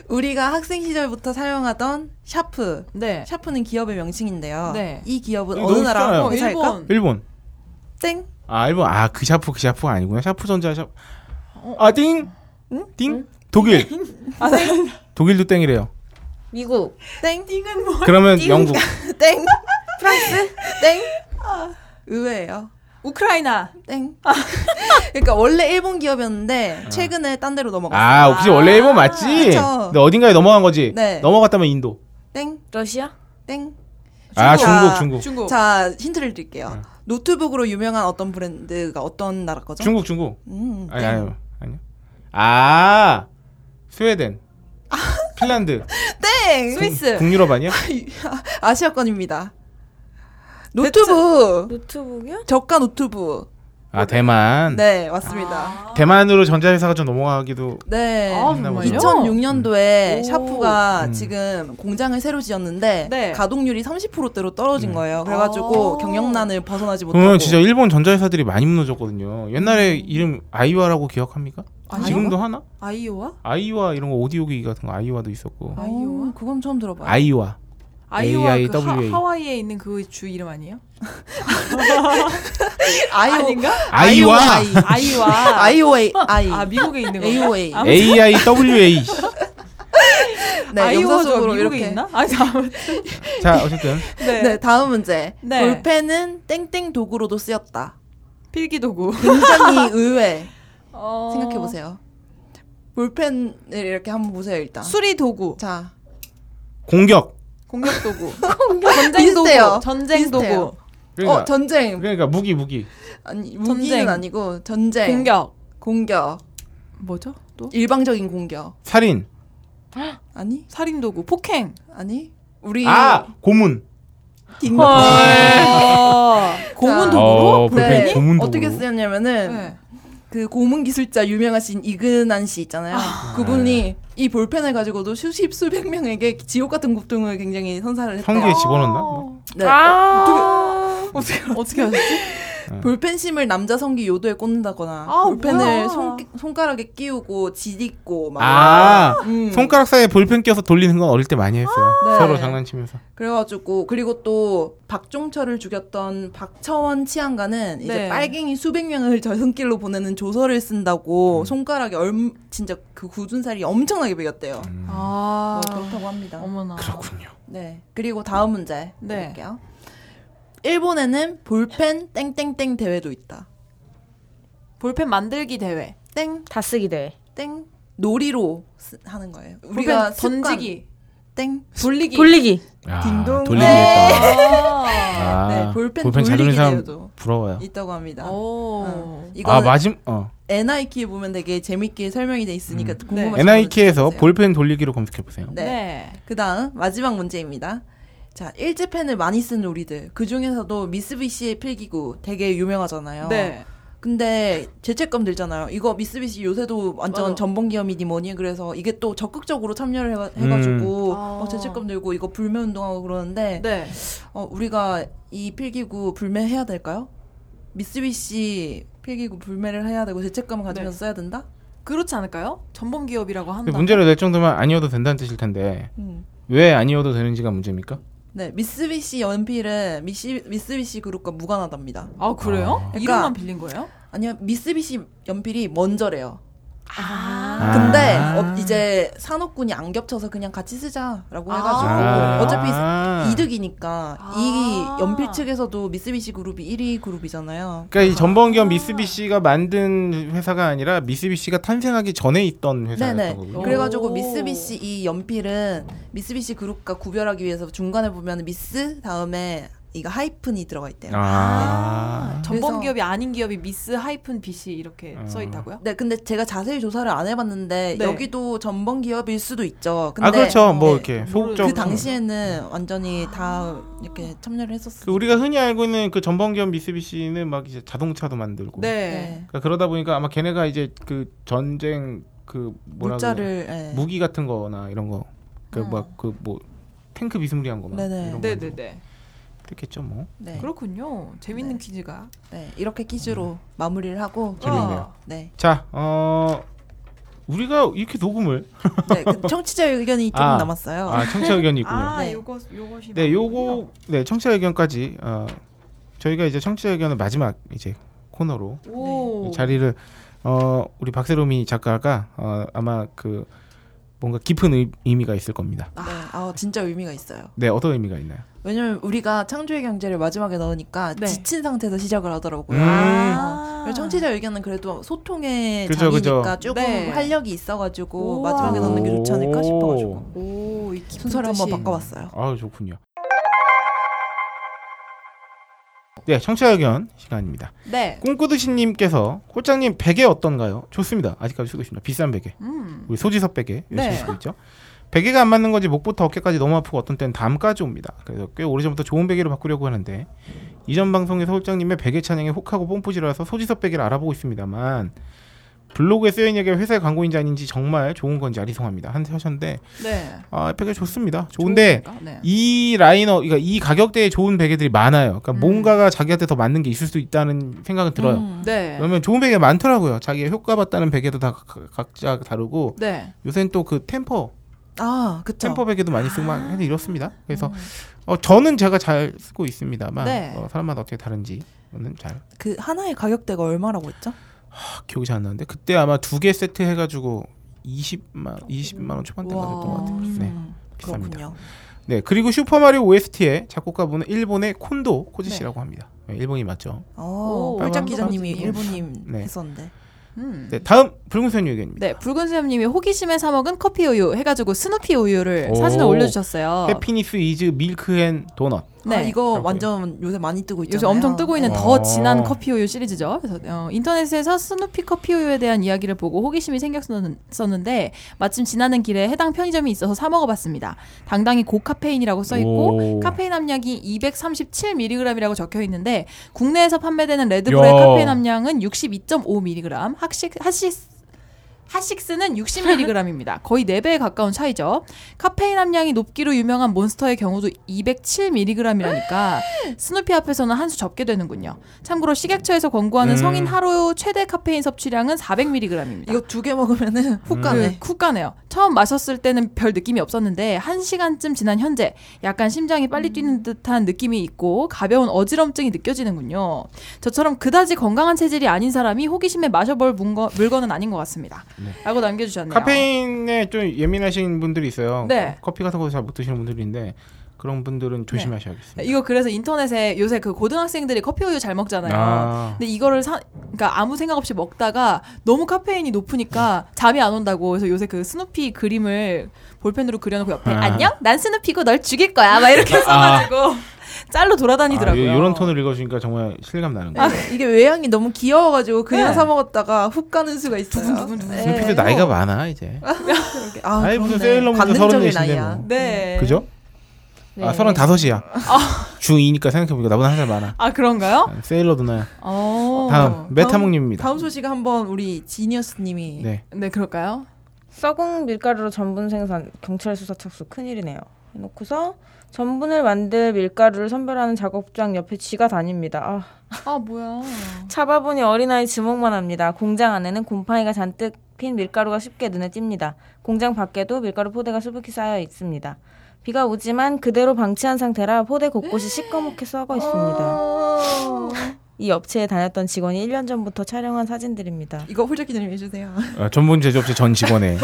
Speaker 9: 우리가 학생 시절부터 사용하던 샤프.
Speaker 8: 네.
Speaker 9: 샤프는 기업의 명칭인데요.
Speaker 8: 네.
Speaker 9: 이 기업은
Speaker 7: 이거
Speaker 9: 어느
Speaker 7: 너무 쉽잖아요.
Speaker 9: 나라
Speaker 8: 어,
Speaker 9: 회사일까?
Speaker 8: 일본.
Speaker 7: 일본.
Speaker 9: 땡.
Speaker 7: 아, 일본. 아, 그 샤프 그 샤프가 아니구나. 샤프 전자 샤프.
Speaker 9: 어?
Speaker 7: 아, 띵. 띵. 독일.
Speaker 9: 아, 네.
Speaker 7: 독일도 땡이래요.
Speaker 10: 미국.
Speaker 9: 땡. 띵은 뭐?
Speaker 7: 그러면 영국.
Speaker 9: 땡. 프랑스. 땡.
Speaker 8: 아.
Speaker 9: 의외예요.
Speaker 8: 우크라이나.
Speaker 9: 땡.
Speaker 8: 아.
Speaker 9: 그러니까 원래 일본 기업이었는데 최근에 딴 데로 넘어갔어요.
Speaker 7: 아, 혹시 원래 일본 맞지?
Speaker 9: 그쵸.
Speaker 7: 근데 어딘가에 넘어간 거지.
Speaker 9: 네.
Speaker 7: 넘어갔다면 인도.
Speaker 9: 땡.
Speaker 10: 러시아?
Speaker 9: 땡.
Speaker 7: 아,
Speaker 9: 중국.
Speaker 7: 중국, 중국. 아.
Speaker 8: 중국.
Speaker 9: 자, 힌트를 드릴게요. 노트북으로 유명한 어떤 브랜드가 어떤 나라 거죠?
Speaker 7: 중국, 중국.
Speaker 9: 음,
Speaker 7: 아니,
Speaker 9: 땡.
Speaker 7: 아니, 아니. 아, 스웨덴. 핀란드.
Speaker 9: 땡.
Speaker 8: 스위스.
Speaker 7: 북유럽 아니야?
Speaker 9: 아시아권입니다. 노트북.
Speaker 10: 노트북이요?
Speaker 9: 저가 노트북.
Speaker 7: 아, 대만.
Speaker 9: 네, 맞습니다.
Speaker 7: 대만으로 전자회사가 좀 넘어가기도
Speaker 9: 네.
Speaker 8: 아,
Speaker 7: 있나 보죠.
Speaker 8: 정말요?
Speaker 9: 2006년도에
Speaker 8: 오.
Speaker 9: 샤프가
Speaker 7: 음.
Speaker 9: 지금 공장을 새로 지었는데
Speaker 8: 네.
Speaker 9: 가동률이 30%대로 떨어진
Speaker 7: 음.
Speaker 9: 거예요. 그래가지고
Speaker 8: 아.
Speaker 9: 경영난을 벗어나지 못하고
Speaker 7: 그러면 진짜 일본 전자회사들이 많이 무너졌거든요. 옛날에 이름 아이와라고 기억합니까?
Speaker 8: 아이와?
Speaker 7: 지금도 하나?
Speaker 8: 아이오와?
Speaker 7: 아이와 이런 거 오디오기 같은 거 아이와도 있었고.
Speaker 8: 아.
Speaker 9: 아이오 그건 처음 들어봐요.
Speaker 7: 아이와.
Speaker 8: 아이오와 그
Speaker 7: AIWA.
Speaker 8: 하, 하와이에 있는 그 주 이름 아니에요?
Speaker 9: 아이오
Speaker 8: 아닌가?
Speaker 7: 아이와.
Speaker 8: 아이와.
Speaker 9: 아이오에이 아이
Speaker 8: 아 미국에 있는 거.
Speaker 9: AOA.
Speaker 8: 아,
Speaker 7: AIWA.
Speaker 9: 네,
Speaker 8: 아이오가
Speaker 9: 영사적으로
Speaker 8: 미국에
Speaker 9: 이렇게
Speaker 8: 있나? 아니 아무튼.
Speaker 7: 자, 어쨌든
Speaker 8: 네.
Speaker 9: 네, 다음 문제.
Speaker 8: 네.
Speaker 9: 볼펜은 땡땡 도구로도 쓰였다.
Speaker 8: 필기 도구.
Speaker 9: 굉장히 의외.
Speaker 8: 어...
Speaker 9: 생각해 보세요. 볼펜을 이렇게 한번 보세요, 일단.
Speaker 8: 수리 도구.
Speaker 9: 자,
Speaker 7: 공격.
Speaker 8: 공격 도구. 전쟁
Speaker 9: 비슷해요.
Speaker 8: 도구. 전쟁
Speaker 9: 비슷해요.
Speaker 8: 도구.
Speaker 7: 그러니까,
Speaker 9: 어, 전쟁.
Speaker 7: 그러니까 무기 무기.
Speaker 9: 아니, 무기는
Speaker 8: 전쟁.
Speaker 9: 아니고
Speaker 8: 네.
Speaker 9: 전쟁.
Speaker 8: 공격.
Speaker 9: 공격.
Speaker 8: 뭐죠? 또?
Speaker 9: 일방적인 공격.
Speaker 7: 살인.
Speaker 9: 아니?
Speaker 8: 살인 도구. 폭행.
Speaker 9: 아니? 우리
Speaker 7: 아, 고문.
Speaker 8: 어.
Speaker 9: 딩-
Speaker 8: 헐.
Speaker 9: 자,
Speaker 8: 고문
Speaker 7: 어,
Speaker 8: 도구로? 네.
Speaker 7: 볼펜
Speaker 9: 네.
Speaker 7: 고문 도구.
Speaker 9: 어떻게
Speaker 8: 아.
Speaker 9: 쓰였냐면은 그 고문 기술자 유명하신 이근한 씨 있잖아요.
Speaker 7: 네.
Speaker 9: 그분이 이 볼펜을 가지고도 수십 수백 명에게 지옥 같은 고통을 굉장히 선사를 했대요.
Speaker 8: 아.
Speaker 7: 성기에 집어넣나? 뭐?
Speaker 9: 네.
Speaker 10: 아.
Speaker 8: 어떻게 하셨지?
Speaker 7: 네.
Speaker 9: 볼펜심을 남자 성기 요도에 꽂는다거나
Speaker 8: 아, 뭐야.
Speaker 9: 볼펜을 손, 손가락에 끼우고 지디고 막
Speaker 7: 아,
Speaker 9: 음.
Speaker 7: 손가락 사이에 볼펜 껴서 돌리는 건 어릴 때 많이 했어요.
Speaker 9: 네.
Speaker 7: 서로 장난치면서.
Speaker 9: 그래가지고 그리고 또 박종철을 죽였던 박처원 치안관은 이제
Speaker 8: 네.
Speaker 9: 빨갱이 수백 명을 저승길로 보내는 조서를
Speaker 7: 음.
Speaker 9: 쓴다고 손가락에 얼 진짜 그 굳은살이 엄청나게 배겼대요.
Speaker 7: 음.
Speaker 8: 아
Speaker 9: 뭐 그렇다고 합니다.
Speaker 8: 어머나.
Speaker 7: 그렇군요.
Speaker 9: 네. 그리고 다음 문제
Speaker 8: 네.
Speaker 9: 드릴게요. 일본에는 볼펜 땡땡땡 대회도 있다.
Speaker 8: 볼펜 만들기 대회.
Speaker 9: 땡
Speaker 10: 다 쓰기 대회.
Speaker 9: 땡 놀이로 쓰- 하는 거예요. 우리가
Speaker 8: 볼펜 던지기,
Speaker 9: 습관, 땡
Speaker 8: 돌리기.
Speaker 10: 돌리기.
Speaker 7: 야,
Speaker 9: 딩동.
Speaker 7: 돌리겠다.
Speaker 8: 아.
Speaker 7: 아,
Speaker 9: 네, 볼펜,
Speaker 7: 잘
Speaker 9: 돌리기
Speaker 7: 돌리는 사람
Speaker 9: 대회도
Speaker 7: 부러워요.
Speaker 9: 있다고 합니다.
Speaker 8: 오.
Speaker 9: 어. 이거
Speaker 7: 아, 마지막 어.
Speaker 9: NIK에 보면 되게 재밌게 설명이 돼 있으니까
Speaker 8: 음. 네.
Speaker 9: 궁금하신 분들
Speaker 7: NIK에서
Speaker 9: 주세요.
Speaker 7: 볼펜 돌리기로 검색해 보세요.
Speaker 9: 네. 그다음 마지막 문제입니다. 자, 일제펜을 많이 쓴 우리들. 그중에서도 미쓰비시의 필기구 되게
Speaker 8: 네.
Speaker 9: 유명하잖아요.
Speaker 8: 네.
Speaker 9: 근데 죄책감 들잖아요. 이거 미쓰비시 요새도 완전
Speaker 8: 맞아.
Speaker 9: 전범기업이니 뭐니 그래서 이게 또 적극적으로 참여를 해가,
Speaker 7: 음.
Speaker 9: 해가지고
Speaker 8: 아.
Speaker 9: 막 죄책감 들고 이거 불매운동하고 그러는데
Speaker 8: 네.
Speaker 9: 어, 우리가 이 필기구 불매해야 될까요? 미쓰비시 필기구 불매를 해야 되고 죄책감을 가지면서
Speaker 8: 네.
Speaker 9: 써야 된다?
Speaker 8: 그렇지 않을까요? 전범 기업이라고
Speaker 7: 근데
Speaker 8: 한다.
Speaker 7: 문제를 낼 정도면 아니어도 된다는 뜻일 텐데
Speaker 9: 음.
Speaker 7: 왜 아니어도 되는지가 문제입니까?
Speaker 9: 네, 미쓰비시 연필은 미시, 미쓰비시 그룹과 무관하답니다.
Speaker 8: 아 그래요?
Speaker 7: 아.
Speaker 8: 이름만 빌린 거예요?
Speaker 9: 아니요, 미쓰비시 연필이 먼저래요.
Speaker 8: 아.
Speaker 9: 근데 어, 이제 산업군이 안 겹쳐서 그냥 같이 쓰자라고 해가지고
Speaker 7: 아.
Speaker 9: 어차피
Speaker 7: 아.
Speaker 9: 이득이니까
Speaker 8: 아.
Speaker 9: 이 연필 측에서도 미쓰비시 그룹이 1위 그룹이잖아요.
Speaker 7: 그러니까 이 전범기업 미쓰비시가 만든 회사가 아니라 미쓰비시가 탄생하기 전에 있던 회사였던
Speaker 9: 네네.
Speaker 7: 거군요.
Speaker 9: 그래가지고
Speaker 8: 오.
Speaker 9: 미쓰비시 이 연필은 미쓰비시 그룹과 구별하기 위해서 중간에 보면 미쓰 다음에 이거 하이픈이 들어가 있대요.
Speaker 7: 아.
Speaker 8: 아. 전범
Speaker 9: 그래서-
Speaker 8: 기업이 아닌 기업이 미스 하이픈 BC 이렇게
Speaker 7: 아.
Speaker 8: 써 있다고요?
Speaker 9: 네, 근데 제가 자세히 조사를 안 해봤는데
Speaker 8: 네.
Speaker 9: 여기도 전범 기업일 수도 있죠. 근데
Speaker 7: 아 그렇죠. 음. 뭐
Speaker 9: 네,
Speaker 7: 이렇게
Speaker 8: 저-
Speaker 7: 소극적.
Speaker 9: 그 당시에는 완전히 다 이렇게 참여를
Speaker 7: 그
Speaker 9: 했었어요.
Speaker 7: 우리가 흔히 알고 있는 그 전범기업 미쓰비시는 막 이제 자동차도 만들고.
Speaker 8: 네.
Speaker 9: 네.
Speaker 7: 그러니까 그러다 보니까 아마 걔네가 이제 그 전쟁 그 뭐라 그래요?
Speaker 9: 물자를 예.
Speaker 7: 무기 같은 거나 이런 거. 그러니까 막 그 뭐 탱크 비스무리한 거막
Speaker 9: 네네.
Speaker 7: 이런 거.
Speaker 8: 네,
Speaker 7: 만들고
Speaker 8: 네, 네.
Speaker 7: 그랬겠죠, 뭐.
Speaker 9: 네.
Speaker 8: 그렇군요. 재밌는 퀴즈가.
Speaker 9: 네, 이렇게 퀴즈로 마무리를 하고
Speaker 7: 음. 재밌네요.
Speaker 8: 아.
Speaker 9: 네,
Speaker 7: 자, 어 우리가 이렇게 녹음을
Speaker 9: 네, 그 청취자 의견이 조금
Speaker 7: 아.
Speaker 9: 남았어요.
Speaker 7: 아, 청취자 의견이 있군요.
Speaker 8: 아,
Speaker 9: 네.
Speaker 8: 요거 요것이
Speaker 7: 네,
Speaker 8: 맞군요.
Speaker 7: 요거 네, 청취자 의견까지 어, 저희가 이제 청취자 의견을 마지막 이제 코너로
Speaker 8: 오.
Speaker 7: 자리를 어, 우리 박세롬이 작가가 어, 아마 그 뭔가 깊은 의, 의미가 있을 겁니다.
Speaker 9: 네, 아 진짜 의미가 있어요.
Speaker 7: 네, 어떤 의미가 있나요?
Speaker 9: 왜냐면 우리가 창조의 경제를 마지막에 넣으니까
Speaker 8: 네.
Speaker 9: 지친 상태에서 시작을 하더라고요.
Speaker 7: 음.
Speaker 9: 어, 그리고 청취자 의견은 그래도 소통의
Speaker 7: 그죠,
Speaker 9: 장이니까
Speaker 7: 그죠.
Speaker 9: 조금
Speaker 8: 네.
Speaker 9: 활력이 있어가지고
Speaker 8: 우와.
Speaker 9: 마지막에 넣는 게 좋지 않을까 싶어가지고
Speaker 8: 오, 이 깊은
Speaker 9: 순서를 한번
Speaker 8: 뜻이.
Speaker 9: 바꿔봤어요.
Speaker 7: 아, 좋군요. 네, 청취자 의견 시간입니다.
Speaker 8: 네.
Speaker 7: 꿈꾸듯이님께서 홀장님 베개 어떤가요? 좋습니다. 아직까지 쓰고 있습니다. 비싼 베개.
Speaker 8: 음.
Speaker 7: 우리 소지섭 베개 열심히
Speaker 8: 네.
Speaker 7: 쓰고 있죠. 베개가 안 맞는 건지 목부터 어깨까지 너무 아프고 어떤 때는 담까지 옵니다. 그래서 꽤 오래전부터 좋은 베개로 바꾸려고 하는데 이전 방송에서 홀장님의 베개 찬양에 혹하고 뽐뿌지라서 소지섭 베개를 알아보고 있습니다만 블로그에 쓰여있는 게 회사의 광고인지 아닌지 정말 좋은 건지 아리송합니다. 한테 하셨는데
Speaker 8: 네.
Speaker 7: 아 베개 좋습니다. 좋은데
Speaker 8: 좋은가? 네.
Speaker 7: 이 라인업 그러니까 이 가격대에 좋은 베개들이 많아요.
Speaker 8: 음.
Speaker 7: 그러니까 뭔가가 자기한테 더 맞는 게 있을 수 있다는 생각은 들어요.
Speaker 8: 네.
Speaker 7: 그러면 좋은 베개 많더라고요. 자기의 효과 봤다는 베개도 다 가- 각자 다르고
Speaker 8: 네.
Speaker 7: 요새는 또 그 템퍼
Speaker 9: 아, 그쵸.
Speaker 7: 템퍼 베개도 많이 쓰고 막 해서 이렇습니다. 그래서 어, 저는 제가 잘 쓰고 있습니다만
Speaker 8: 네.
Speaker 7: 어, 사람마다 어떻게 다른지는 잘
Speaker 9: 그 하나의 가격대가 얼마라고 했죠?
Speaker 7: 아, 기억이 잘 안 나는데 그때 아마 두 개 세트 해가지고 20만 20만 원 초반대
Speaker 9: 우와.
Speaker 7: 가졌던 것 같아요. 네,
Speaker 9: 음.
Speaker 7: 비쌉니다.
Speaker 9: 그렇군요.
Speaker 7: 네 그리고 슈퍼마리오 OST의 작곡가분은 일본의 콘도 코지시라고 합니다. 네, 일본이 맞죠.
Speaker 9: 어,
Speaker 8: 오,
Speaker 9: 홀짝
Speaker 7: 빨간
Speaker 9: 기자님이
Speaker 8: 바지님.
Speaker 9: 일본님
Speaker 7: 네.
Speaker 9: 했었는데.
Speaker 8: 음.
Speaker 7: 네 다음 붉은선 의견입니다.
Speaker 8: 네, 붉은수염님이 호기심에 사먹은 커피 우유 해가지고 스누피 우유를
Speaker 7: 오.
Speaker 8: 사진을 올려주셨어요.
Speaker 7: 해피니스 이즈 밀크 앤 도넛.
Speaker 8: 네,
Speaker 9: 아, 이거
Speaker 7: 그렇군요.
Speaker 9: 완전 요새 많이 뜨고 있잖아요.
Speaker 8: 요새 엄청 뜨고 있는
Speaker 7: 네.
Speaker 8: 더
Speaker 7: 어.
Speaker 8: 진한 커피 우유 시리즈죠. 그래서 어, 인터넷에서 스누피 커피 우유에 대한 이야기를 보고 호기심이 생겼었는데 마침 지나는 길에 해당 편의점이 있어서 사 먹어봤습니다. 당당히 고카페인이라고 써 있고
Speaker 7: 오.
Speaker 8: 카페인 함량이 237mg이라고 적혀 있는데 국내에서 판매되는 레드불의
Speaker 7: 야.
Speaker 8: 카페인 함량은 62.5mg, 학식 하시 핫식스는 60mg입니다. 거의 4배에 가까운 차이죠. 카페인 함량이 높기로 유명한 몬스터의 경우도 207mg이라니까 스누피 앞에서는 한 수 접게 되는군요. 참고로 식약처에서 권고하는
Speaker 7: 음.
Speaker 8: 성인 하루 최대 카페인 섭취량은 400mg입니다.
Speaker 1: 이거 두 개 먹으면은 훅 가네.
Speaker 8: 쿡 가네요. 처음 마셨을 때는 별 느낌이 없었는데 한 시간쯤 지난 현재 약간 심장이 빨리 뛰는 듯한 느낌이 있고 가벼운 어지럼증이 느껴지는군요. 저처럼 그다지 건강한 체질이 아닌 사람이 호기심에 마셔볼 문거, 물건은 아닌 것 같습니다. 라고 남겨주셨네요.
Speaker 7: 카페인에 좀 예민하신 분들이 있어요.
Speaker 8: 네.
Speaker 7: 커피 같은 거 잘 못 드시는 분들인데 그런 분들은 조심하셔야겠습니다.
Speaker 8: 이거 그래서 인터넷에 요새 그 고등학생들이 커피 우유 잘 먹잖아요.
Speaker 7: 아.
Speaker 8: 근데 이거를 사, 그러니까 아무 생각 없이 먹다가 너무 카페인이 높으니까 잠이 안 온다고 그래서 요새 그 스누피 그림을 볼펜으로 그려놓고 옆에
Speaker 7: 아.
Speaker 8: 안녕 난 스누피고 널 죽일 거야 막 이렇게 써가지고 짤로 네, 돌아다니더라고요.
Speaker 7: 이런 예, 톤을 읽어주니까 정말 실감 나는 거예요.
Speaker 1: 아, 이게 외양이 너무 귀여워가지고 그냥
Speaker 8: 네.
Speaker 1: 사 먹었다가 훅 가는 수가 있어요.
Speaker 8: 두근두근두근.
Speaker 1: 네,
Speaker 7: 스누피도
Speaker 1: 이거
Speaker 7: 나이가 많아 이제.
Speaker 1: 그러게. 아,
Speaker 7: 아이 무슨
Speaker 1: 그렇네.
Speaker 7: 세일러문도
Speaker 1: 관능적인
Speaker 7: 서른넷인데
Speaker 1: 나이야.
Speaker 7: 뭐.
Speaker 8: 네.
Speaker 7: 그죠? 아 서른 다섯이야. 중2니까 생각해보니까 나보다 한 살 많아.
Speaker 8: 아 그런가요?
Speaker 7: 아, 세일러 누나야.
Speaker 8: 어.
Speaker 7: 다음 메타몽님입니다.
Speaker 1: 다음 소식 한번 우리 지니어스님이
Speaker 7: 네.
Speaker 8: 네 그럴까요?
Speaker 10: 썩은 밀가루로 전분 생산 경찰 수사 착수 큰일이네요. 해놓고서 전분을 만들 밀가루를 선별하는 작업장 옆에 쥐가 다닙니다. 아,
Speaker 8: 아 뭐야?
Speaker 10: 잡아보니 어린아이 주먹만 합니다. 공장 안에는 곰팡이가 잔뜩 핀 밀가루가 쉽게 눈에 띕니다. 공장 밖에도 밀가루 포대가 수북히 쌓여 있습니다. 비가 오지만 그대로 방치한 상태라 포대 곳곳이 시꺼멓게 썩어 있습니다. 이 업체에 다녔던 직원이 1년 전부터 촬영한 사진들입니다.
Speaker 1: 이거 홀짝기자님 해주세요.
Speaker 7: 아, 전문 제조업체 전 직원의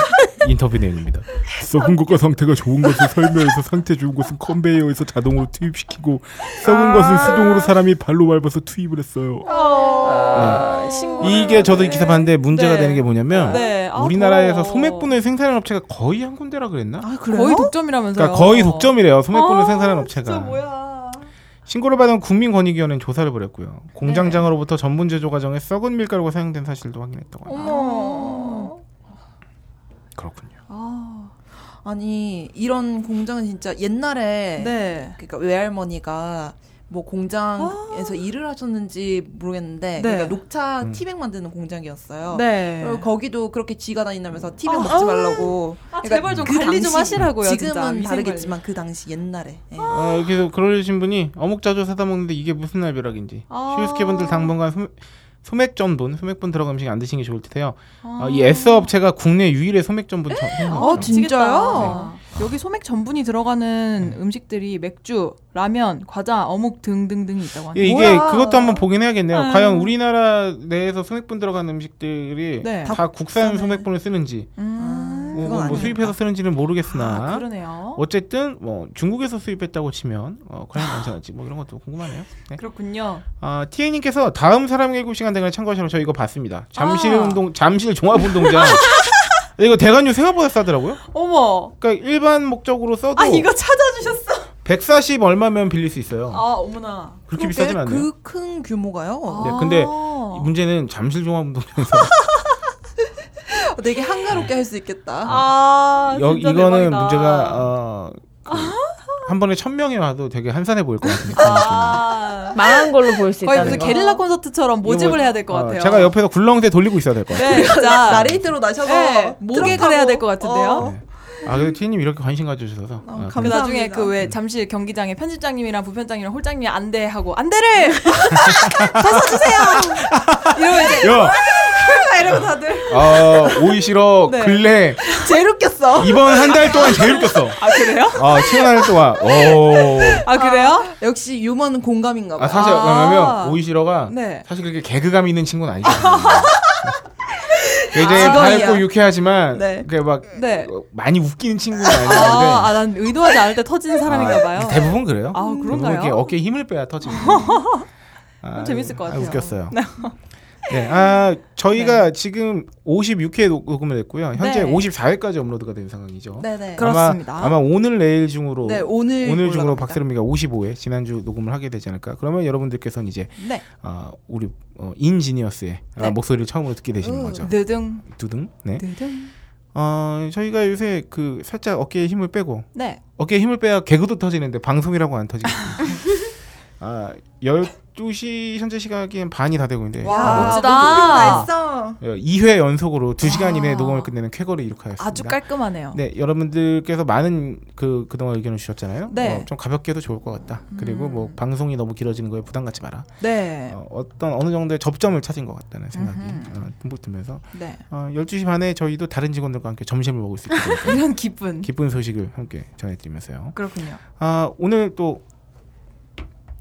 Speaker 7: 인터뷰 내용입니다. 썩은 것과 상태가 좋은 것을 설명해서 상태 좋은 것은 컨베이어에서 자동으로 투입시키고 썩은
Speaker 8: 아.
Speaker 7: 것은 수동으로 사람이 발로 밟아서 투입을 했어요.
Speaker 8: 아,
Speaker 10: 아. 신고
Speaker 7: 아. 이게 저도 이 기사 봤는데 문제가
Speaker 8: 네.
Speaker 7: 되는 게 뭐냐면
Speaker 8: 네. 아,
Speaker 7: 우리나라에서
Speaker 8: 더워.
Speaker 7: 소매분을 생산하는 업체가 거의 한 군데라 그랬나?
Speaker 1: 아 그래요?
Speaker 8: 거의 독점이라면서요. 아,
Speaker 7: 그러니까 거의 독점이래요. 소매분을 생산하는 업체가.
Speaker 8: 진짜 뭐야?
Speaker 7: 신고를 받은 국민권익위원회는 조사를 벌였고요.
Speaker 8: 네.
Speaker 7: 공장장으로부터 전분 제조 과정에 썩은 밀가루가 사용된 사실도
Speaker 8: 아.
Speaker 7: 확인했다고 합니다.
Speaker 8: 어머. 어?
Speaker 7: 그렇군요.
Speaker 1: 아, 아니 이런 공장은 진짜 옛날에
Speaker 8: 네.
Speaker 1: 그러니까 외할머니가 뭐 공장에서 일을 하셨는지 모르겠는데
Speaker 8: 아. 네.
Speaker 1: 그러니까 녹차
Speaker 7: 음.
Speaker 1: 티백 만드는 공장이었어요.
Speaker 8: 네.
Speaker 1: 그리고 거기도 그렇게 쥐가 다니면서 티백 먹지 말라고. 그러니까 그
Speaker 8: 아, 제발 좀 관리 좀
Speaker 1: 당시,
Speaker 8: 하시라고요, 진짜.
Speaker 1: 지금은
Speaker 8: 위생
Speaker 1: 다르겠지만 그 당시 옛날에. 예.
Speaker 7: 어, 그래서 그러신 분이 어묵자주 사다 먹는데 이게 무슨 날벼락인지.
Speaker 8: 아.
Speaker 7: 슈스케분들 당분간 소, 소맥 전분, 소맥분 들어간 음식 안 드시는 게 좋을 테요.
Speaker 8: 아.
Speaker 7: 어, 이 S 업체가 국내 유일의 소맥 전분 전- 생산 업체입니다. 네.
Speaker 1: 진짜요?
Speaker 8: 네. 어, 여기 소맥 전분이 들어가는 음식들이 맥주, 라면, 과자, 어묵 등등등이 있다고
Speaker 7: 예,
Speaker 8: 하네요.
Speaker 7: 이게
Speaker 1: 뭐야.
Speaker 7: 그것도 한번 보긴 해야겠네요.
Speaker 8: 음.
Speaker 7: 과연 우리나라 내에서 소맥분 들어간 음식들이
Speaker 8: 네.
Speaker 7: 예. 다 국산 소맥분을 쓰는지,
Speaker 8: 음.
Speaker 7: 뭐,
Speaker 1: 그건
Speaker 7: 뭐
Speaker 1: 아니니까.
Speaker 7: 수입해서 쓰는지는 모르겠으나
Speaker 8: 아, 그러네요.
Speaker 7: 어쨌든 뭐 중국에서 수입했다고 치면 어, 과연 괜찮을지 뭐 이런 것도 궁금하네요. 네.
Speaker 8: 그렇군요.
Speaker 7: 아, 티에님께서 다음 사람의 일곱 시간 대결 참고하시라고 저 이거 봤습니다. 잠실
Speaker 8: 아.
Speaker 7: 운동 잠실 종합운동장 이거 대관료 생각보다 싸더라고요.
Speaker 8: 어머.
Speaker 7: 그러니까 일반 목적으로 써도
Speaker 8: 아, 이거 찾아주셨어.
Speaker 7: 140 얼마면 빌릴 수 있어요.
Speaker 8: 아, 어머나.
Speaker 7: 그렇게 비싸진 않네요.
Speaker 1: 그큰 규모가요?
Speaker 7: 네, 근데
Speaker 8: 아.
Speaker 7: 이 문제는 잠실 종합운동장에서
Speaker 1: 어, 되게 한가롭게 할 수 있겠다.
Speaker 8: 아,
Speaker 7: 여,
Speaker 8: 진짜
Speaker 7: 이거는
Speaker 8: 대박이다.
Speaker 7: 문제가 어, 그, 한 번에 천 명이 와도 되게 한산해 보일 것 같은데.
Speaker 8: 아.
Speaker 10: 망한 걸로 보일 수
Speaker 8: 거의
Speaker 10: 있다는
Speaker 8: 무슨
Speaker 10: 거.
Speaker 8: 게릴라 콘서트처럼 모집을 해야 될 것
Speaker 7: 어,
Speaker 8: 같아요.
Speaker 7: 제가 옆에서 굴렁쇠 돌리고 있어야 될 것 같아요.
Speaker 8: 네, 진짜.
Speaker 1: 나레이트로 나셔서
Speaker 8: 네,
Speaker 1: 트럭
Speaker 8: 모객을
Speaker 1: 타고.
Speaker 8: 해야 될 것 같은데요.
Speaker 1: 어.
Speaker 9: 네.
Speaker 7: 아, 그래도 티에님 이렇게 관심 가져주셔서 어,
Speaker 1: 감-
Speaker 8: 그 나중에
Speaker 1: 감사합니다.
Speaker 8: 그 왜 잠실 경기장에 편집장님이랑 부편장님이랑 홀장님이 안대 하고 안대를 다시 주세요. 이러면 이제
Speaker 7: 네. 야,
Speaker 8: 이러면 다들
Speaker 7: 아, 오이 싫어.
Speaker 8: 네.
Speaker 7: 근래
Speaker 1: 제일 웃겼어.
Speaker 7: 이번 한 달 동안 제일 웃겼어.
Speaker 8: 아 그래요?
Speaker 7: 아, 최근 한 달 동안. 오.
Speaker 8: 아 그래요?
Speaker 1: 역시 유머는 공감인가 봐.
Speaker 7: 아, 사실
Speaker 8: 아.
Speaker 7: 왜냐면 오이 싫어가
Speaker 8: 네.
Speaker 7: 사실 그렇게 개그감 있는 친구는 아니잖아요. 굉장히
Speaker 1: 아,
Speaker 7: 밝고
Speaker 1: 직원이야.
Speaker 7: 유쾌하지만
Speaker 1: 네.
Speaker 7: 그게 막
Speaker 8: 네.
Speaker 7: 어, 많이 웃기는 친구는 아닌데
Speaker 8: 아, 아, 난 의도하지 않을 때 터지는 사람인가 봐요.
Speaker 7: 대부분 그래요.
Speaker 8: 아, 그런가요?
Speaker 7: 대부분 이렇게 어깨에 힘을 빼야 터지는. 아,
Speaker 8: 재밌을 것
Speaker 7: 아,
Speaker 8: 같아요.
Speaker 7: 웃겼어요. 네, 아 저희가 지금 56회 녹- 녹음을 했고요. 현재
Speaker 8: 네.
Speaker 7: 54회까지 업로드가 된 상황이죠.
Speaker 1: 네네.
Speaker 8: 그렇습니다.
Speaker 7: 아마, 아마 오늘 내일 중으로
Speaker 1: 네 오늘
Speaker 7: 오늘
Speaker 1: 올라갑니다.
Speaker 7: 중으로 박세롬이가 55회 지난주 녹음을 하게 되지 않을까. 그러면 여러분들께서는 이제
Speaker 8: 네.
Speaker 7: 아, 우리 어, 인지니어스의 아,
Speaker 1: 네.
Speaker 7: 목소리를 처음으로 듣게 되시는 거죠.
Speaker 8: 느등
Speaker 7: 두둥. 네.
Speaker 8: 느등.
Speaker 7: 어, 저희가 요새 그 살짝 어깨에 힘을 빼고
Speaker 8: 네.
Speaker 7: 어깨에 힘을 빼야 개그도 터지는데 방송이라고 안 터지거든요. 아, 12시 현재 시각엔 반이 다 되고 있는데.
Speaker 1: 와,
Speaker 8: 멋지다.
Speaker 10: 아,
Speaker 9: 아,
Speaker 1: 멋지다. 멋있어.
Speaker 7: 2회 연속으로 2시간 이내에
Speaker 8: 아.
Speaker 7: 녹음을 끝내는 쾌거를 이룩하였습니다.
Speaker 8: 아주 깔끔하네요.
Speaker 7: 네, 여러분들께서 많은 그 그동안 의견을 주셨잖아요.
Speaker 8: 네.
Speaker 7: 어, 좀 가볍게 해도 좋을 것 같다. 그리고 뭐 방송이 너무 길어지는 거에 부담 갖지 마라.
Speaker 8: 네.
Speaker 7: 어, 어떤 어느 정도의 접점을 찾은 것 같다는 생각이 어, 듬뿍 들면서
Speaker 8: 네.
Speaker 7: 어, 12시 반에 저희도 다른 직원들과 함께 점심을 먹을 수 있게 돼서
Speaker 8: 이런 기쁜.
Speaker 7: 기쁜 소식을 함께 전해드리면서요.
Speaker 8: 그렇군요.
Speaker 7: 아 오늘 또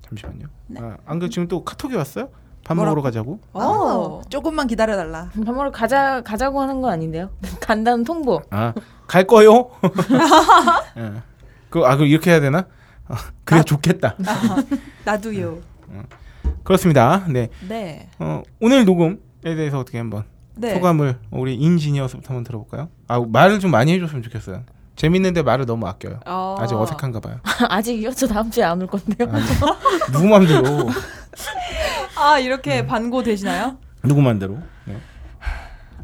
Speaker 7: 잠시만요. 아, 안 그래 지금 또 카톡이 왔어요? 밥 먹으러 가자고.
Speaker 8: 아. 오.
Speaker 9: 어. 조금만 기다려달라.
Speaker 10: 정말 가자 가자고 하는 거 아닌데요? 간다는 통보.
Speaker 7: 아갈 거요? 예. 그아 그럼 이렇게 해야 되나? 아, 그래 좋겠다.
Speaker 8: 나도요.
Speaker 7: 그렇습니다. 네.
Speaker 8: 네.
Speaker 7: 어, 오늘 녹음에 대해서 어떻게 한번
Speaker 8: 네.
Speaker 7: 소감을 우리 인지니어스부터 한번 들어볼까요? 아 말을 좀 많이 해줬으면 좋겠어요. 재밌는데 말을 너무 아껴요.
Speaker 8: 어.
Speaker 7: 아직 어색한가 봐요.
Speaker 10: 아직이요? 저 다음 주에 안 올 건데요.
Speaker 7: 아, 누구 맘대로
Speaker 8: 아 이렇게 반고 되시나요?
Speaker 7: 누구 맘대로. 네.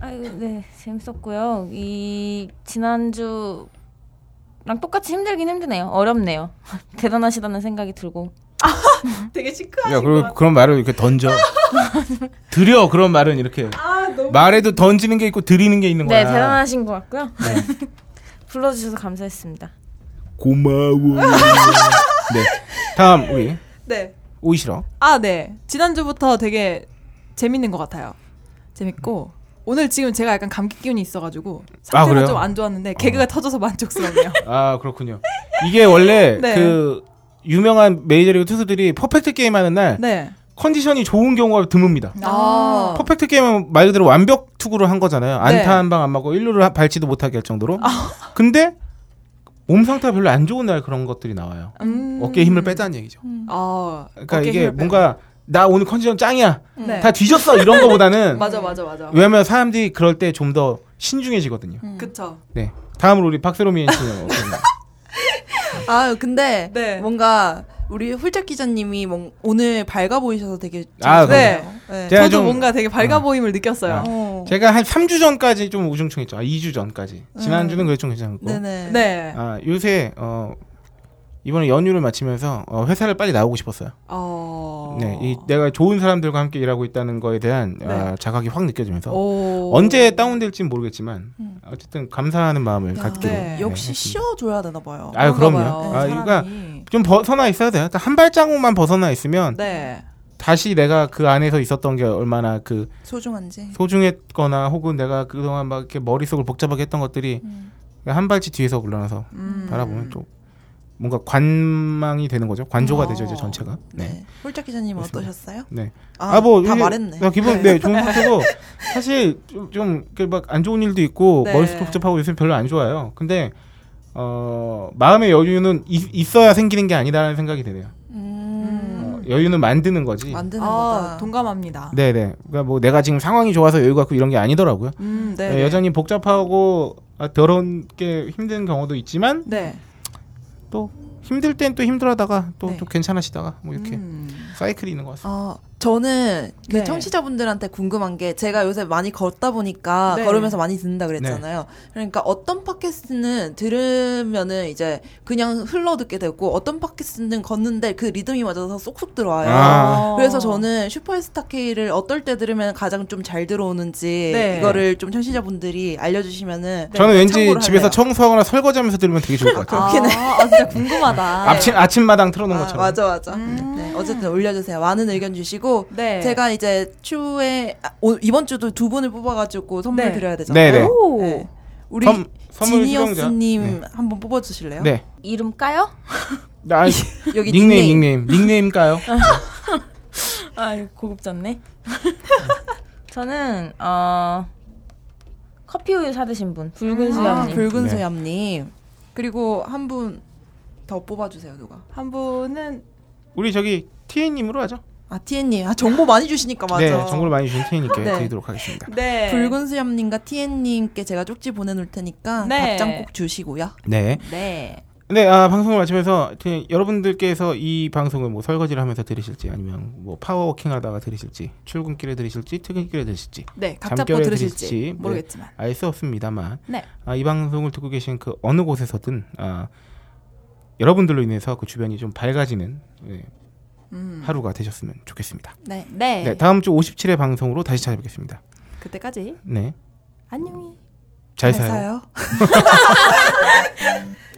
Speaker 10: 아유, 네 재밌었고요. 이 지난주랑 똑같이 힘들긴 힘드네요. 어렵네요. 대단하시다는 생각이 들고.
Speaker 8: 되게 시크한.
Speaker 7: 야 그럼 그런 말을 이렇게 던져. 드려 그런 말은 이렇게 말에도 던지는 게 있고 드리는 게 있는
Speaker 10: 네
Speaker 7: 거야.
Speaker 10: 대단하신 것 같고요. 네. 불러주셔서 감사했습니다.
Speaker 7: 고마워. 네. 다음 우리
Speaker 8: 네.
Speaker 7: 오이시러.
Speaker 8: 아 네. 지난주부터 되게 재밌는 것 같아요. 재밌고 오늘 지금 제가 약간 감기 기운이 있어가지고 상태가
Speaker 7: 아, 그래요? 어.
Speaker 8: 좀 안 좋았는데 개그가 터져서 만족스럽네요.
Speaker 7: 아 그렇군요. 이게 원래
Speaker 8: 네.
Speaker 7: 그 유명한 메이저리그 투수들이 퍼펙트 게임 하는 날
Speaker 8: 네.
Speaker 7: 컨디션이 좋은 경우가 드뭅니다.
Speaker 8: 아.
Speaker 7: 퍼펙트 게임은 말 그대로 완벽 투구를 한 거잖아요. 안타
Speaker 8: 네. 아.
Speaker 7: 한 방 안 맞고 일루를 하- 밟지도 못하게 할 정도로. 근데 몸 상태가 별로 안 좋은 날 그런 것들이 나와요.
Speaker 8: 음.
Speaker 7: 어깨에 힘을 빼자는 얘기죠.
Speaker 8: 아.
Speaker 7: 그러니까
Speaker 8: 어깨에
Speaker 7: 이게
Speaker 8: 힘을 빼고.
Speaker 7: 뭔가 나 오늘 컨디션 짱이야.
Speaker 8: 네.
Speaker 7: 다 뒤졌어 이런 거보다는
Speaker 8: 맞아 맞아 맞아.
Speaker 7: 왜냐면 사람들이 그럴 때 좀 더
Speaker 8: 음.
Speaker 7: 신중해지거든요.
Speaker 8: 그쵸.
Speaker 7: 네. 다음으로 우리 박세롬이 엔지니어.
Speaker 9: 아 근데
Speaker 8: 네.
Speaker 9: 뭔가 우리 훌짝 기자님이 뭔- 오늘 밝아 보이셔서 되게
Speaker 7: 아,
Speaker 9: 좋으세요. 네.
Speaker 7: 제가
Speaker 8: 저도
Speaker 7: 좀-
Speaker 8: 뭔가 되게 밝아 보임을 느꼈어요. 음.
Speaker 9: 어.
Speaker 7: 제가 한 3주 전까지 좀 우중충했죠. 아, 2주 전까지. 지난주는 그래도 좀 괜찮았고.
Speaker 9: 네네.
Speaker 8: 음. 네.
Speaker 7: 아, 요새 어 이번에 연휴를 마치면서 어, 회사를 빨리 나오고 싶었어요.
Speaker 8: 어.
Speaker 7: 네, 이, 내가 좋은 사람들과 함께 일하고 있다는 거에 대한 아, 자각이 확 느껴지면서
Speaker 8: 네. 오. 음.
Speaker 7: 언제 다운될지는 모르겠지만 어쨌든 감사하는 마음을
Speaker 9: 야,
Speaker 7: 갖게.
Speaker 8: 네.
Speaker 9: 아, 역시
Speaker 7: 했습니다.
Speaker 9: 쉬어줘야 되나 봐요.
Speaker 7: 아유, 그럼요.
Speaker 8: 그런가 봐요,
Speaker 7: 아,
Speaker 8: 사람이.
Speaker 7: 그러니까 좀 벗어나 있어야 돼요. 한 발자국만 벗어나 있으면
Speaker 8: 네.
Speaker 7: 다시 내가 그 안에서 있었던 게 얼마나 그
Speaker 8: 네.
Speaker 9: 소중한지.
Speaker 7: 소중했거나 혹은 내가 그동안 막 이렇게 머릿속을 복잡하게 했던 것들이
Speaker 8: 음.
Speaker 7: 한 발치 뒤에서 물러나서 바라보면 또 뭔가 관망이 되는 거죠. 관조가
Speaker 8: 어.
Speaker 7: 되죠, 이제 전체가. 네.
Speaker 9: 네. 홀짝 기자님
Speaker 7: 그렇습니다.
Speaker 9: 어떠셨어요?
Speaker 7: 네.
Speaker 9: 아, 다
Speaker 7: 이게-
Speaker 9: 말했네.
Speaker 7: 아, 기분 네, 좋은 상태고 사실 좀막안 좋은 일도 있고
Speaker 8: 네.
Speaker 7: 머릿속 복잡하고 요새 별로 안 좋아요. 근데 어, 마음의 여유는 있, 있어야 생기는 게 아니다라는 생각이 드네요.
Speaker 9: 음.
Speaker 7: 어, 여유는 만드는 거지.
Speaker 9: 만드는
Speaker 8: 아,
Speaker 9: 거다.
Speaker 8: 동감합니다.
Speaker 7: 네, 네. 그러니까 뭐 내가 지금 상황이 좋아서 여유 갖고 이런 게 아니더라고요.
Speaker 8: 음, 네.
Speaker 7: 네,
Speaker 8: 네.
Speaker 7: 여전히 복잡하고 아, 더러운 게 힘든 경우도 있지만
Speaker 8: 네.
Speaker 7: 또 힘들 땐 또 힘들하다가 또,
Speaker 8: 네.
Speaker 7: 또 괜찮아시다가 뭐 이렇게
Speaker 8: 음.
Speaker 7: 사이클이 있는 것 같습니다.
Speaker 9: 어, 저는 그
Speaker 8: 네.
Speaker 9: 청취자분들한테 궁금한 게 제가 요새 많이 걷다 보니까
Speaker 8: 네.
Speaker 9: 걸으면서 많이 듣는다 그랬잖아요.
Speaker 7: 네.
Speaker 9: 그러니까 어떤 팟캐스트는 들으면은 이제 그냥 흘러 듣게 되고 어떤 팟캐스트는 걷는데 그 리듬이 맞아서 쏙쏙 들어와요.
Speaker 7: 아.
Speaker 9: 그래서 저는 슈퍼스타 K를 어떨 때 들으면 가장 좀 잘 들어오는지
Speaker 8: 네.
Speaker 9: 이거를 좀 청취자분들이 알려주시면은
Speaker 7: 저는 왠지
Speaker 9: 네, 참고를
Speaker 7: 집에서
Speaker 9: 할래요.
Speaker 7: 청소하거나 설거지하면서 들으면 되게 좋을 것 같아요.
Speaker 8: 아, 아, 진짜 궁금하다.
Speaker 7: 아침 아침마당
Speaker 9: 네.
Speaker 7: 틀어놓은
Speaker 9: 아,
Speaker 7: 것처럼.
Speaker 9: 맞아 맞아.
Speaker 8: 음.
Speaker 9: 네, 어쨌든 올려주세요. 많은 의견 주시고
Speaker 8: 네.
Speaker 9: 제가 이제 추후에 아, 오- 이번 주도 두 분을 뽑아가지고 선물
Speaker 8: 네.
Speaker 9: 드려야
Speaker 7: 네, 네.
Speaker 9: 되잖아요. 네. 우리
Speaker 7: 선- 선물
Speaker 9: 지니어스님
Speaker 7: 수령자.
Speaker 9: 한번 뽑아주실래요?
Speaker 7: 네.
Speaker 10: 이름 까요?
Speaker 7: 나
Speaker 9: 여기
Speaker 7: 닉네임 닉네임 닉네임일까요?
Speaker 10: 아 고급졌네. 저는 어 커피 우유 사드신 분 붉은
Speaker 9: 아,
Speaker 10: 수염님.
Speaker 9: 붉은
Speaker 7: 네.
Speaker 9: 소염님 그리고 한 분 더 뽑아주세요 누가?
Speaker 8: 한 분은
Speaker 7: 우리 저기 티에님으로 하죠.
Speaker 9: 아 티엔님 아 정보 많이 주시니까 맞아.
Speaker 7: 네, 정보를 많이 주신 티에님께
Speaker 9: 네.
Speaker 7: 드리도록 하겠습니다.
Speaker 8: 네.
Speaker 9: 붉은 수염님과 티엔님께 제가 쪽지 보내놓을 테니까
Speaker 8: 네.
Speaker 9: 답장 꼭 주시고요.
Speaker 7: 네.
Speaker 8: 네.
Speaker 7: 네, 아, 방송을 마치면서 티- 여러분들께서 이 방송을 뭐 설거지를 하면서 들으실지 아니면 뭐 파워워킹 하다가 들으실지 출근길에 들으실지 퇴근길에 들으실지
Speaker 8: 네. 각자
Speaker 7: 잠결에
Speaker 8: 뭐 들으실지
Speaker 7: 들으실지, 네.
Speaker 8: 모르겠지만.
Speaker 7: 알 수 없습니다만
Speaker 8: 네.
Speaker 7: 아, 이 방송을 듣고 계신 그 어느 곳에서든 아, 여러분들로 인해서 그 주변이 좀 밝아지는 예, 하루가 되셨으면 좋겠습니다.
Speaker 8: 음. 네.
Speaker 7: 네, 다음 주 57회 방송으로 다시 찾아뵙겠습니다.
Speaker 9: 그때까지
Speaker 7: 네.
Speaker 9: 안녕히.
Speaker 7: 잘
Speaker 11: 잘
Speaker 7: 사요.
Speaker 11: 사요.